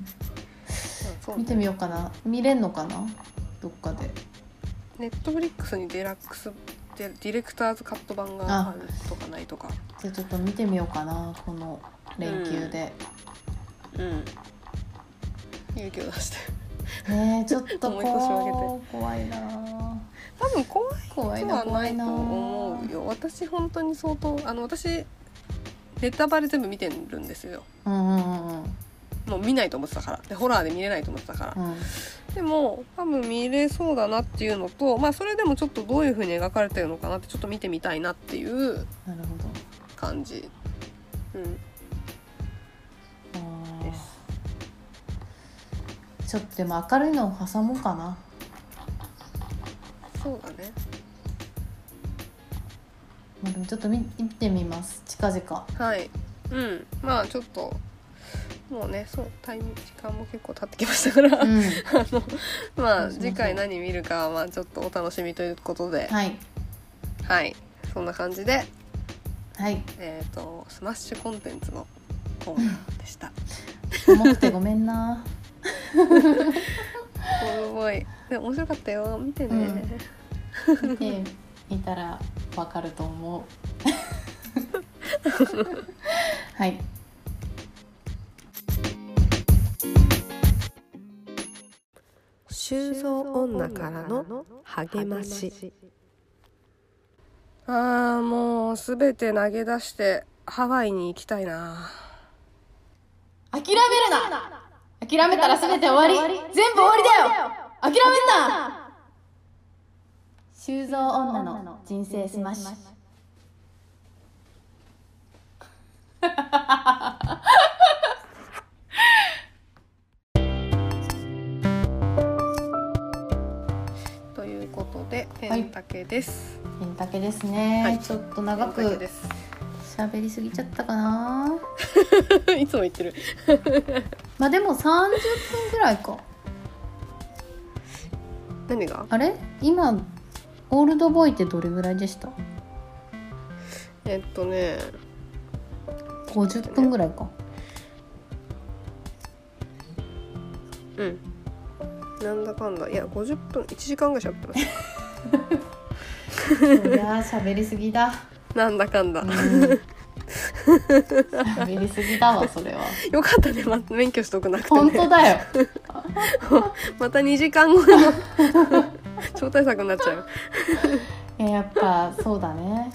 そう
見てみようかな見れんのかなどっかで
ネットフリックスにデラックスデディレクターズカット版があるとかないとか
じゃあちょっと見てみようかなこの連休で、
うん勇気を出して
ねえちょっと
思い越しを
こう怖いなー
多分怖い
怖い
こと
な
は
怖
ないいと
な
思うよ私本当に相当あの私ネタバレ全部見てるんですよ
うんうんうん
もう見ないと思ってたからでホラーで見れないと思ってたから
うん
でも多分見れそうだなっていうのとまあそれでもちょっとどういう風に描かれてるのかなってちょっと見てみたいなっていう
なるほど
感じ、うん、
あ
です
ーちょっとでも明るいのを挟もうかな
そうだね
まあでもちょっと見見てみます近 々
はいうんまあちょっともうねそうタイム時間も結構経ってきましたから、
うん
あのま
そうそう
あ
そう
次回何見るかはまあちょっとお楽しみということで
はい
はい。そんな感じで、
はい
えー、とスマッシュコンテンツのコーナーでした。
重くてごめんな
すごい。で面白かったよ。見てね。
うん見てみたらわかると思うはい
修造女からの励まし。ああもうすべて投げ出してハワイに行きたいな。
諦めるな諦めたら全て終わり全部終わりだよ諦めんな修造女の人生スマッシュ
ということでペンタケです。
ペンタケですね、
はい
ちょっと長
ペ ンタケ
く
です。
喋りすぎちゃったかない
つも言ってる。
まあでも30分ぐらいか
何が？
あれ今オールドボーイってどれぐらいでした
えっとね、
50分ぐらいか
うん。なんだかんだいや50分1時間ぐらい喋ってます。
いやー喋りすぎだ
なんだかんだ
うん。喋りすぎだわそれは
よかったね、ま、免許取得なくて、ね。
本当だよ
また2時間後の 超大作になっちゃう。
いややっぱそうだね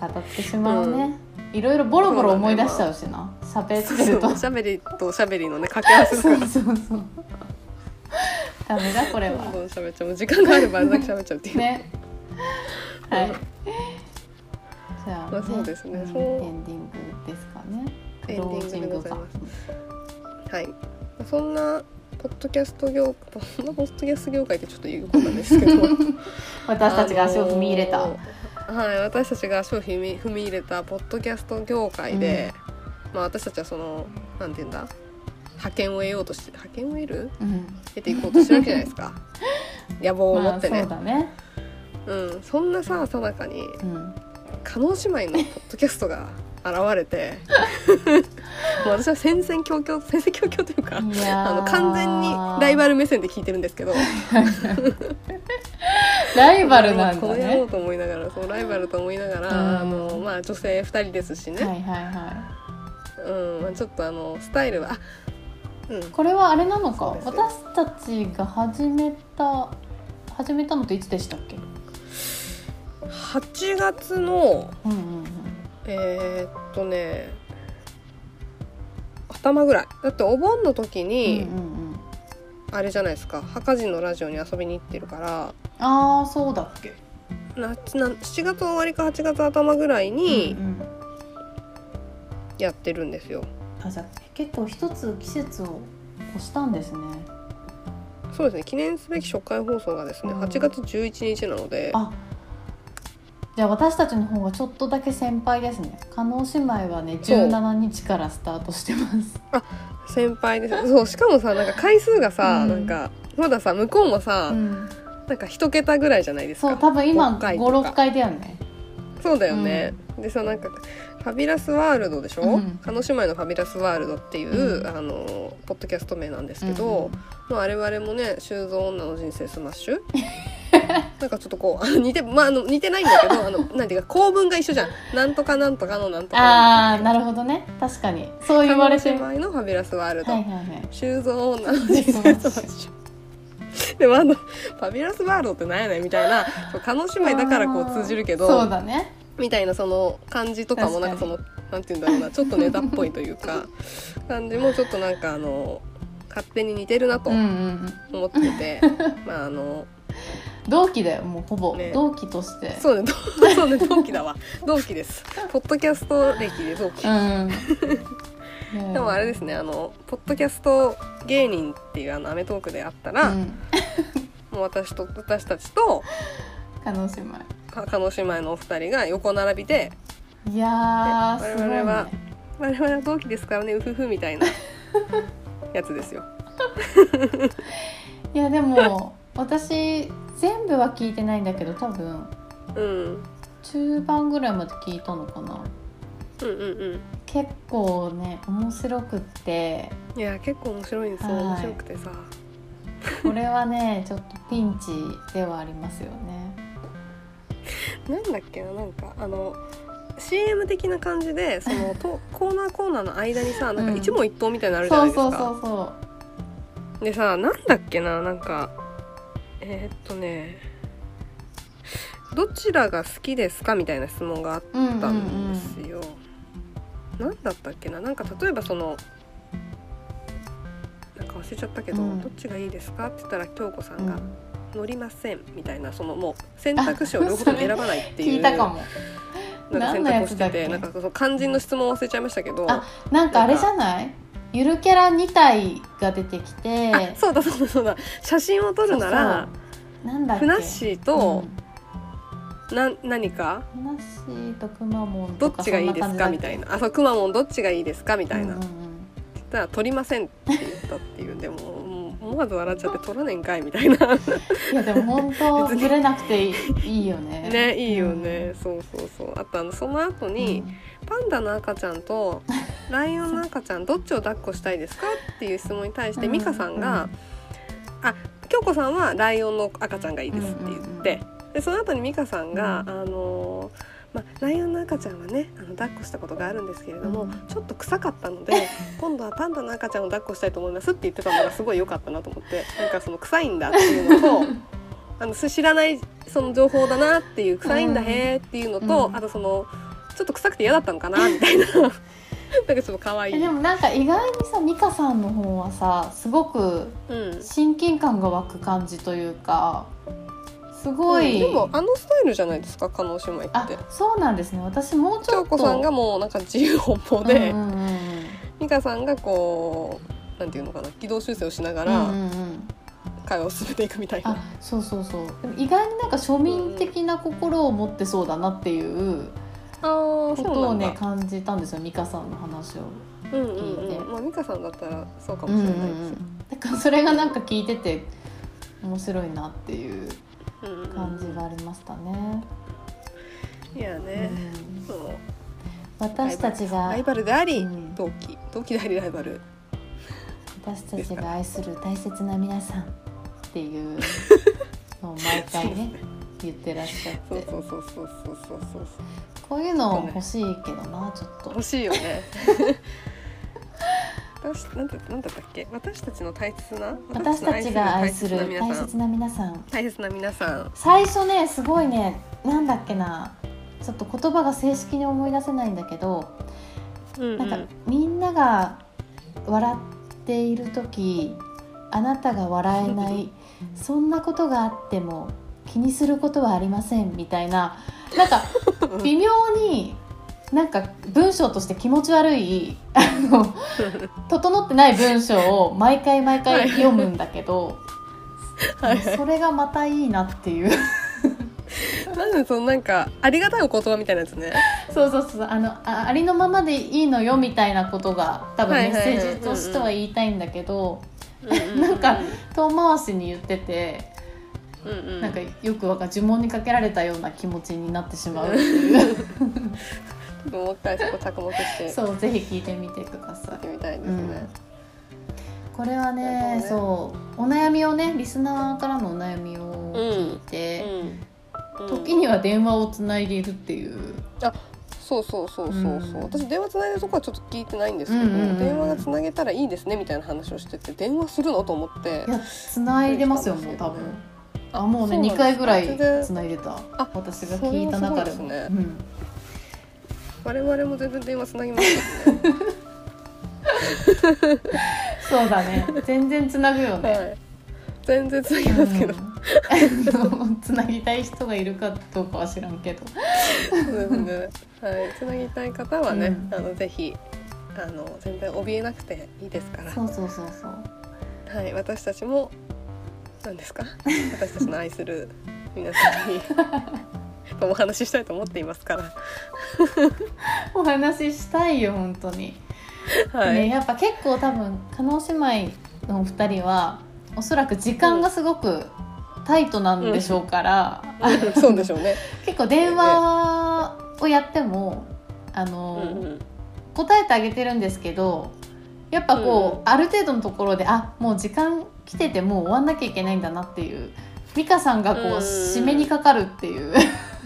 語ってしまうね、いろいろボロボロ思い出しちゃうしな喋
そう
って
そ
る
う、
と
おしゃべりとおしゃべりのね、掛け合わせだ
そ
か
う そうそうダメだこれ
ら。どん
は
どん喋っちゃう。もう時間があればあれだけ喋っちゃうっていう。
ねはいじゃあ、
まあそうですね
ん
そう
エンディングですかね
エンディングでございま
クロージングか
はい。そんなポッドキャスト業、そんなポッドキャスト業界ってちょっと言うことなんですけ ど。
私たちが足を踏み入れた、
あのーはい私たちが足を踏み踏み入れたポッドキャスト業界で、まあ私たちはそのなんて言うんだ派遣を得ようとして派遣を得る
うん
得ていこうとしてるわけじゃないです か野望を持
ま
っ
あ
て
そう
ね、
だね
うん、そんなささなかに
うん
加納姉妹のポッドキャストが現れ てもう私は戦々恐々戦々恐々というか
いやー
あの完全にライバル目線で聞いてるんですけど
ライバルなん
こ
だ
うやろ
ね
うと思いながらそうライバルと思いながら、
うん
あのまあ、女性2人ですしね、
はいはいは
うんまあ、ちょっとあのスタイルはあうん
いこれはあれなのか
そうですよ
私たちが始めた始めたのっていつでしたっけ
8月の
うんうん
えーっとね頭ぐらいだってお盆の時
うんうんう
に、
んうん
あれじゃないですか墓地のラジオに遊びに行ってるから
ああそうだっけ
夏な7月終わりか8月頭ぐらいに
うんうん
やってるんですよ、
あじゃあ結構一つ季節を越したんですね
そうですね記念すべき初回放送がですね
うん
8月11日なので、
あじゃあ私たちの方がちょっとだけ先輩ですね加納姉妹はね
そう
17日からスタートしてます
先輩ですそうしかもさなんか回数がさ、
うん
なんかまださ向こうもさ、
うん
なんか一桁ぐらいじゃないですか
そう多分今
六回とか
56回だよね
そうだよね、でさなんか「ファビュラスワールド」でしょ、
うん
叶姉妹の「ファビュラスワールド」っていう、
うん
あのポッドキャスト名なんですけど、まあ、我々もね「修造女の人生スマッシュ」 なんかちょっとこうあの似て、まあ、あの似てないんだけどあのなんていうか構文が一緒じゃん「なんとかなんとかのなんとか
あ
なんとか」
あなるほどね確かにそう言われてるは
叶姉妹の「ファビュラスワール
い
ド」
はいはい
修造女の人生スマッシュでもあの「ファビュラスワールド」ってなんやねんみたいなそう叶姉妹だからこう通じるけど
そうだね
みたいなその感じとかもなんか
確か
そのなんて言うんだろうなちょっとネタっぽいというか感じもちょっとなんかあの勝手に似てるなと
うんうんうん
思って て、まああの
同期だよもうほぼ、
ね
同期として
そうねどそうね 同期だわ同期ですポッドキャスト歴で同期、
うん
でもあれですねあのポッドキャスト芸人っていうあのアメトークであったら、
う
も
ん
う私と私たちと
加納姉妹
か叶姉妹のお二人が横並びで
いやー
ね
すごい
我々は
ね
我々は同期ですからねうふふみた いなやつですよ。
いやでも私全部は聞いてないんだけど多分
うん、
中盤ぐらいまで聞いたのかな
うんうん
結構ね面白くって
うんいや結構面白いんですよ
はい
面白くてさ
これ はねちょっとピンチではありますよね
なんだっけななんかあの CM 的な感じでそ のとコーナーコーナーの間にさなんか
うん
一問一答みたいなのあるじゃな
そ
いうですか、
そうそうそう
でさなんだっけななんかえーっとねどちらが好きですかみたいな質問があっ
うんうん
たんで
う
す
ん
よ。なんだったっけななんか例えばそのなんか忘れちゃったけど、
うん
どっちがいいですかって言ったら京子さ
うん
が
ん
「乗りません」みたいなそのもう選択肢を両方とも選ばないっていう
聞いたかも
なんか選択をしてて
何のやつだっけ
なんかその肝心の質問忘れちゃいましたけど
あなんかあれじゃないゆるキャラ2体が出てきて
あそうだそうだそうだ写真を撮るなら
そうなんだっ
ふ
け
なっしーと、な何か
ふなっしーとくまモン
ど
と
っ
か
ちがいいですかみたいな「あそうくまモンどっちがいいですか?」み
そ
た
ん
い
な
な、
感じだっけうんうんうん
言ったら「取りません」って言ったっていう でももう思わず笑っちゃって「取らねんかい」みたいな
いやでも本当
別に
ぶれなくていいよ ね。
ねいいよね、そうそうそうあとあのその後
うん。
に、パンダの赤ちゃん とライオンの赤ちゃんどっちを抱っこしたいですか?」っていう質問に対して
うん
美香さんが「あ京子さんはライオンの赤ちゃんがいいです」って言ってでその後に美香さんが「あ
うん
のーまあ、ライオンの赤ちゃんはねあの抱っこしたことがあるんですけれども、
うん
ちょっと臭かったの で今度はパンダの赤ちゃんを抱っこしたいと思いますって言ってたのがすごい良かったなと思ってなんかその臭いんだっていう のとあの知らないその情報だなっていう臭いんだへーっていうのと、
うん
あとそのちょっと臭くて嫌だったのかなみたいな なんかちょっと可愛
え
い
でもなんか意外にさ美香さんの方はさすごく
うん
親近感が湧く感じというかすご
うん
い、
でもあのスタイルじゃないですか加納姉妹っ
あ
て
そうなんですね私もうち
京
ょっと
子さんがもうなんか自由奔放で、
うんうんうんうん
美香さんがこうなんていうのかな軌道修正をしなが
うん
ら
うんうん
会話を進めていくみたいな、
あそうそうそうでも意外になんか庶民的な心を持ってそうだなっていう
ああ
こ
そ
とを
うな
ね
んだ
感じたんですよ美香さんの話を。
うんうん
聞いて
うんまあ美香さんだったらそうか
う
も
んう
し
ん
れ
う
ないですよ
ん、だからそれがなんか聞いてて面白いなっていう
うんうん
感じがありましたね。
いや
う
ね、
ん、
そう
私たちが
ライバルであり、
うん
同期同期でありライバル
私たちが愛する大切な皆さんっていうのを毎回 ね言ってらっしゃっ
そう
て
そうそうそうそうそうそう
こういうの欲しいけどなちょっと
欲。しいよね 私なんてなんだったっけ私たちの大切な
私たちが愛する大
大切な皆さん
切な皆さん
大切な皆さん
最初ねすごいねなんだっけなちょっと言葉が正式に思い出せないんだけど
うんうん
なんかみんなが笑っている時あなたが笑えないそんなことがあっても気にすることはありませんみたい ななんか微妙になんか文章として気持ち悪いあの整ってない文章を毎回毎回読むんだけど
はい
それがまたいいなっ ていう
なんでそのなんかありがたいお言葉みたいなやつね
そうそうそうあのあありのままでいいのよみたいなことが多分
はい
メ
はい
ッ
はい
セージとしては言いたいんだけど。
な
なんか遠回しに言ってて、なんかよくわか呪文にかけられたような気持ちになってしまうっていう
もう一回そこ着目 して
そうぜひ聞いてみてくださ
見て
い
みたいですね、
これ
なる
は
ほど
ね
ね
そうお悩みをねリスナーからのお悩みを聞いて、
うん
時には電話をつないでいるっていう
そうそうそうそうそう、
うん
私電話つないでるとこはちょっと聞いてないんですけど、
うんうんうん
電話がつなげたらいいですねみたいな話をしてて電話するのと思って
いやつないでますよもう多分あもうね
そうなんです
2回ぐらい
全然
つないでた
あ
私が聞いた中でも
それはす
う
ご
ん
我々も全然電話つなぎますよ
そうだね全然つなぐよ
ね、
ね、
はい、全然つなぎますけど、
うん つなぎたい人がいるかどうかは知らんけど
そうですねはい、つなぎたい方はね、
うん
あのぜひあの全然怯えなくていいですから
そうそうそうそう
はい、私たちも何ですか私たちの愛する皆さ んにとお話ししたいと思っていますから、
お話ししたいよ本当に、
はい
ねやっぱ結構多分加納姉妹のお二人はおそらく時間がすごくタイトなんでしょうから、
そうでしょ うね。
結構電話をやってもあの、
うん
答えてあげてるんですけどやっぱこう、ある程度のところであもう時間来ててもう終わんなきゃいけないんだなっていう美香さんがこう、
うん
締めにかかるっていう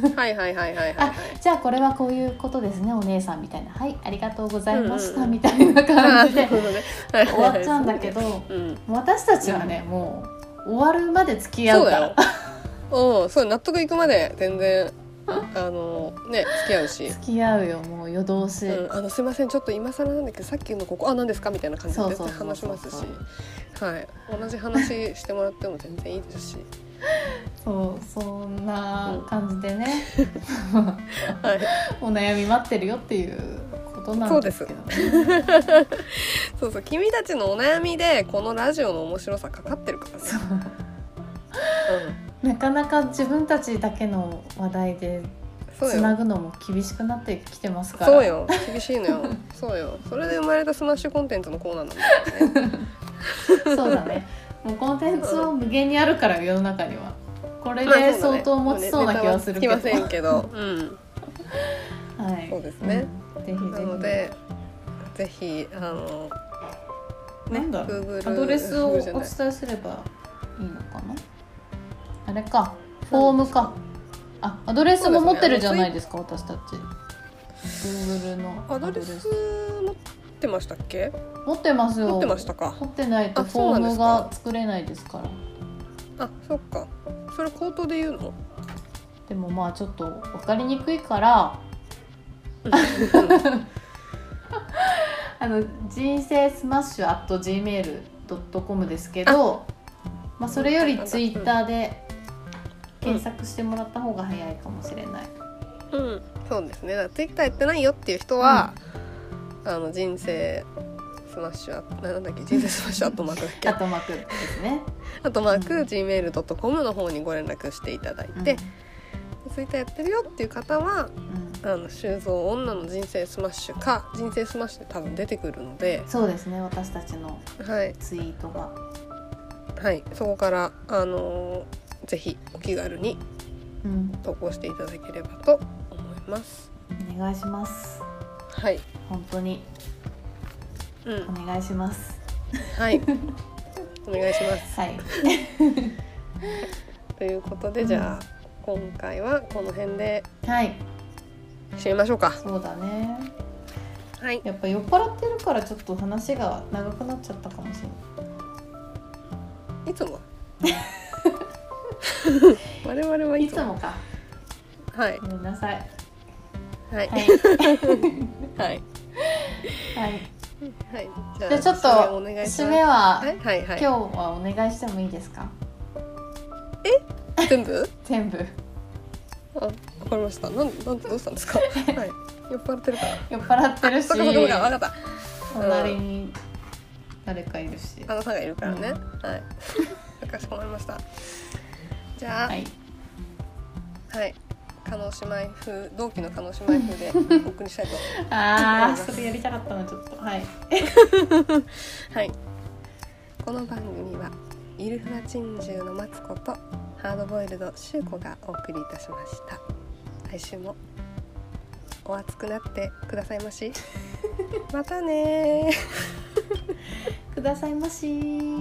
うんはいはいはいはいはいはい。
じゃあこれはこういうことですねお姉さんみたいな「はいありがとうございまし
うん
た」
うん
みたいな感じ
あ ーなる
で
ほどねはい
終わっちゃうんだけど
うん、
私たちはねもう終わるまで付き合う
そう
か
だ
ら
よ。うん、そう納得いくまで全 然あのね付き合うし。
付き合うよもう夜通し。
うん、あのすいませんちょっと今更なんだけどさっきのここあ何ですかみたいな感じで
そう
絶
そう
対
そう
話し
そう
ますし、はい、同じ話してもらっても全然いい ですし、
そうそんな感じでね、
はい、
お悩み待ってるよっていうことなんですけどね。
そうそう君たちのお悩みでこのラジオの面白さかかってるからね。
そうなかなか自分たちだけの話題で
うん、そう
つな
よ。
ぐのも厳しくなってきてますから
そうよ厳しいのよそうよそれで生まれたスマッシュコンテンツのコーナーなんだよね
そうだね もうコンテンツを無限にあるから世の中には これ
まあ
で
そうだ
相
ね
当持ちそうな気はするけど、
もうねネタはつきませんけど、うん、
はい
そうですね、
うんぜひぜひ
なのでぜひあのね
なんだろ
Google
アドレスをお
Google じゃ
伝
ない
えすればいいのかなあれかフォームかあアドレスも持ってるじゃないですか私たち Google の
アドレス持ってましたっけ
持ってますよ
持ってましたか
持ってないと
あ
フ
そう
ォ
な
ー
んで
ム
すか
が作れないですから
あそっかそれ口頭で言う の
でもまあちょっと分かりにくいからあの人生スマッシュ at gmail.com ですけどまあ、それよりツイッターで検索してもらった方が早いかもしれない、
うんそうですねだから Twitter やってないよっていう人は、あの人生スマッシュあなんだっけ人生スマッシュアットマークだっけ
あとまくですね、
あとマーク、
うん
gmail.com の方にご連絡していただい
うん
て、ツイッターやってるよっていう方は「
うん
あの修造女の人生スマッシュ」か「人生スマッシュ」で多分出てくるので、
そうですね私たちの
はい
ツイートが
はい、そこから、あのーぜひお気軽に
うん
投稿していただければと思います。
お願いします
はい、
本当に
う
お
ん、
願いします
はい、お願いします。
はい
ということでじゃあ、今回はこの辺で
はい
締めましょうか。
そうだね
はい、
やっぱ酔っ払ってるからちょっと話が長くなっちゃったかもしれない
い つも我々はいい
つ
つも
もか
はい
ごめんなさい
はい
はい
はい
はい
はい。じ
じゃあちょっと
締めお願いします
締めは、
はいはいはい。
今日はお願いしてもいいですか
全部？
全部
あ、わかりました。なんなんどうしたんです か？はい。酔っ払ってるから。
酔っ払ってるし
そっかそっかそっかわかった。
隣に誰かいるし
あなたがいるからね。
う
はい。かしこまりました。じゃあ
は
はいい。加納姉妹風同期の加納姉妹風でお送りしたいと。
ああそれやりたかったなちょっとはい
はい。この番組はイルフラ珍獣のマツコとハードボイルドシュウコがお送りいたしました。来週もお熱くなってくださいまし。またねー。
くださいまし